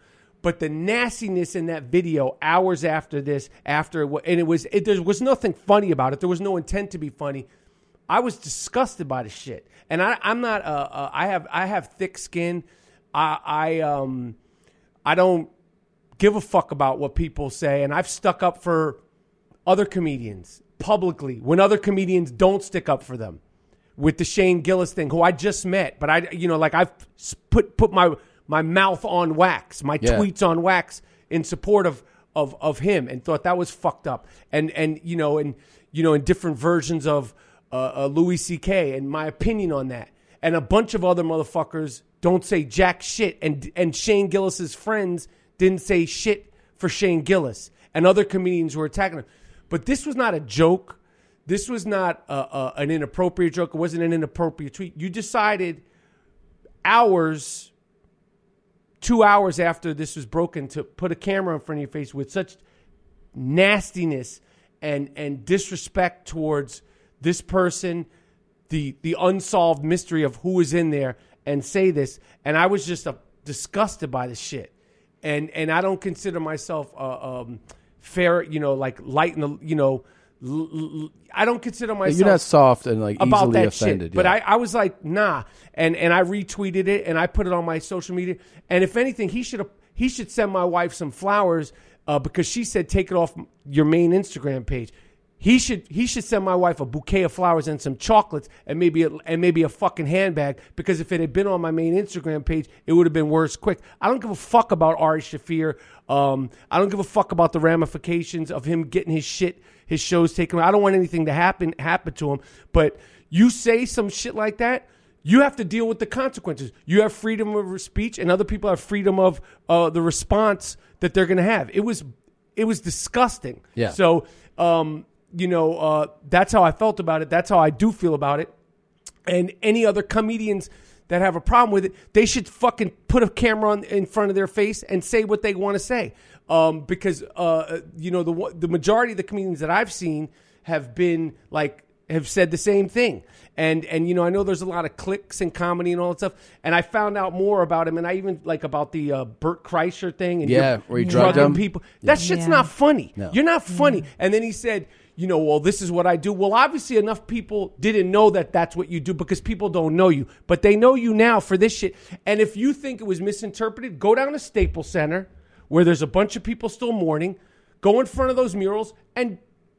But the nastiness in that video, hours after this, after it, wa- and it was it, there was nothing funny about it. There was no intent to be funny. I was disgusted by the shit, and I, I'm not. Uh, uh, I have I have thick skin. I I um I don't give a fuck about what people say, and I've stuck up for other comedians publicly when other comedians don't stick up for them. With the Shane Gillis thing, who I just met, but I you know like I've s- put put my my mouth on wax, my
Yeah.
tweets on wax in support of of of him, and thought that was fucked up, and and you know and you know in different versions of uh, uh, Louis C.K. and my opinion on that, and a bunch of other motherfuckers don't say jack shit, and and Shane Gillis's friends didn't say shit for Shane Gillis, and other comedians were attacking him, but this was not a joke. This was not a, a, an inappropriate joke. It wasn't an inappropriate tweet. You decided hours two hours after this was broken to put a camera in front of your face with such nastiness and and disrespect towards this person the the unsolved mystery of who is in there and say this and i was just uh, disgusted by this shit and and i don't consider myself uh, um fair you know like light in the you know l- l- l- i don't consider myself
You're not soft and like easily offended.
Shit. But
yeah.
I, I was like, nah, and and I retweeted it and I put it on my social media. And if anything, he should have he should send my wife some flowers uh, because she said take it off your main Instagram page. He should he should send my wife a bouquet of flowers and some chocolates and maybe a, and maybe a fucking handbag because if it had been on my main Instagram page, it would have been worse quick. I don't give a fuck about Ari Shafir. Um, I don't give a fuck about the ramifications of him getting his shit his shows taken. I don't want anything to happen happen to him. But you say some shit like that, you have to deal with the consequences. You have freedom of speech, and other people have freedom of uh, the response that they're going to have. It was it was disgusting.
Yeah.
So um, you know uh, that's how I felt about it. That's how I do feel about it. And any other comedians that have a problem with it, they should fucking put a camera on, in front of their face and say what they want to say. Um, because uh, you know the one- the majority of the comedians that I've seen have been like have said the same thing. And and you know, I know there's a lot of clicks and comedy and all that stuff. And I found out more about him, and I even like about the uh, Burt Kreischer thing. And
Yeah,
you're
where he drugged
drugging
him.
people.
Yeah.
That shit's
Yeah.
not funny.
No.
You're not funny. And then he said, you know, well, this is what I do. Well, obviously, enough people didn't know that that's what you do because people don't know you, but they know you now for this shit. And if you think it was misinterpreted, go down to Staples Center where there's a bunch of people still mourning. Go in front of those murals and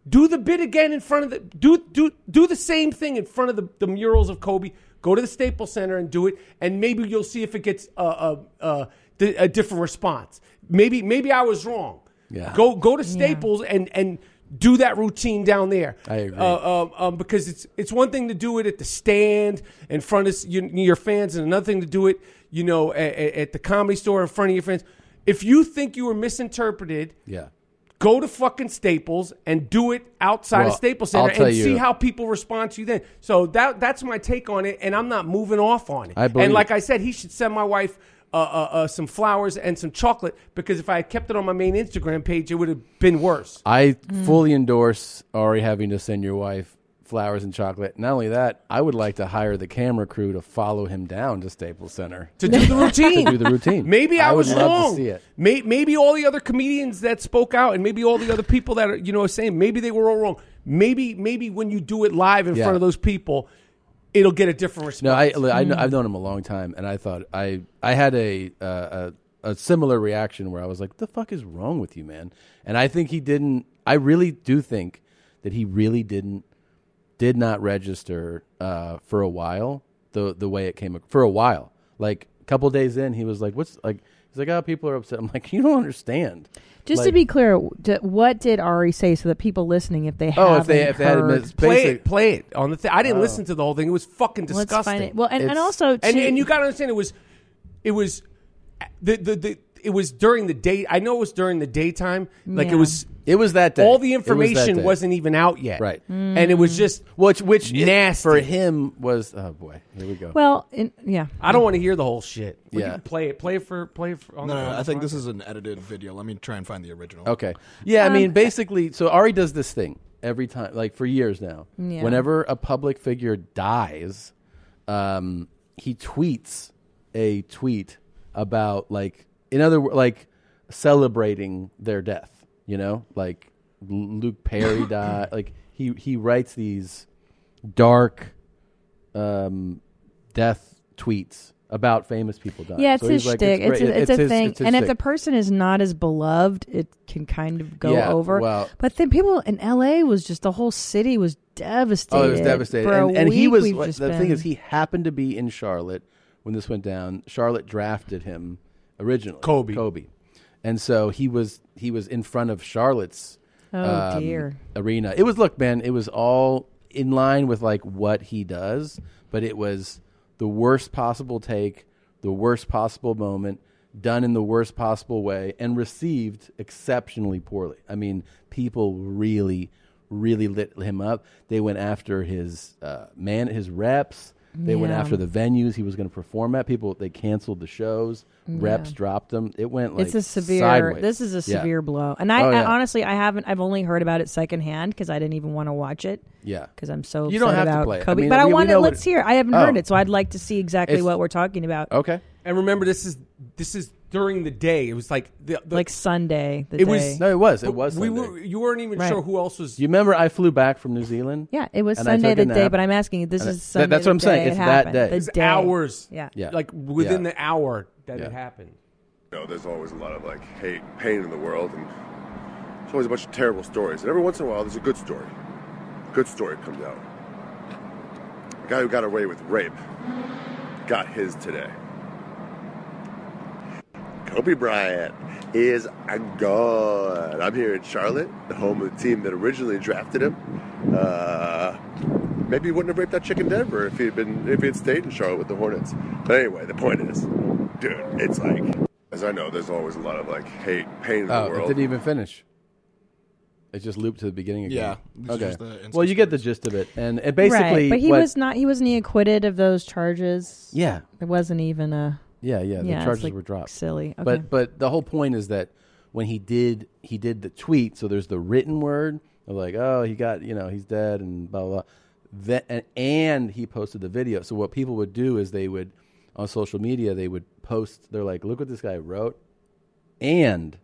do the bit again in front of the do do do the same thing in front of the, the murals of Kobe. Go to the Staples Center and do it, and maybe you'll see if it gets a a, a, a different response. Maybe maybe I was wrong.
Yeah.
Go go to Staples and and do that routine down there.
I agree.
Uh, um, um, because it's it's one thing to do it at the stand in front of s- your, your fans, and another thing to do it, you know, a- a- at the comedy store in front of your friends. If you think you were misinterpreted,
yeah.
go to fucking Staples and do it outside of
Well,
Staples
I'll
Center
tell
and
you-
see how people respond to you then. So that that's my take on it, and I'm not moving off on it.
I believe-
and like I said, he should send my wife. Uh, uh, uh, some flowers and some chocolate because if I had kept it on my main Instagram page, it would have been worse.
I
Mm.
fully endorse Ari having to send your wife flowers and chocolate. Not only that, I would like to hire the camera crew to follow him down to Staples Center
to do the routine.
to do the routine.
Maybe I,
would
was
love
wrong.
To see it.
May- maybe all the other comedians that spoke out, and maybe all the other people that are you know saying maybe they were all wrong. Maybe maybe when you do it live in
Yeah.
front of those people, it'll get a different response.
No, I, I
Mm.
know, I've known him a long time, and I thought I I had a, uh, a a similar reaction where I was like, "The fuck is wrong with you, man?" And I think he didn't. I really do think that he really didn't did not register uh, for a while the the way it came for a while. Like a couple days in, he was like, "What's like?" He's like, "Oh, people are upset." I'm like, "You don't understand."
Just to
Like,
be clear, d- what did Ari say so that people listening, if they
Oh,
haven't
if they- if they hadn't
heard,
mis-
play
basic-
it, play it on the thing. I didn't
Oh.
listen to the whole thing. It was fucking
Let's find
disgusting.
it. Well, and- and It's- also,
and,
too-
and you got to understand, it was, it was, the, the the it was during the day. I know it was during the daytime. Like
Yeah.
it was
It was that day.
All the
It was that
information
day.
wasn't even out yet.
Right.
And it
Mm.
was just
which which
nasty
for him was oh boy here we go.
Well, in, yeah.
I don't want to hear the whole shit. We
Yeah.
can play it. Play it for. Play it for.
No,
on
no,
the- on
no,
the
I think this
podcast.
is an edited video. Let me try and find the original.
Okay. Yeah,
Um,
I mean, basically, so Ari does this thing every time, like for years now.
Yeah.
Whenever a public figure dies, um, he tweets a tweet about, like, in other words, like celebrating their death, you know? Like L- Luke Perry died. Like, he, he writes these dark um, death tweets about famous people dying.
Yeah, it's
So
his
he's like,
shtick. It's,
great.
a, it's, a
his-
thing.
it's his
and if
shtick.
the person is not as beloved, it can kind of go
Yeah,
over.
well-
but then people in L.A. was just the whole city was devastated.
Oh, it was devastated.
For a
and and he
week,
was
we've
like,
just
the thing is
been-
he happened to be in Charlotte when this went down. Charlotte drafted him originally.
Kobe.
Kobe. And so he was he was in front of Charlotte's um,
Oh, dear.
arena. It was look, man, it was all in line with like what he does, but it was the worst possible take, the worst possible moment, done in the worst possible way, and received exceptionally poorly. I mean, people really, really lit him up. They went after his uh, man, his reps. They went
Yeah.
after the venues he was going to perform at. People they canceled the shows. Reps
Yeah.
dropped them. It went like
it's a severe.
sideways.
This is a
Yeah.
severe blow, and I,
Oh, yeah.
I honestly I haven't. I've only heard about it secondhand because I didn't even want to watch it.
Yeah.
because I'm so
You don't
upset
have to
about
play it. I
Kobe.
mean,
but I
we- we
want to
know
let's
what-
hear. it. I haven't
Oh.
heard it, so I'd like to see exactly
It's-
what we're talking about.
Okay,
And remember, this is this is during the day. It was like the, the
like Sunday. The day.
it was
No, it was. It was
We
Sunday.
were. You weren't even
Right.
sure who else was.
Do you remember I flew back from New Zealand?
Yeah, it was
and I
Sunday
took a
the day,
nap.
but I'm asking you, this
And I-
is
that-
Sunday
That's
the
what I'm saying.
day
it's
it
that
happened.
day.
The
It's
day.
hours.
Yeah.
Yeah.
Like within
Yeah.
the hour that
Yeah.
it happened.
You know, there's always a lot of like hate and pain in the world, and there's always a bunch of terrible stories. And every once in a while, there's a good story. A good story comes out. A guy who got away with rape got his today. Kobe Bryant is a god. I'm here in Charlotte, the home of the team that originally drafted him. Uh, maybe he wouldn't have raped that chick in Denver if he had been if he had stayed in Charlotte with the Hornets. But anyway, the point is, dude, it's like as I know, there's always a lot of like hate, pain in the
Oh, it
world.
didn't even finish. It just looped to the beginning again.
Yeah, this
Okay.
is the
Well, you get the gist of it, and it basically.
right. But he
what-
was not. He wasn't he acquitted of those charges.
Yeah.
it wasn't even a.
Yeah, yeah. The
it's,
charges
like,
were dropped.
Silly. Okay.
But but the whole point is that when he did he did the tweet, so there's the written word of like, oh, he got you know he's dead and blah blah. blah. That and, and he posted the video. So what people would do is they would on social media they would post. They're like, look what this guy wrote, and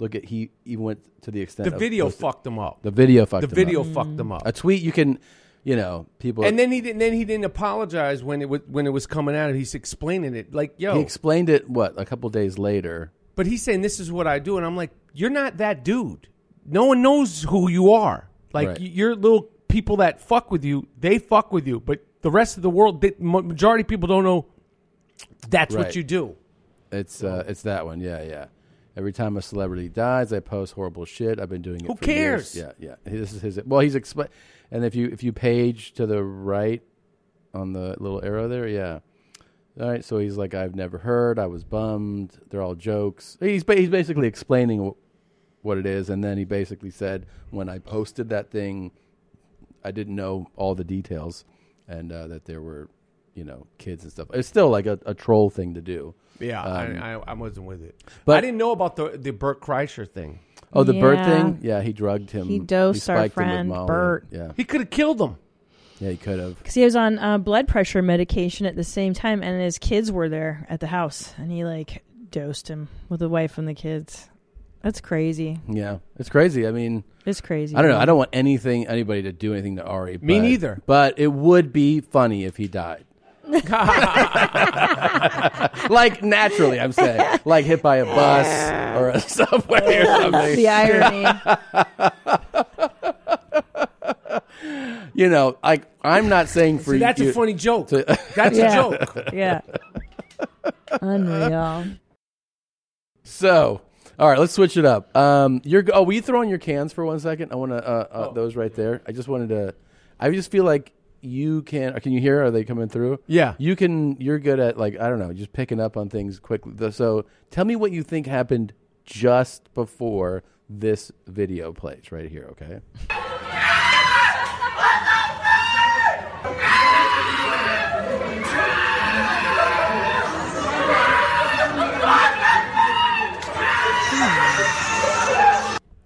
look at he even went to the extent
The
of
video
posting-
fucked him up.
The video fucked
The
him
video
up.
fucked him up.
A tweet you can, you know, people
and then he didn't. Then he didn't apologize when it was when it was coming out. He's explaining it like,
he
"Yo,"
explained it what a couple days later.
but he's saying this is what I do, and I'm like, "You're not that dude. No one knows who you are. Like
Right.
y- your little people that fuck with you, they fuck with you, but the rest of the world, they, ma- majority of people don't know that's
Right.
what you do.
It's uh, it's that one. Yeah, yeah. Every time a celebrity dies, I post horrible shit. I've been doing it.
Who
for years.
cares?
Yeah, yeah. This is his. Well, he's explain. And if you if you page to the right on the little arrow there, yeah. All right. So he's like, I've never heard. I was bummed. They're all jokes. He's ba- he's basically explaining wh- what it is, and then he basically said, when I posted that thing, I didn't know all the details, and uh, that there were, you know, kids and stuff. It's still like a, a troll thing to do.
Yeah,
Um,
I, I, I wasn't with it. But
but-
I didn't know about the the Burt Kreischer thing.
Oh, the Bert
Yeah.
thing? Yeah, he drugged him.
He dosed our
spiked him with
friend
Molly.
Bert.
Yeah,
He could have killed him.
yeah, he could have.
because he was on uh, blood pressure medication at the same time, and his kids were there at the house, and he like dosed him with the wife and the kids. That's crazy.
Yeah, it's crazy. I mean,
It's crazy.
I don't know. I don't want anything, anybody to do anything to Ari.
Me
but-
neither.
But it would be funny if he died. like naturally, I'm saying, like hit by a bus or a subway or something.
The
irony. you know, like I'm not saying for
See, that's
you-
a funny joke.
to-
That's
Yeah.
a joke.
Yeah. Unreal.
So, all right, let's switch it up. Um, you're oh, will you throw in your cans for one second? I want to uh,
Oh.
uh, those right there. I just wanted to. I just feel like you can. Can you hear? Are they coming through?
Yeah.
you can. You're good at like I don't know, just picking up on things quickly. Th- So, tell me what you think happened just before this video plays right here, okay?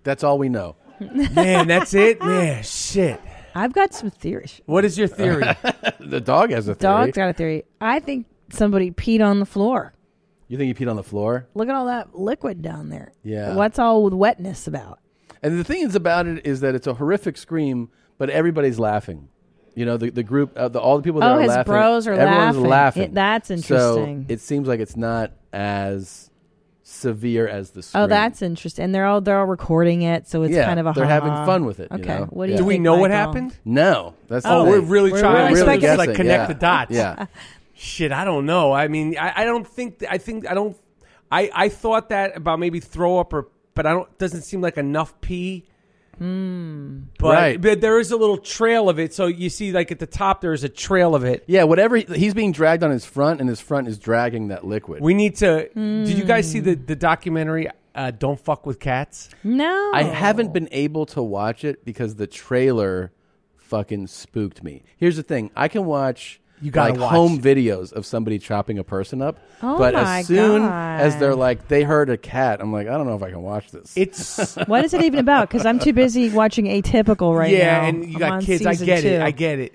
That's all we know.
Man, that's it? Man, shit.
I've got some theories.
What is your theory?
the dog has a theory.
Dog's got a theory. I think somebody peed on the floor.
You think he peed on the floor?
Look at all that liquid down there.
Yeah.
What's all with wetness about?
And the thing is about it is that it's a horrific scream, but everybody's laughing. You know, the, the group, uh, the, all the people that
Oh,
are
his
laughing.
bros are
everyone's
laughing.
laughing.
It- that's interesting.
So it seems like it's not as severe as the scream.
Oh, that's interesting. And they're all they're all recording it, so it's
Yeah,
kind of a
they're having
ha-ha.
fun with it, you
Okay,
know?
what do
Yeah.
you
Do we
think,
know what
Michael?
happened? No, that's the
oh,
thing.
we're really
We're
trying
really
to like
guessing,
connect
yeah.
the dots.
Yeah.
Shit, I don't know. I mean, I, I don't think I think I don't I I thought that about maybe throw up or but I don't doesn't seem like enough pee.
Hmm.
But,
Right.
but there is a little trail of it, so you see, like at the top, there's a trail of it.
Yeah, whatever. he- He's being dragged on his front, and his front is dragging that liquid.
We need to. Did
Hmm.
you guys see the the documentary? Uh, Don't fuck with cats.
No.
I haven't been able to watch it because the trailer fucking spooked me. Here's the thing: I can watch
You gotta
like
watch.
home videos of somebody chopping a person up,
Oh
but
my
as soon as
God.
they're like they heard a cat, I'm like, I don't know if I can watch this.
It's
What is it even about? Because I'm too busy watching Atypical right now.
yeah, and you
I'm
got
on
kids. I
season
get it.
two.
I get it.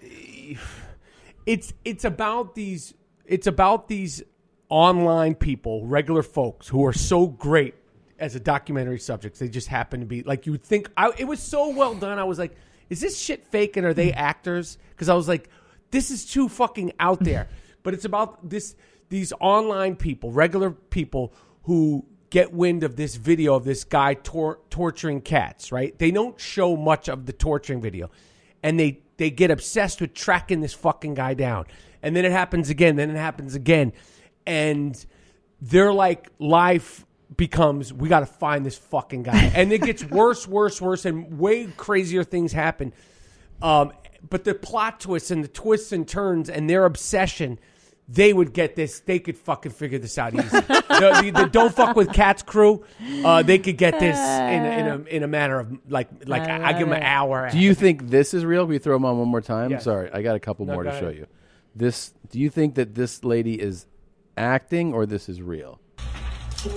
It's it's about these it's about these online people, regular folks who are so great as a documentary subject. They just happen to be like you would think. I, it was so well done. I was like, is this shit fake and are they actors? Because I was like, this is too fucking out there. but it's about this these online people, regular people who get wind of this video of this guy tor- torturing cats. Right? They don't show much of the torturing video and they they get obsessed with tracking this fucking guy down and then it happens again then it happens again and they're like life becomes we got to find this fucking guy and it gets worse worse worse and way crazier things happen um, but the plot twists and the twists and turns and their obsession they would get this they could fucking figure this out easy the, the- the don't fuck with cats crew uh, they could get this in a, in a, in a matter of like like i, I give them an hour
Uh, Do you think this is real? Can we throw him on one more time?
Yes.
Sorry, I got a couple
No,
more
go
to show
ahead.
you. This. Do you think that this lady is acting or this is real?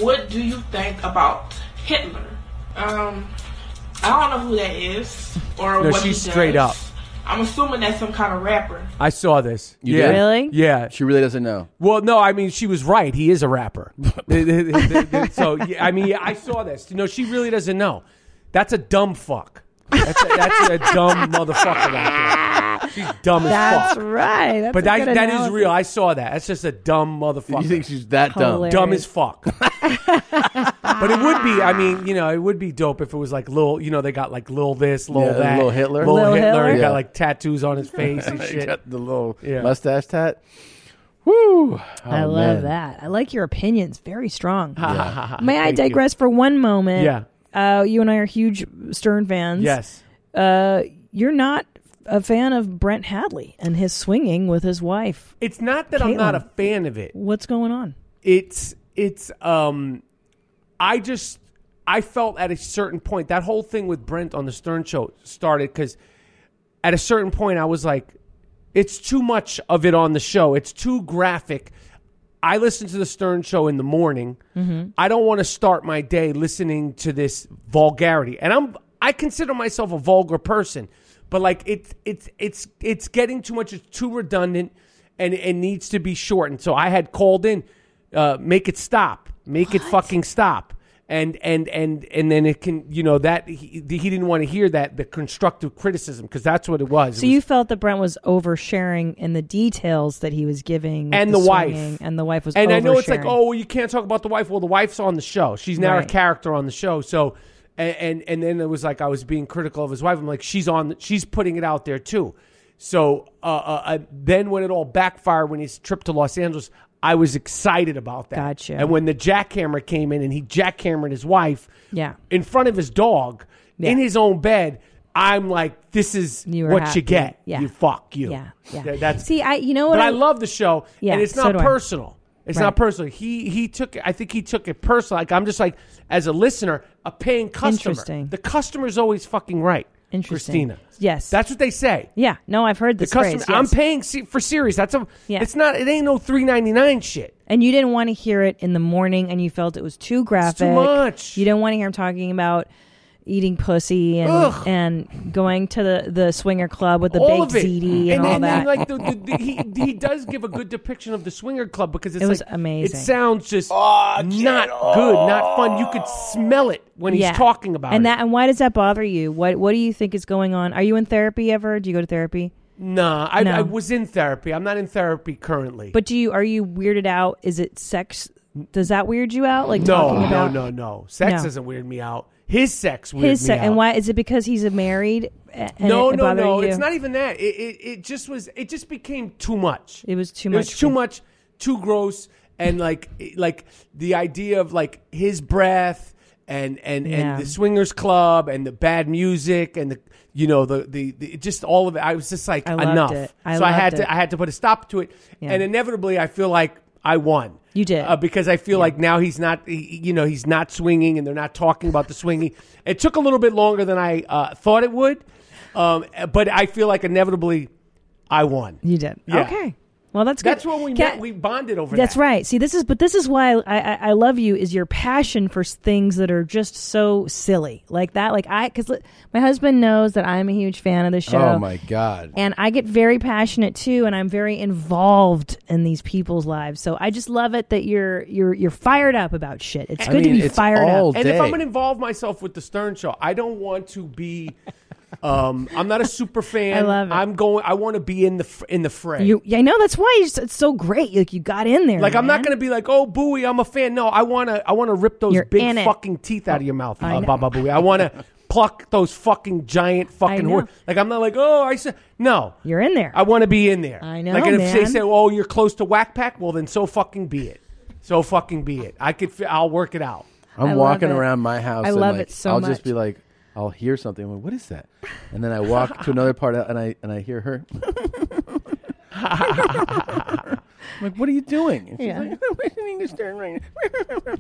What do you think about Hitler? Um, I don't know who that is or
no
what
she's
he
straight
does.
up
I'm assuming that's some kind of rapper.
I saw this.
You
yeah.
did? Really?
Yeah.
She really doesn't know.
Well, no, I mean, she was right. He is a rapper. so, yeah, I mean, I saw this. No, she really doesn't know. That's a dumb fuck. That's a, that's a dumb motherfucker out there. She's dumb as
That's
fuck.
right. That's
but
a
that,
good
that is
analysis.
real. I saw that. That's just a dumb motherfucker.
You think she's that dumb?
Dumb as fuck. but it would be, I mean, you know, it would be dope if it was like little, you know, they got like little this, little
Yeah,
that.
Lil Hitler.
Little
Lil
Hitler. He
Hitler.
got like tattoos on his face and
He
shit.
got the little
Yeah.
Mustache tat. Woo!
I
Oh, man.
love that. I like your opinions. Very strong.
Yeah.
May I
Thank you.
digress for one moment?
Yeah.
Uh, you and I are huge Stern fans.
Yes.
Uh, you're not a fan of Brent Hadley and his swinging with his wife.
It's not that I'm not a
Caitlin.
fan of it.
What's going on?
It's it's um I just I felt at a certain point that whole thing with Brent on the Stern show started cuz at a certain point I was like it's too much of it on the show. It's too graphic. I listen to the Stern show in the morning.
Mhm.
I don't want to start my day listening to this vulgarity. And I'm I consider myself a vulgar person, but like it's it's it's it's getting too much. It's too redundant, and it needs to be shortened. So I had called in, uh, make it stop, make it fucking stop. And and and and then it can you know that he, he didn't want to hear that the constructive criticism because that's what it was.
So
It was-
you felt that Brent was oversharing in the details that he was giving, with
and the, wife
swinging, and the wife was.
and I know it's like,
oversharing.
oh, well, you can't talk about the wife. Well, the wife's on the show. She's now
Right.
a character on the show. So, and, and and then it was like I was being critical of his wife. I'm like, she's on, she's putting it out there too. So uh, uh, uh, then when it all backfired when his trip to Los Angeles, I was excited about that.
Gotcha.
And when the jackhammer came in and he jackhammered his wife,
Yeah.
in front of his dog in his own bed. I'm like, this is
were
what
happy.
you get.
Yeah.
You fuck you.
Yeah, yeah.
oh, That's
See, I you know what
but I,
I-
love the show,
Yeah,
and it's
so
not
do I.
personal. It's Right. not personal. He he took. I think he took it personal. Like I'm just like as a listener, a paying customer.
Interesting.
The customer's always fucking right.
Interesting.
Christina.
Yes.
That's what they say.
Yeah. No, I've heard
The
this
customer.
phrase.
I'm
yes.
paying se- for series. That's a. Yeah. It's not. It ain't no three ninety nine shit.
and you didn't want to hear it in the morning, and you felt it was too graphic.
much.
You didn't want to hear him talking about eating pussy and
Ugh.
and going to the, the swinger club with the
all
baked
of it.
ziti and, all
and
that.
like the, the, the, he, he does give a good depiction of the swinger club because it's
It was
like,
amazing.
It sounds just not good, not fun. You could smell it when
Yeah.
he's talking about
and
it.
that and why does that bother you? What what do you think is going on? Are you in therapy ever? Do you go to therapy?
Nah, I,
No.
I was in therapy. I'm not in therapy currently.
But do you are you weirded out? Is it sex? Does that weird you out? Like
no,
talking
no,
about
no, no. Sex
No.
doesn't weird me out. His sex weird
his
me
sex?
out.
And why is it because he's a married? a- And
no,
it, it
no,
bothered
no.
you?
It's not even that. It, it it just was. It just became too much.
It was too
It
much
was too
for-
much. Too gross. And like it- like the idea of like his breath and and
Yeah.
and the swingers club and the bad music and the you know the the, the just all of it. I was just like
I loved
enough.
it. I
so I had
loved it.
to I had to put a stop to it.
Yeah.
And inevitably, I feel like I won.
You did
uh, because I feel like now he's not, he- you know, he's not swinging, and they're not talking about the swinging. It took a little bit longer than I uh, thought it would, um, but I feel like inevitably, I won.
You did.
Yeah.
Okay. Well, that's good.
That's when we
Cat-
met. We bonded over
That's
that.
right. See, this is but this is why I, I, I love you is your passion for s- things that are just so silly like that. Like I, because my husband knows that I'm a huge fan of the show.
Oh my god.
And I get very passionate too, and I'm very involved in these people's lives. So I just love it that you're you're you're fired up about shit. It's
I
good
mean,
to be
it's
fired
all
up.
And if I'm going to involve myself with the Stern Show, I don't want to be. Um, I'm not a super fan.
I love it.
I'm going. I want to be in the fr- in the fray.
you, yeah, I know that's why it's, it's so great. Like you got in there.
like I'm
man.
not going to be like, oh, Bowie, I'm a fan. No, I want to. I want to rip those
You're in
big
it.
fucking teeth out of your mouth,
I
uh,
know.
Baba Bowie. I want to pluck those fucking giant fucking
know.
horns. Like I'm not like, oh, I said no.
You're in there.
I want to be in there.
I know,
Like and if they
man.
say, oh, you're close to Whack Pack, well then so fucking be it. So fucking be it. I could. fi- I'll work it out.
I'm walking around my house.
I
and
love
like,
it so
I'll just
much.
be like, I'll hear something. I'm like, what is that? And then I walk to another part and I and I hear her. I'm like, what are you doing? And she's
Yeah.
like,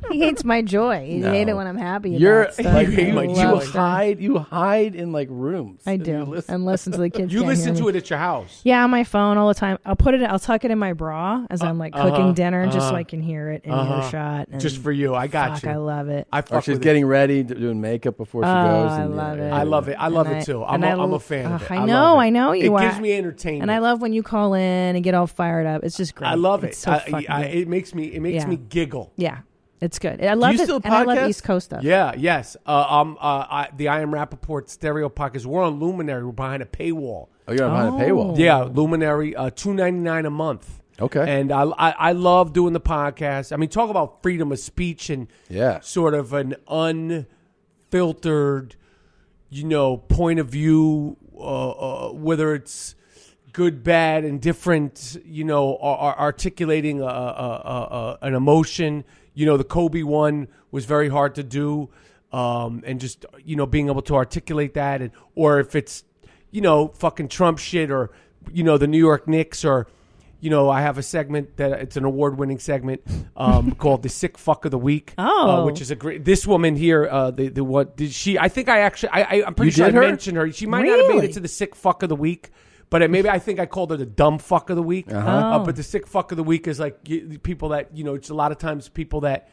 he hates my joy. He
No.
hates it when I'm happy. about
You're
stuff.
like, you,
I
you
love it.
hide you hide in like rooms.
I do. and listen to the kids.
You
can't
listen
hear
to
me.
it at your house.
Yeah, on my phone all the time. I'll put it. I'll tuck it in my bra as I'm like cooking
uh-huh,
dinner, just so
uh-huh.
I can hear it in
Uh-huh.
earshot. And
Just for you. I got
fuck,
you.
I love it.
I
Or
fuck
she's
with it.
getting ready, d- doing makeup before she
Oh,
goes.
I
and, yeah,
love it.
I love it. I love
And
it
I-
too. I'm
and
a,
I
I'm a
l-
fan
Ugh,
of it.
I
love
know,
it.
I know you
It
are.
gives me entertainment.
And I love when you call in and get all fired up. It's just great.
I love it.
It's so
I-
fucking
I-
good.
it makes me it makes
Yeah.
me giggle.
Yeah, it's good. I love
Do you
it.
still
and I love
podcast?
East Coast stuff.
Yeah, yes. Uh, um, uh, I, the I Am Rappaport stereo podcast. We're on Luminary. We're behind a paywall.
Oh, you're behind a paywall. Oh.
Yeah, Luminary, uh, two ninety nine a month.
Okay.
And I, I I love doing the podcast. I mean, talk about freedom of speech and
Yeah.
sort of an unfiltered, you know, point of view, uh, uh, whether it's good, bad, and different, you know, are, are articulating uh, a, a, a, a, uh, an emotion. You know, the Kobe one was very hard to do, um, and just you know being able to articulate that, and or if it's you know fucking Trump shit, or you know the New York Knicks, or you know I have a segment that it's an award-winning segment um, called the Sick Fuck of the Week, uh,
Oh.
which is a great. This woman here, uh, the the what did she? I think I actually I, I I'm pretty
You
sure I
did her?
mentioned her. She might not have made
Really?
it to the Sick Fuck of the Week. But it, maybe I think I called her the dumb fuck of the week.
Uh-huh.
Uh,
Oh.
but the sick fuck of the week is like you, the people that you know. It's a lot of times people that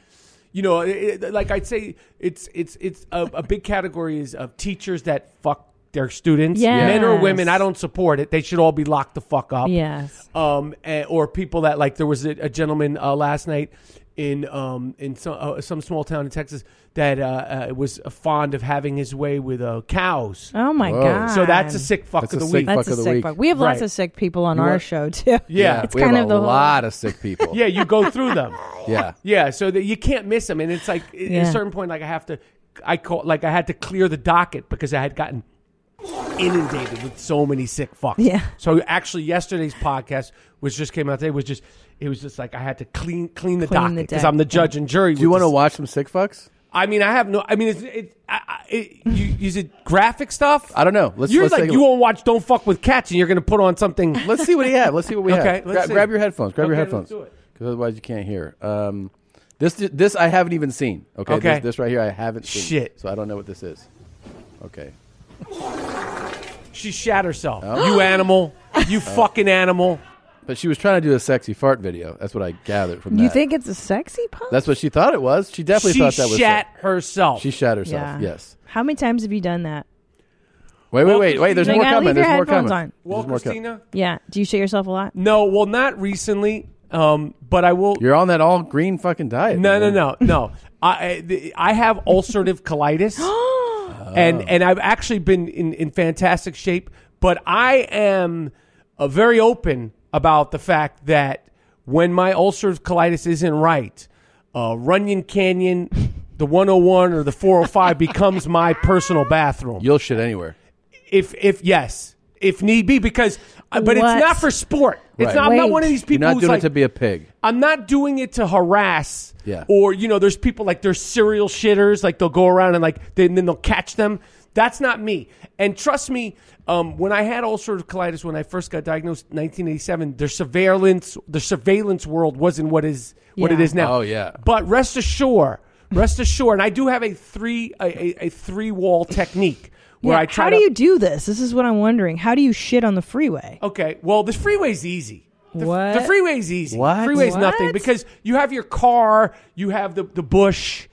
you know. It, it- like I'd say, it's it's it's a, a big category is of teachers that fuck their students,
Yes.
men or women. I don't support it. They should all be locked the fuck up.
Yes.
Um, and, or people that like there was a, a gentleman uh, last night in um in some uh, some small town in Texas that uh, uh, was fond of having his way with uh, cows.
Oh my
Whoa.
god.
So that's a sick fuck of the week.
That's a sick fuck. We have lots
Right.
of sick people on
You
our
are-
show too.
Yeah.
it's
We
kind
have
of
a
the whole.
lot of sick people.
Yeah, you go through them.
Yeah.
Yeah, so that you can't miss them, and it's like at
Yeah.
a certain point, like I have to, I call, like I had to clear the docket because I had gotten inundated with so many sick fucks.
Yeah.
So actually, yesterday's podcast, which just came out today, was just it was just like I had to clean clean the
Clean the
docket because
deck.
I'm the judge and jury.
Do you want
with
to
this-
watch some sick fucks?
I mean, I have no. I mean, it's it, I, I- it, you, is it graphic stuff?
I don't know. Uh, Let's
you're
let's
like
take a
you
look.
won't watch Don't Fuck with Cats, and you're going to put on something.
Let's see what he had. Let's see what we
okay,
have.
Let's
Gra-
see.
grab your headphones. Grab your
Okay,
headphones.
Let's do it.
because otherwise you can't hear. Um, this this I haven't even seen. Okay,
Okay.
This, this right here I haven't seen.
Shit.
So I don't know what this is. Okay.
She shat herself.
Oh.
You animal. You fucking animal.
Uh, But she was trying to do a sexy fart video. That's what I gathered from that.
You think it's a sexy pop?
That's what she thought it was. She definitely
She
thought that was.
shat herself.
She shat herself. Yes.
How many times have you done that?
Wait, wait, wait, wait. There's
You
more
gotta
coming.
leave your
There's more
headphones
coming. There's
on.
more coming.
Yeah. Do you shit yourself a lot?
No, well, not recently. Um, but I will.
You're on that all green fucking diet.
No, no, no, no. I I- the- I have ulcerative colitis, and and I've actually been in in fantastic shape. But I am uh, very open about the fact that when my ulcerative colitis isn't right, uh, Runyon Canyon, the 101 or the 405 becomes my personal bathroom.
You'll shit anywhere.
If if yes, if need be, because I- but
What?
it's not for sport. It's
Right.
not. I'm not one of these people
You're not
who's
doing
like
it to be a pig.
I'm not doing it to harass.
Yeah.
Or you know, there's people like there's serial shitters. Like they'll go around and like they, and then they'll catch them. That's not me. And trust me, um, when I had ulcerative colitis when I first got diagnosed in 1987, the surveillance the surveillance world wasn't what is what it
Yeah.
is now.
Oh, yeah.
But rest assured, rest assured, and I do have a three a, a, a three wall technique where
yeah.
I try
How
to
do you do this? This is what I'm wondering. How do you shit on the freeway?
Okay. Well, the freeway's easy. The,
What?
The freeway's easy.
What?
Freeway's
What?
nothing because you have your car, you have the the bush,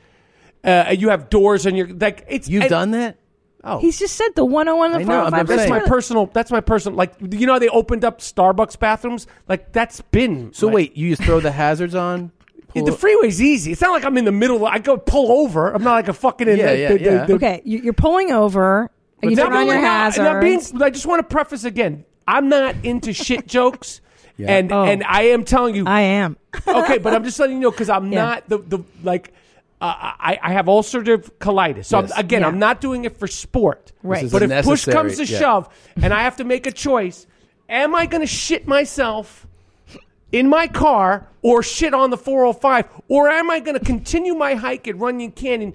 uh, and you have doors on your like. It's you've
done that.
Oh,
He's just said the 101 and the 405.
that's my personal. That's my personal. Like you know, how they opened up Starbucks bathrooms. Like that's been. So
wait, you just throw the hazards on.
the freeway's easy. It's not like I'm in the middle. I go pull over. I'm not like a fucking. in the- the- the- the-
okay, you- you're pulling over.
But
You
not
turn on your
really not-
hazards.
not being- I just want to preface again. I'm not into shit jokes. And
Oh.
and I am telling you, I
am
okay, but I'm just letting you know because I'm
Yeah.
not the the like uh, I I have ulcerative colitis. So I'm-
Yes.
again,
Yeah.
I'm not doing it for sport.
Right. This is
But
a
if push
necessary-
comes to
yeah.
shove, and I have to make a choice, am I going to shit myself? in my car or shit on the 405 or am i going to continue my hike at runyon canyon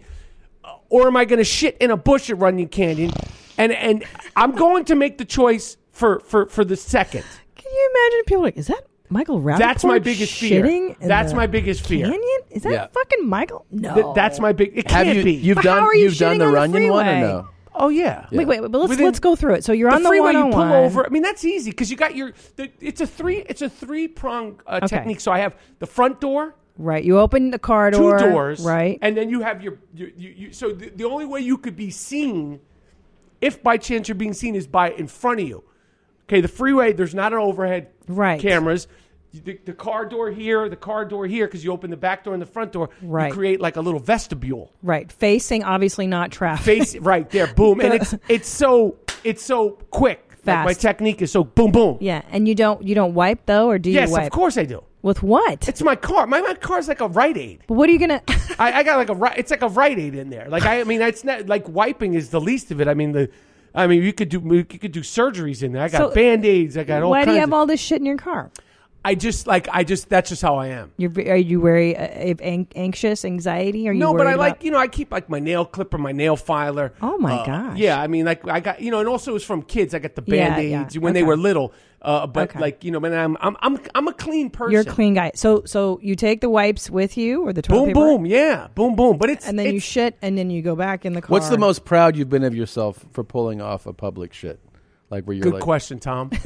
or am i going to shit in a bush at runyon canyon and and i'm going to make the choice for for for the second
Can you imagine people like, is that Michael Rappaport
that's my biggest fear
shitting in
that's
the
my biggest fear
Canyon? Is that
Yeah.
fucking Michael? No.
Th- that's my big it
Have
can't
you-
be
you've But done- how are you you've done shitting the on the Runyon one or freeway? no?
oh yeah
Wait, wait, wait, but let's
Within-
let's go through it. So you're on the
freeway, you
101.
pull over. I mean, that's easy because you got your. The, it's a three. It's a three prong uh,
Okay.
technique. So I have the front door,
Right. You open the car
two
door.
doors,
Right.
And then you have your, your you, you. So the, the only way you could be seen, if by chance you're being seen, is by in front of you. Okay, the freeway. There's not an overhead
Right.
cameras. The, the car door here, the car door here, because you open the back door and the front door.
Right.
You create like a little vestibule.
Right. Facing obviously not traffic.
Face it right there, boom, and it's it's so it's so quick. Like my
Fast.
technique is so boom boom.
Yeah, and you don't you don't wipe though, or do
yes,
you wipe?
of course I do.
With what?
It's my car. My, my car's like a Rite Aid.
But what are you gonna?
I, I got like a Ri- it's like a Rite Aid in there. Like I, I mean, it's not like wiping is the least of it. I mean the, I mean you could do you could do surgeries in there. I got
So,
band aids. I got all.
Why do you
kinds
have
of-
all this shit in your car?
I just like I just that's just how I am.
You're, are you worry uh, of an- anxious anxiety? Are you
no, but
worried
I
about-
like you know I keep like my nail clipper, my nail filer.
Oh my
Uh,
gosh.
Yeah, I mean like I got you know, and also it was from kids. I got the
Yeah,
band aids
yeah.
when they
Okay.
were little. Uh, but
Okay.
like you know, man, I'm I'm I'm I'm a clean person.
You're a clean guy. So so you take the wipes with you or the toilet
Boom,
paper?
boom, yeah, boom, boom. But it's
and then you shit and then you go back in the car.
What's the most proud you've been of yourself for pulling off a public shit? Like where you're
Good
like,
question, Tom.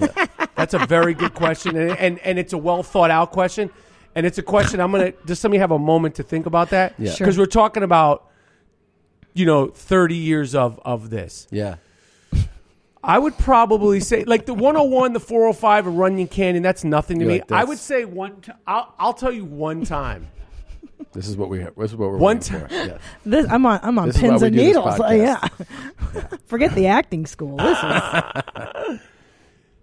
That's a very good question, and, and and it's a well thought out question, and it's a question I'm gonna just let me have a moment to think about that
Yeah.
because
Sure.
we're talking about, you know, 30 years of of this.
Yeah.
I would probably say like the 101, the 405, and Runyon Canyon. That's nothing to
You
me.
like this.
I would say one. T- I'll I'll tell you one time.
This is what we. This is what we're.
One
waiting
time-
For. Yeah.
This I'm on I'm on
This is why
pins
we
and
do this
needles. Oh, yeah.
podcast.
Forget the acting school. This is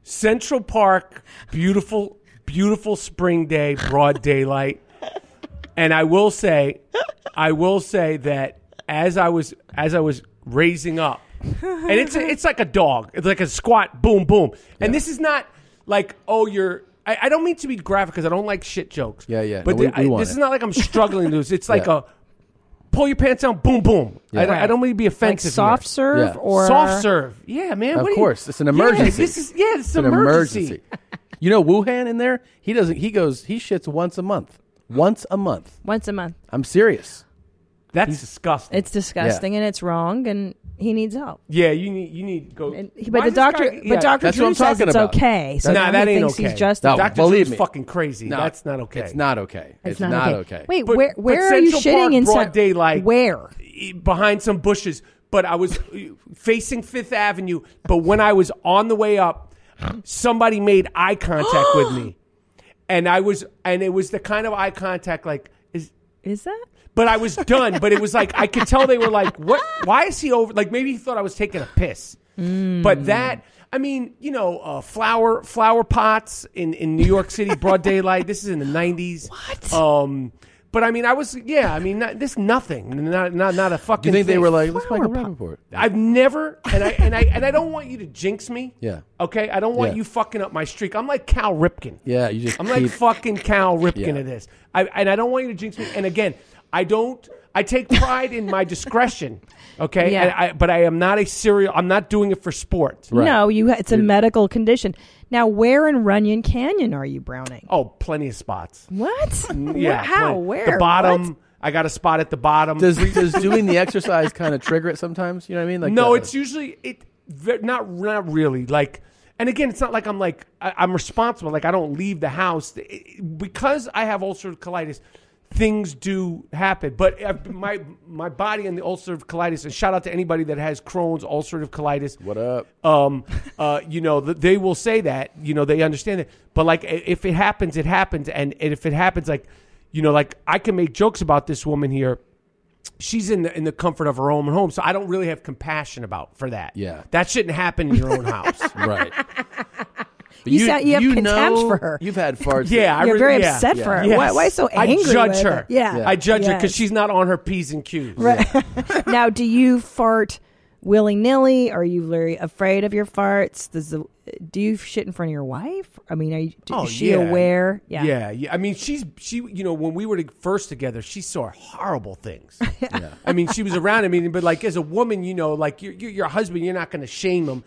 Central Park, beautiful, beautiful spring day, broad daylight. And I will say, I will say that as I was as I was raising up, and it's a, it's like a dog, it's like a squat, boom, boom. And this is not like oh you're. I, I don't mean to be graphic because I don't like shit jokes.
Yeah, yeah.
But
No, we-
the-
we
I-
want
this
it.
is not like I'm struggling to lose. It's like
Yeah.
a pull your pants down, boom, boom. I,
Yeah.
I don't mean to be
Like
offensive. here.
soft serve Yeah. or-
soft serve? Yeah, man.
Of
what do you-
course, it's an
Yeah,
emergency.
this is yeah, it's,
It's an
emergency.
You know Wuhan in there? He doesn't. He goes. He shits once a month. Once a month.
Once a month.
I'm serious.
That's disgusting.
It's disgusting and it's wrong, and he needs help.
Yeah, you need you need go.
He- but the doctor, but Dr. Drew says it's okay. So
nah,
now
that
he
ain't
thinks
okay.
he's just
Dr.
believe
Drew's
me.
fucking crazy.
No,
That's not okay.
It's not okay. It's, not, okay.
Wait, where- where are you
Central
shitting
Park,
in
broad
Cen-
daylight? e,
Where
behind some bushes? But I was e, facing Fifth Avenue. But when I was on the way up, somebody made eye contact with me, and I was, and it was the kind of eye contact like is
is that?
But I was done. but it was like I could tell they were like, "What? Why is he over?" Like maybe he thought I was taking a piss.
Hmm.
Mm.
But that, I mean, you know, uh, flower flower pots in in New York City, broad daylight. This is in the nineties. What? Um, but I mean, I was yeah. I mean, not, this nothing. Not not not a
Do
fucking.
you think they
thing.
were like, let's make a Rappaport?
I've never, and I and I and I don't want you to jinx me.
Yeah.
Okay, I don't want
Yeah.
you fucking up my streak. I'm like Cal Ripken.
Yeah. You just.
I'm
keep-
like fucking Cal Ripken
Yeah.
of this. I, and I don't want you to jinx me. And again, I don't. I take pride in my discretion. Okay.
Yeah.
And I, but I am not a serial. I'm not doing it for sport.
No, you. It's a medical condition. Now, where in Runyon Canyon are you browning?
Oh, plenty of spots.
What?
Yeah.
Where- How?
plenty.
Where?
The bottom. I got a spot at the bottom.
Does does doing the exercise kind of trigger it sometimes? You know what I mean? Like uh,
no,
the-
it's usually it ve- not not really like. And again, it's not like I'm like I, I'm responsible. Like I don't leave the house It- it- because I have ulcerative colitis. Things do happen, but uh, my my body and the ulcerative colitis. And shout out to anybody that has Crohn's, ulcerative colitis. What
up?
Um, uh, you know th- they will say that. You know they understand it. But like i- if it happens, it happens, and, and if it happens, like you know, like I can make jokes about this woman here she's in the, in the comfort of her own home, so I don't really have compassion about for that.
Yeah.
that shouldn't happen in your own house,
right? But
You sound- you have contempt for her.
You've had farts.
Yeah, I
You're
really-
very
yeah.
upset for her. Why- why so angry
I judge
with
her.
her? Yeah.
I judge her because
Yes.
she's not on her p's and q's.
now, do you fart willy nilly? Are you very afraid of your farts? Does the do you shit in front of your wife? I mean, are you, do, is she aware?
Oh, Yeah. yeah, yeah. I mean, she's she. You know, when we were to- first together, she saw horrible things. I mean, she was around. I mean, but like as a woman, you know, like your your, your husband, you're not going to shame him.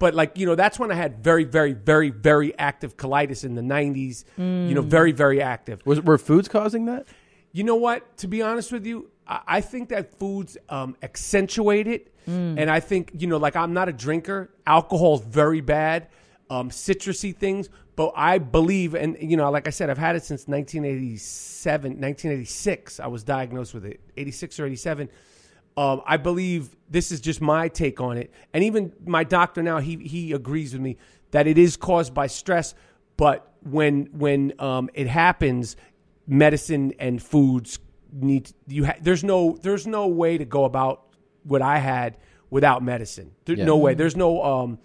But like you know, that's when I had very, very, very, very active colitis in the '90s. You know,
Mm.
very, very active.
Was were foods causing that?
You know what? To be honest with you, I, I think that foods um, accentuate it,
Mm.
and I think you know, like I'm not a drinker. Alcohol is very bad. Um, citrusy things, but I believe, and you know, like I said, I've had it since 1987, 1986. I was diagnosed with it, 86 or 87. Um, I believe this is just my take on it, and even my doctor now he he agrees with me that it is caused by stress. But when when um, it happens, medicine and foods need you. Ha- there's no there's no way to go about what I had without medicine. There,
Yeah.
No way. There's no um,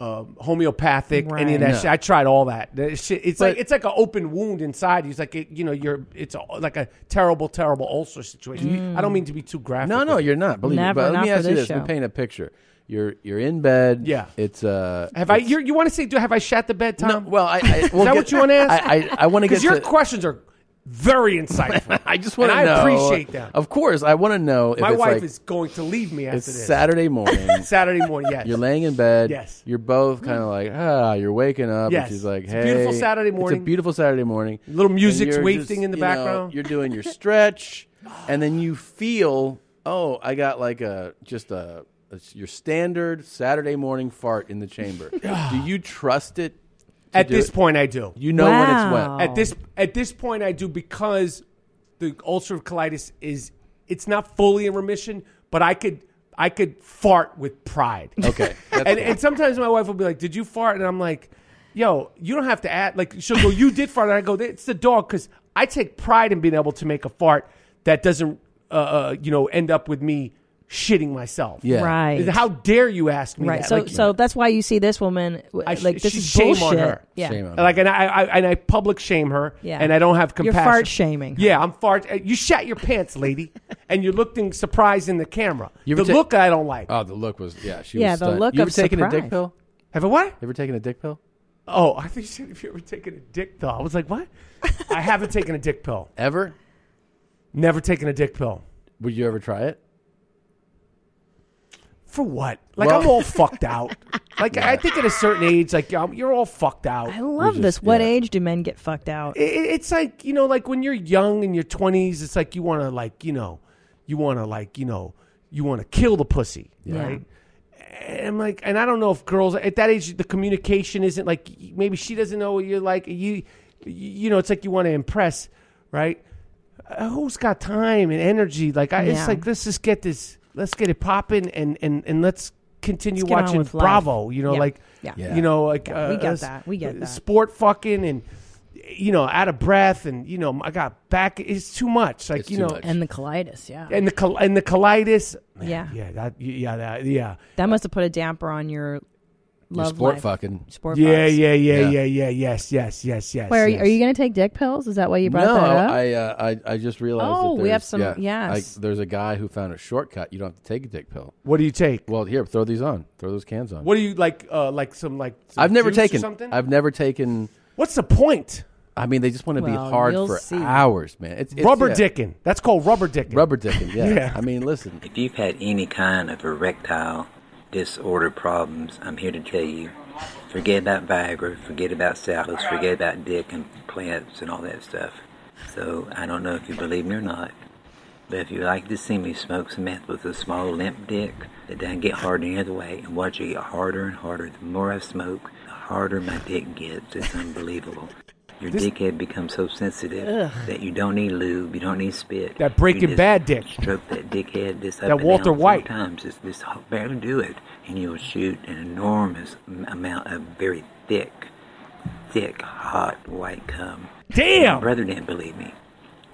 um homeopathic any of that
Right. No.
shit. I tried all that. That shit- It's
But-
like it's like an open wound inside. you. It's like it, you know you're it's a, like a terrible terrible ulcer situation. I don't mean to be too graphic.
Mm. No, no,
with it.
you're not. Believe
Never,
me. But let
not
me
for
ask you
this
this. Let me
show.
paint a picture. You're you're in bed.
Yeah.
It's uh.
Have I? You're, you want to say? Do have I shat the bed, Tom?
well, I. I
Is that what you want to ask?
I I, I want to get
because your
to-
questions are very insightful.
I just want to
and
know.
I appreciate that.
Of course, I want to know if
My
it's
wife
like
is going to leave me after
it's
this.
Saturday morning.
Saturday morning. Yes.
You're laying in bed.
Yes. Mm.
You're both kind of like ah. You're waking up.
Yes.
And she's like,
It's
hey.
a beautiful Saturday
It's
morning.
a beautiful Saturday morning.
Little
And
music's
you're
wafting
just,
in the
you know,
background.
you're doing your stretch, and then you feel oh, I got like a just a. It's your standard Saturday morning fart in the chamber. do you trust it? to
At
do
this
it?
point, I do.
You know when it's wet.
At this at this point, I do because the ulcerative colitis is it's not fully in remission, but I could I could fart with pride.
Okay, that's cool.
and and sometimes my wife will be like, "Did you fart?" And I'm like, "Yo, you don't have to add." Like she'll go, "You did fart," and I go, "It's the dog," because I take pride in being able to make a fart that doesn't uh, uh you know end up with me shitting myself.
Yeah. Right.
How dare you ask me?
Right.
that?
So,
Like,
so that's why you see this woman w-
I sh-
like this
she-
is
shame
bullshit.
on her.
Yeah.
Like, and I, I and I public shame her.
Yeah.
And I don't have
You're
compassion.
fart shaming her.
Yeah, I'm fart. uh, You shat your pants, lady, and you're looking surprised in the camera.
You
the
ever ta-
look I don't like.
Oh, the look was yeah. She
Yeah,
was
the
stunned.
look
You
of
ever taken a dick
surprise.
pill?
Have a what? You
ever taken a dick pill?
Oh, I think you said if you ever taken a dick pill. I was like, what? I haven't taken a dick pill.
Ever?
Never taken a dick pill.
Would you ever try it?
For what? Like
Well-
I'm all fucked out. Like I think at a certain age, like um, you're all fucked out. I
love this. What age do men get fucked out?
It, it's like you know, like when you're young in your twenties, it's like you want to, like you know, you want to, like you know, you want to kill the pussy,
Yeah.
right? And I'm like, and I don't know if girls at that age, the communication isn't like maybe she doesn't know what you're like. You, you know, it's like you want to impress, right? Uh, who's got time and energy? Like I,
Yeah.
it's like let's just get this, let's get it popping, and and and let's continue
Let's get on
watching
with life.
Bravo. You know,
Yeah.
like
Yeah. Yeah.
you know, like
Yeah, we
uh,
get
us-
that. We get
uh,
that.
Sport fucking and you know, out of breath and you know, I got back. It's too much. Like you
too
know,
much. And the colitis, yeah.
and the col- and the colitis.
Yeah.
yeah, that yeah that yeah.
That must have put a damper on your love
sport
life.
fucking.
Sport
yeah,
fucks.
yeah, yeah,
Yeah.
yeah, yeah, Yes, yes, yes, yes.
Wait, are, you-
yes.
are you going to take dick pills? Is that why you brought
no,
that up?
I, uh, I I just realized.
Oh,
that
we have
there's-
some-
Yeah,
yes.
I, there's a guy who found a shortcut. You don't have to take a dick pill.
What do you take?
Well, here, throw these on. Throw those cans on.
What are you like? Uh, like some like some
I've never
juice or
taken.
something.
I've never taken.
What's the point?
I mean, they just want to be
Well,
hard
you'll
for
see.
hours, man. It's, it's-
rubber
yeah.
dicking. That's called rubber dicking.
Rubber dicking. Yeah.
Yeah.
I mean, listen.
If you've had any kind of erectile disorder problems, I'm here to tell you forget about Viagra, forget about salads, forget about dick and plants and all that stuff. So I don't know if you believe me or not, but if you like to see me smoke some meth with a small limp dick that doesn't get hard any other way and watch it get harder and harder, the more I smoke, the harder my dick gets. It's unbelievable. Your dickhead becomes so sensitive
Ugh.
that you don't need lube, you don't need spit.
That Breaking
You just
Bad dick.
Stroke that dickhead this up
That
and
Walter
down four
White.
times. Just, just barely do it, and you'll shoot an enormous m- amount of very thick, thick, hot white cum.
Damn!
My brother didn't believe me.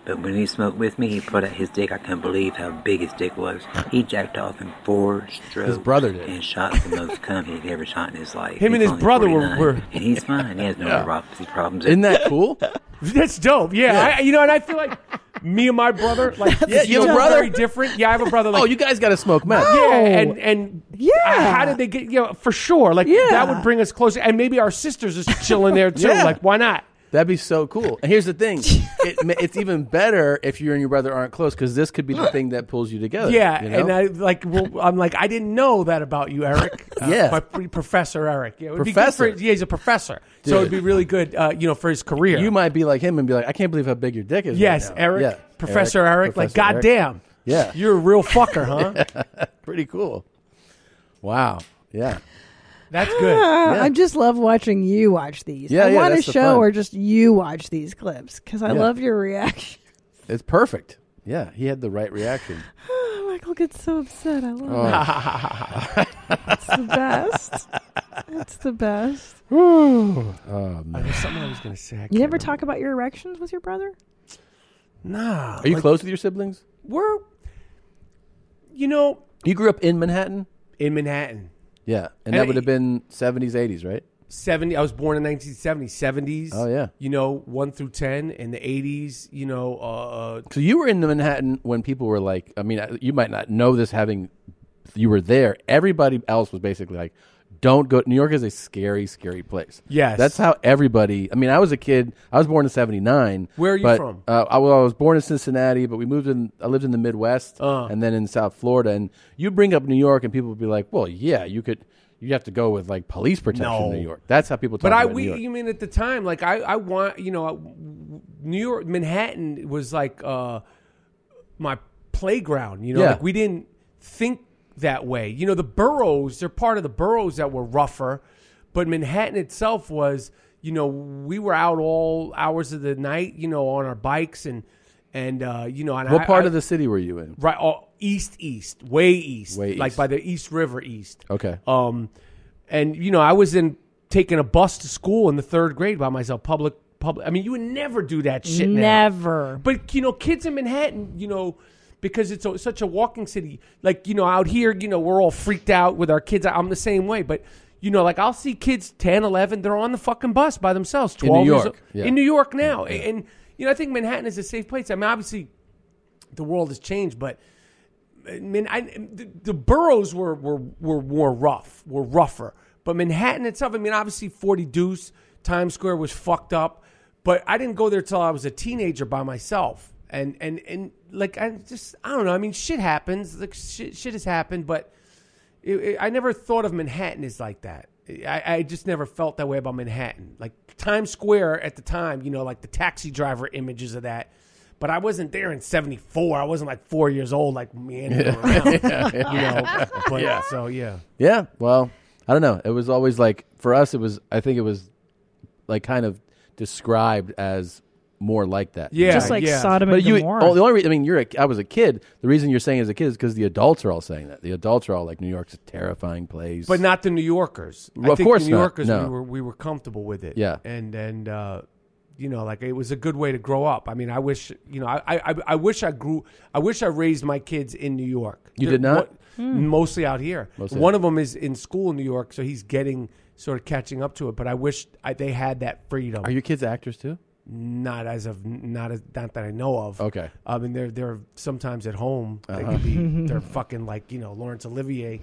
But when he smoked with me, he put out his dick. I couldn't believe how big his dick was. He jacked off in four strokes. His brother did. And shot the most cum he'd ever shot in his life.
Him
He's
and his
only
brother were-
49,
were-
And he's fine. He has no
Yeah.
neuropathy problems.
Isn't that cool?
That's dope. Yeah, I, you know, and I feel like me and my brother, like
Yeah, you
you
have a
know,
brother?
very different. Yeah, I have a brother. Like,
oh, you guys got to smoke meth.
Yeah, and and yeah, how did they get? You know, for sure, like that would bring us closer, and maybe our sisters is chilling there too.
Yeah.
Like, why not?
That'd be so cool. And here's the thing: it, ma- it's even better if you and your brother aren't close because this could be the thing that pulls you together.
yeah,
you know?
and I like well, I'm like I didn't know that about you, Eric.
Yeah.
my pre- professor Eric. Yeah, it would be good for,
Professor.
yeah, he's a professor, so it'd be
Dude.
really good, uh, you know, for his career.
you might be like him and be like, I can't believe how big your dick is.
yes,
right now."
Eric,
Yeah.
Professor Eric. like,
Professor Eric.
goddamn,
Yeah.
you're a real fucker, huh?
Pretty cool. Wow. Yeah.
That's
good.
Ah,
Yeah.
I just love watching you watch these.
Yeah,
I
yeah,
want a
that's the
show
fun.
where just you watch these clips because I
Yeah.
love your reaction.
It's perfect. Yeah, he had the right reaction.
Michael gets so upset. I love
Oh.
it. it's the best. It's the best.
oh, man.
There's something I was gonna say. I
You
can't
never talk about your erections with your brother?
Nah.
Are you
like,
close with your siblings?
We're, you know,
You grew up in Manhattan?
In Manhattan.
Yeah. And,
And
that
it-
would have been 70s, 80s, right?
70 i was born in 1970 70s
Oh, yeah.
you know 1 through 10 in the 80s you know uh
So you were in Manhattan when people were like, I mean, I- you might not know this having, you were there. Everybody else was basically like, don't go. New York is a scary, scary place.
Yes.
That's how everybody, I mean, I was a kid. I was born in 79.
Where are you
but,
from?
Uh, I, well, I was born in Cincinnati, but we moved in, I lived in the Midwest
Uh.
and then in South Florida. And you bring up New York and people would be like, well, yeah, you could, you have to go with like police protection
No.
in New York. That's how people talk
but
about
i
New
we
York.
you mean at the time like i i want you know I- new york manhattan was like uh my playground you know
Yeah.
like we didn't think that way you know the boroughs they're part of the boroughs that were rougher but manhattan itself was you know we were out all hours of the night you know on our bikes and and uh you know and
what
I-
part
I-
of the city were you in?
Right, all east, east, way east,
Way
like
east.
by the East River East.
Okay.
Um, and you know, I was in taking a bus to school in the third grade by myself. Public, public. I mean, you would never do that shit. now.
Never.
But you know, kids in Manhattan, you know, because it's a, such a walking city. Like you know, out here, you know, we're all freaked out with our kids. I'm the same way, but. You know, like I'll see kids 10, 11, they're on the fucking bus by themselves. 12
In New
years
York,
old-
yeah.
In New York now. And, you know, I think Manhattan is a safe place. I mean, obviously, the world has changed, but I mean, I, the, the boroughs were, were were more rough, were rougher. But Manhattan itself, I mean, obviously, Forty Deuce, Times Square was fucked up. But I didn't go there till I was a teenager by myself, and and and like I just I don't know. I mean, shit happens. Like shit, shit has happened, but it, it- I never thought of Manhattan as like that. I, I just never felt that way about Manhattan. Like Times Square at the time, you know, like the taxi driver images of that. But I wasn't there in '74. I wasn't like four years old, like meandering
Yeah.
around.
Yeah.
You know, but,
Yeah.
so yeah.
Yeah. Well, I don't know. It was always like for us. It was. I think it was like kind of described as more like that.
Yeah, Just like yeah. Sodom and
But you-
Gomorrah.
oh, the only reason I mean, you're. A, I was a kid. The reason you're saying as a kid is because the adults are all saying that. The adults are all like, New York's a terrifying place.
But not the New Yorkers.
Well,
I
of
think
course
the New
not.
Yorkers
No.
we were we were comfortable with it.
Yeah.
And and uh, you know, like it was a good way to grow up. I mean, I wish you know, I I, I wish I grew I wish I raised my kids in New York.
You did not?
mo-
Hmm.
Mostly out here.
Mostly
One of them is in school in New York, so he's getting sort of catching up to it. But I wish I, they had that freedom.
Are your kids actors too?
Not as of not as not that I know of.
Okay.
I mean, they're they're sometimes at home. They
Uh-huh.
could be they're fucking like you know Laurence Olivier,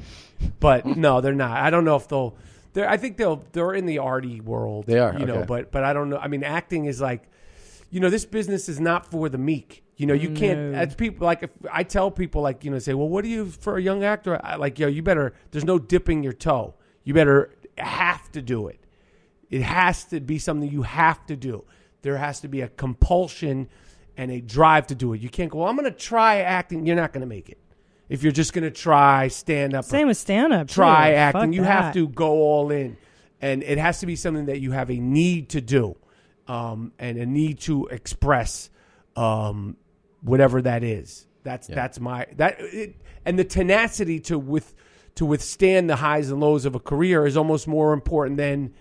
but no, they're not. I don't know if they'll. They're I think they'll they're in the arty world.
They are,
you know,
okay.
but but I don't know. I mean, acting is like, you know, this business is not for the meek. You know, you can't.
No.
As people like, if I tell people like you know, say, well, what do you for a young actor? I, like, yo, you better. There's no dipping your toe. You better have to do it. It has to be something you have to do. There has to be a compulsion and a drive to do it. You can't go, well, I'm going to try acting. You're not going to make it. If you're just going to try stand up,
Same with stand-up, too.
Try
Fuck
acting. You have
that.
to go all in. And it has to be something that you have a need to do um, and a need to express um, whatever that is. That's that's my that it, and the tenacity to with to withstand the highs and lows of a career is almost more important than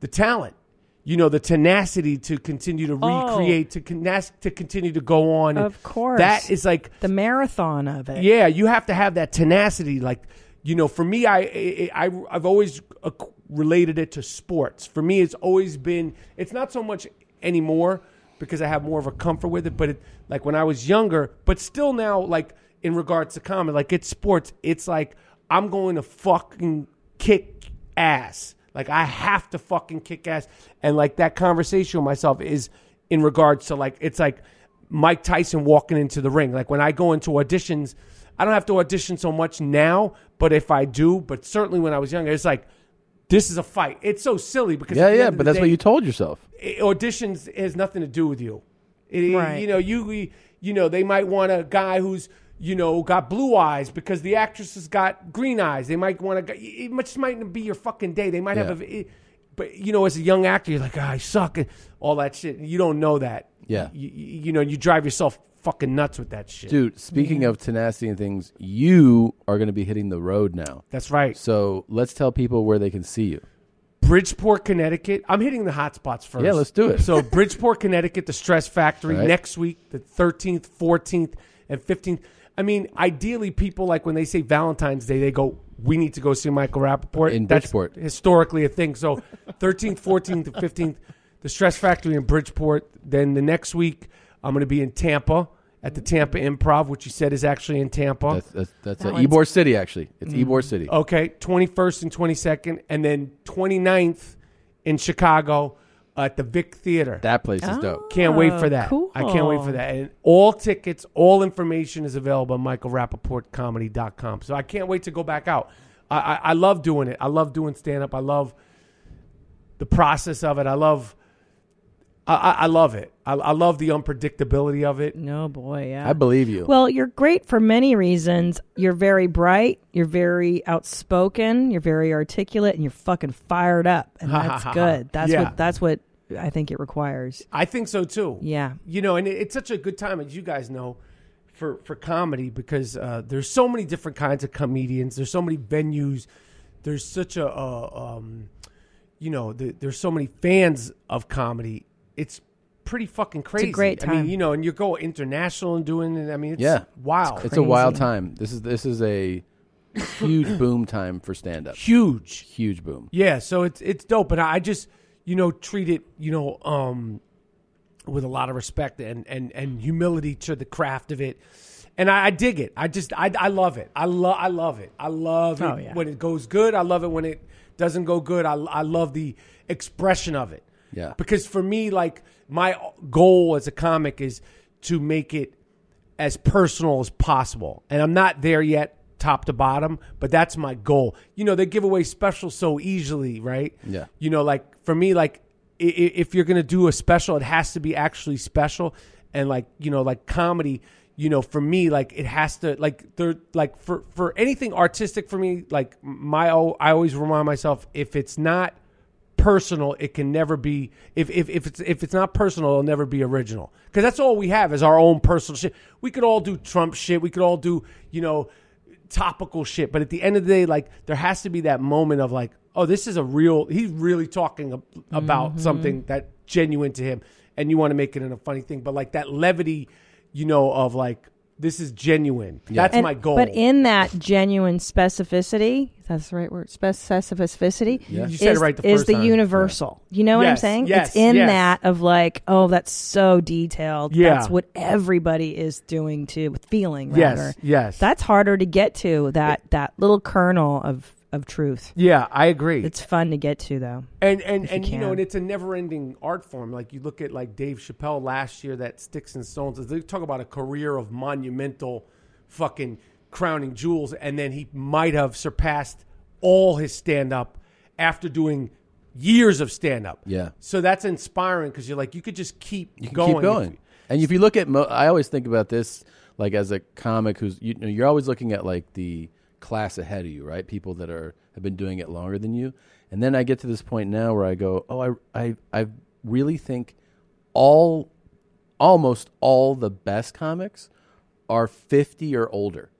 the talent. You know, the tenacity to continue to
Oh.
recreate, to connect, to continue to go on. And
Of course.
that is like
the marathon of it.
yeah, you have to have that tenacity. Like, you know, for me, I, I, I I've always uh, related it to sports. For me, it's always been. It's not so much anymore because I have more of a comfort with it. But it, like when I was younger, but still now, like in regards to comedy, like it's sports. It's like I'm going to fucking kick ass. Like I have to fucking kick ass. And like that conversation with myself is in regards to like it's like Mike Tyson walking into the ring. Like when I go into auditions, I don't have to audition so much now, but if I do, but certainly when I was younger, it's like this is a fight. It's so silly because
Yeah,
at the
yeah.
end of
But
the
that's what
day,
you told yourself.
it- auditions has nothing to do with you. It-
Right.
You know, you we- you know they might want a guy who's you know got blue eyes because the actress has got green eyes. They might want to. It much might be your fucking day. They might have a. it- but you know, as a young actor, you're like, "Ah, I suck, and all that shit. You don't know that.
Yeah.
You, you you know, you drive yourself fucking nuts with that shit,
Dude, speaking of tenacity and things, you are going to be hitting the road now.
That's right.
So let's tell people where they can see you.
Bridgeport, Connecticut. I'm hitting the hot spots first.
Yeah, let's do it.
So Bridgeport, Connecticut, the Stress Factory
Right.
next week, the 13th, 14th, and 15th. I mean, ideally, people like when they say Valentine's Day, they go, "We need to go see Michael Rappaport."
In
That's
Bridgeport.
historically a thing. So 13th, 14th, and 15th, the Stress Factory in Bridgeport. Then the next week, I'm going to be in Tampa at the Tampa Improv, which you said is actually in Tampa.
That's that's, that's uh, Ybor City actually. It's
Mm.
Ybor City.
Okay, 21st and 22nd, and then 29th in Chicago at the Vic Theater.
That place is dope. Oh,
Can't wait for that. I can't wait for
cool.
that. And all tickets, all information is available on michaelrappaportcomedy.com. So I can't wait to go back out. I, I, I love doing it. I love doing stand up. I love the process of it. I love. I, I I love it. I, I love the unpredictability of it.
No boy, yeah.
I believe you.
Well, you're great for many reasons. You're very bright. You're very outspoken. You're very articulate, and you're fucking fired up, and that's good. That's
Yeah.
what that's what I think it requires.
I think so too.
Yeah.
you know, and it, it's such a good time, as you guys know, for for comedy because uh, there's so many different kinds of comedians. There's so many venues. There's such a, uh, um, you know, the, there's so many fans of comedy. It's pretty fucking crazy.
great
I
time.
mean, you know, and you go international and doing it. I mean, it's
yeah.
wow.
It's, a wild time. This is this is a huge boom time for stand up.
Huge.
Huge boom.
Yeah, so it's it's dope, but I just you know treat it you know um with a lot of respect and and and humility to the craft of it, and I, I dig it. I just I I love it. I love I love it. I love
Oh,
it
yeah.
when it goes good. I love it when it doesn't go good. I I love the expression of it.
Yeah.
Because for me, like my goal as a comic is to make it as personal as possible, and I'm not there yet. top to bottom, but that's my goal. You know, they give away specials so easily, right?
Yeah.
You know, like for me, like i- i- if you're gonna do a special, it has to be actually special, and like you know, like comedy. You know, for me, like it has to like there like for for anything artistic for me, like my I always remind myself if it's not personal, it can never be. If if if it's if it's not personal, it'll never be original. Because that's all we have is our own personal shit. We could all do Trump shit. We could all do you know topical shit. But at the end of the day, like there has to be that moment of like, oh, this is a real. He's really talking ab- about
Mhm.
something that genuine to him, and you want to make it in a funny thing. But like that levity, you know, of like this is genuine. That's
And-
my goal.
But in that genuine specificity, if that's the right word, spec- specificity,
Yeah. You
is,
said it right the
is
first
the
time.
universal. You know what I'm
Yes,
saying?
yes,
it's in
yes.
that of like, oh, that's so detailed.
Yeah.
That's what everybody is doing to with feeling.
Yes,
rather.
yes.
That's harder to get to that that little kernel of of truth.
Yeah, I agree.
It's fun to get to though.
and and
if
and you, know,
can.
and it's a never-ending art form. Like you look at like Dave Chappelle last year, that Sticks and Stones. They talk about a career of monumental, fucking crowning jewels, and then he might have surpassed all his stand-up after doing years of stand-up.
Yeah.
So that's inspiring because you're like you could just keep
you can
going.
keep going. And if you look at, mo- I always think about this like as a comic who's you know you're always looking at like the class ahead of you, right? People that are have been doing it longer than you. And then I get to this point now where I go, oh, I I I really think all almost all the best comics are 50 or older.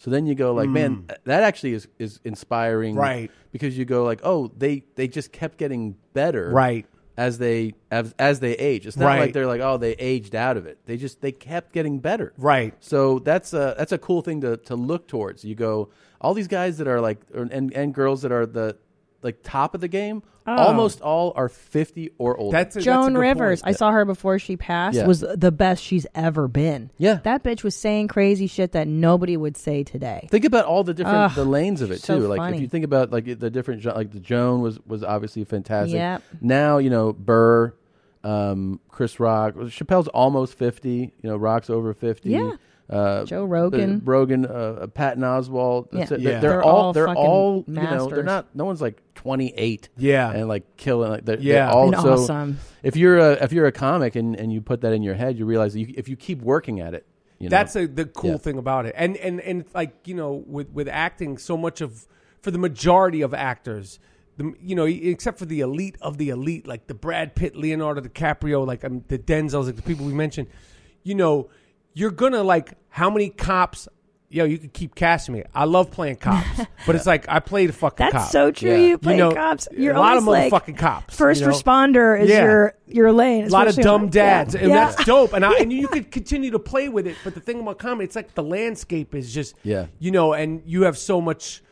So then you go like, man, that actually is is inspiring,
Right.
Because you go like, oh, they they just kept getting better,
Right.
As they as, as they age, it's not
Right.
like they're like, oh, they aged out of it. They just they kept getting better.
Right.
So that's a that's a cool thing to to look towards. You go all these guys that are like or, and and girls that are the like top of the game.
Oh.
Almost all are fifty or older.
Joan Rivers. I saw her before she passed.
Yeah.
Was the best she's ever been.
Yeah,
that bitch was saying crazy shit that nobody would say today.
Think about all the different
Ugh,
the lanes of it too.
she's so
like
funny.
if you think about like the different gen- like the Joan was was obviously fantastic.
Yep.
Now you know Burr, um, Chris Rock, Chappelle's almost fifty. You know Rock's over fifty.
Yeah.
Uh,
Joe Rogan.
the- Rogan, uh, uh, Patton Oswald.
Yeah.
So They're,
Yeah.
they're
They're
all
all
they're
fucking
all you know they're
masters.
not. No one's like twenty eight.
Yeah.
and like killing. Like, they're,
Yeah.
they're all,
And
so
awesome.
If you're a if you're a comic and, and you put that in your head, you realize that you, if you keep working at it, you know,
That's a, the cool
Yeah.
thing about it. And and and like you know, with with acting, so much of for the majority of actors, the, you know, except for the elite of the elite, like the Brad Pitt, Leonardo DiCaprio, like um, the Denzels, like the people we mentioned, you know, you're gonna like how many cops. Yo, you could keep casting me. I love playing cops, but it's like I played a fucking
That's
cop.
so true. You play
know,
cops. You're
a lot of
almost like
motherfucking cops.
First
you know?
responder is
Yeah.
your your lane.
a lot of
especially
dumb
when-
dads,
Yeah.
and
Yeah.
that's dope. And I, and you could continue to play with it. But the thing about comedy, it's like the landscape is just
Yeah.
you know, and you have so much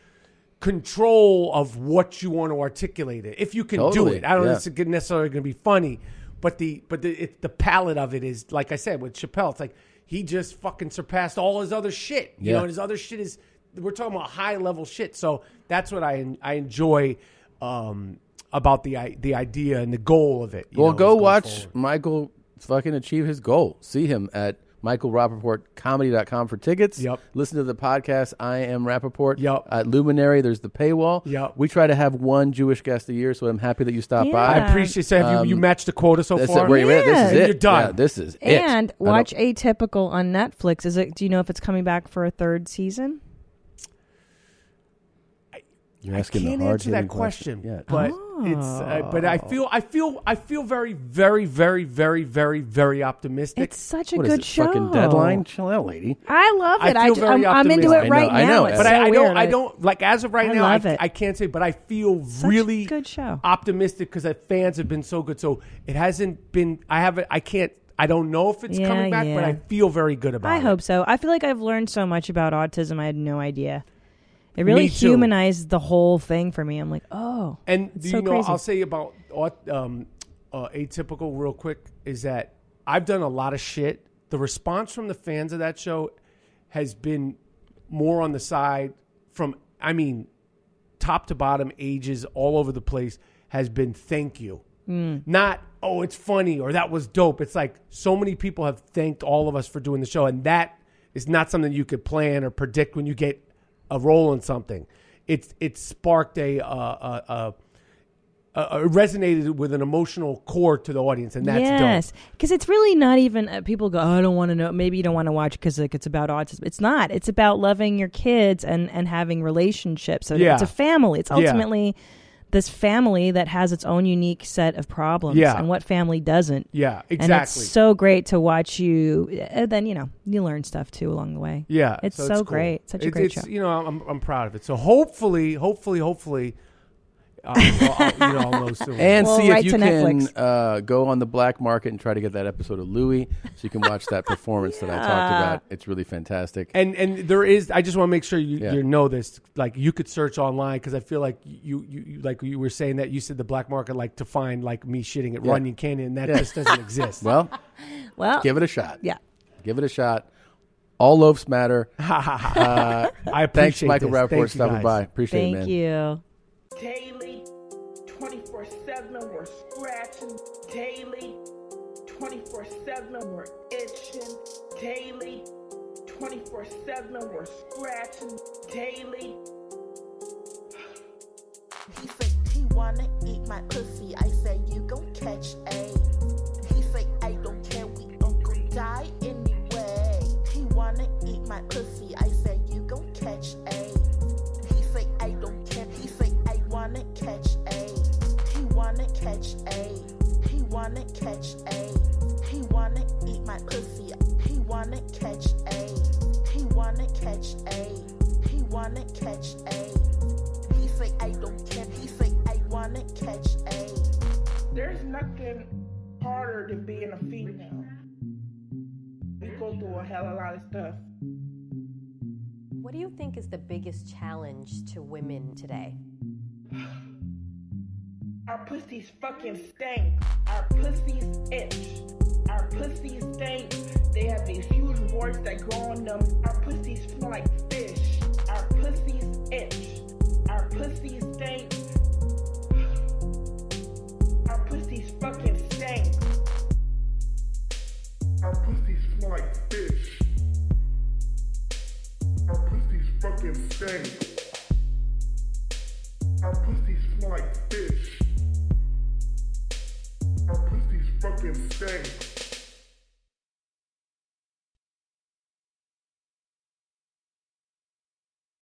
control of what you want to articulate it if you can do
Totally,
it. I don't know
yeah.
if it's good- necessarily going to be funny, but the but the it, the palette of it is like I said with Chappelle, it's like he just fucking surpassed all his other shit. You
Yeah.
know, and his other shit is we're talking about high level shit. So that's what I I enjoy. Um, about the i- the idea and the goal of it. you
well,
know,
go
is going
watch
forward.
Michael fucking achieve his goal. See him at michaelrappaportcomedy.com for tickets. Yep. Listen to the podcast, I Am Rappaport. Yep. At Luminary, there's the paywall. Yep. We try to have one Jewish guest a year, so I'm happy that you stopped by. Um,
I appreciate so have you, you matched the quota so
that's
far.
It. Where you at? This is
Then
it.
You're done.
Yeah, this is it.
And
I don't-
watch Atypical on Netflix. Is it? Do you know if it's coming back for a third season?
You're asking
Can't
the hard
answer that question,
question. Yeah. Oh.
but it's uh, but I feel I feel I feel very very very very very very optimistic. It's
such
What is it, Fucking deadline. Chill out, lady.
I love
I
it. I
feel
just,
very
I'm, I'm into
optimistic.
it right
I know, I
now.
know,
It's
but
so
I, I
weird.
don't I don't like as of right
I
now
love
I,
it.
I can't say but I feel really good
show.
optimistic because the fans have been so good so it hasn't been I haven't I can't I don't know if it's
Yeah,
coming back but
yeah.
I feel very good about
I
it.
hope so. I feel like I've learned so much about autism. I had no idea. It really
Me too.
humanized the whole thing for me. I'm like, oh,
And
it's
do
so
you know,
crazy.
I'll say about aut- um, uh, atypical real quick is that I've done a lot of shit. The response from the fans of that show has been more on the side from, I mean, top to bottom, ages all over the place has been thank you.
Mm.
Not, oh, it's funny or that was dope. It's like so many people have thanked all of us for doing the show. And that is not something you could plan or predict when you get a role in something. It's it sparked a uh, a. a uh, it resonated with an emotional core to the audience, and that's
yes,
dope.
because it's really not even uh, people go. Oh, I don't want to know. Maybe you don't want to watch because like it's about autism. It's not. It's about loving your kids and and having relationships. So
Yeah.
it's a family. It's
Yeah.
ultimately this family that has its own unique set of problems.
Yeah.
and what family doesn't?
Yeah,
And it's
exactly.
so great to watch you. And then you know you learn stuff too along the way.
Yeah,
it's so,
cool.
great. Such a
It's-
great
it's,
show.
You know, I'm I'm proud of it. So hopefully, hopefully, hopefully, uh, I'll, I'll- you know, I'll know soon.
And see if
right
you
to
can
Netflix.
uh, go on the black market and try to get that episode of Louis, so you can watch that performance that I talked
Yeah.
about. It's really fantastic.
And and there is. I just want to make sure you,
Yeah.
you know this. Like you could search online because I feel like you, you you like you were saying that you said the black market like to find like me shitting at
Yeah.
Runyon Canyon and that
Yeah.
just doesn't exist.
Well,
Well,
give it a shot.
Yeah.
Give it a shot. All loafs matter. uh,
I
thanks,
appreciate
Michael
this.
Rapport,
Thank you
stopping
guys.
by. Appreciate it, man.
you.
Daily, 24 7, we're scratching. Daily, 24 7, we're itching. Daily, 24 7, we're scratching. Daily.
He said he wanna eat my pussy. I said you gon' catch AIDS. He said I don't care, we all gon' die anyway. He wanna eat my pussy. I said you gon' catch AIDS. He said I don't care. He said I wanna catch AIDS. He wanna catch AIDS. He wanna catch AIDS. He wanna eat my pussy. He wanna catch AIDS. He wanna catch AIDS. He wanna catch AIDS. He say I don't care. He say I wanna catch A.
There's nothing harder than being a female. We go through a hell of a lot of stuff.
What do you think is the biggest challenge to women today?
Our pussies fucking stink. Our pussies itch. Our pussies stink. They have these huge warts that grow on them. Our pussies smell like fish. Our pussies itch. Our pussies stink. Our pussies fucking stink. Our pussies smell like fish. Our pussies fucking stink. Our pussies smell like fish. Our pussies fucking stink.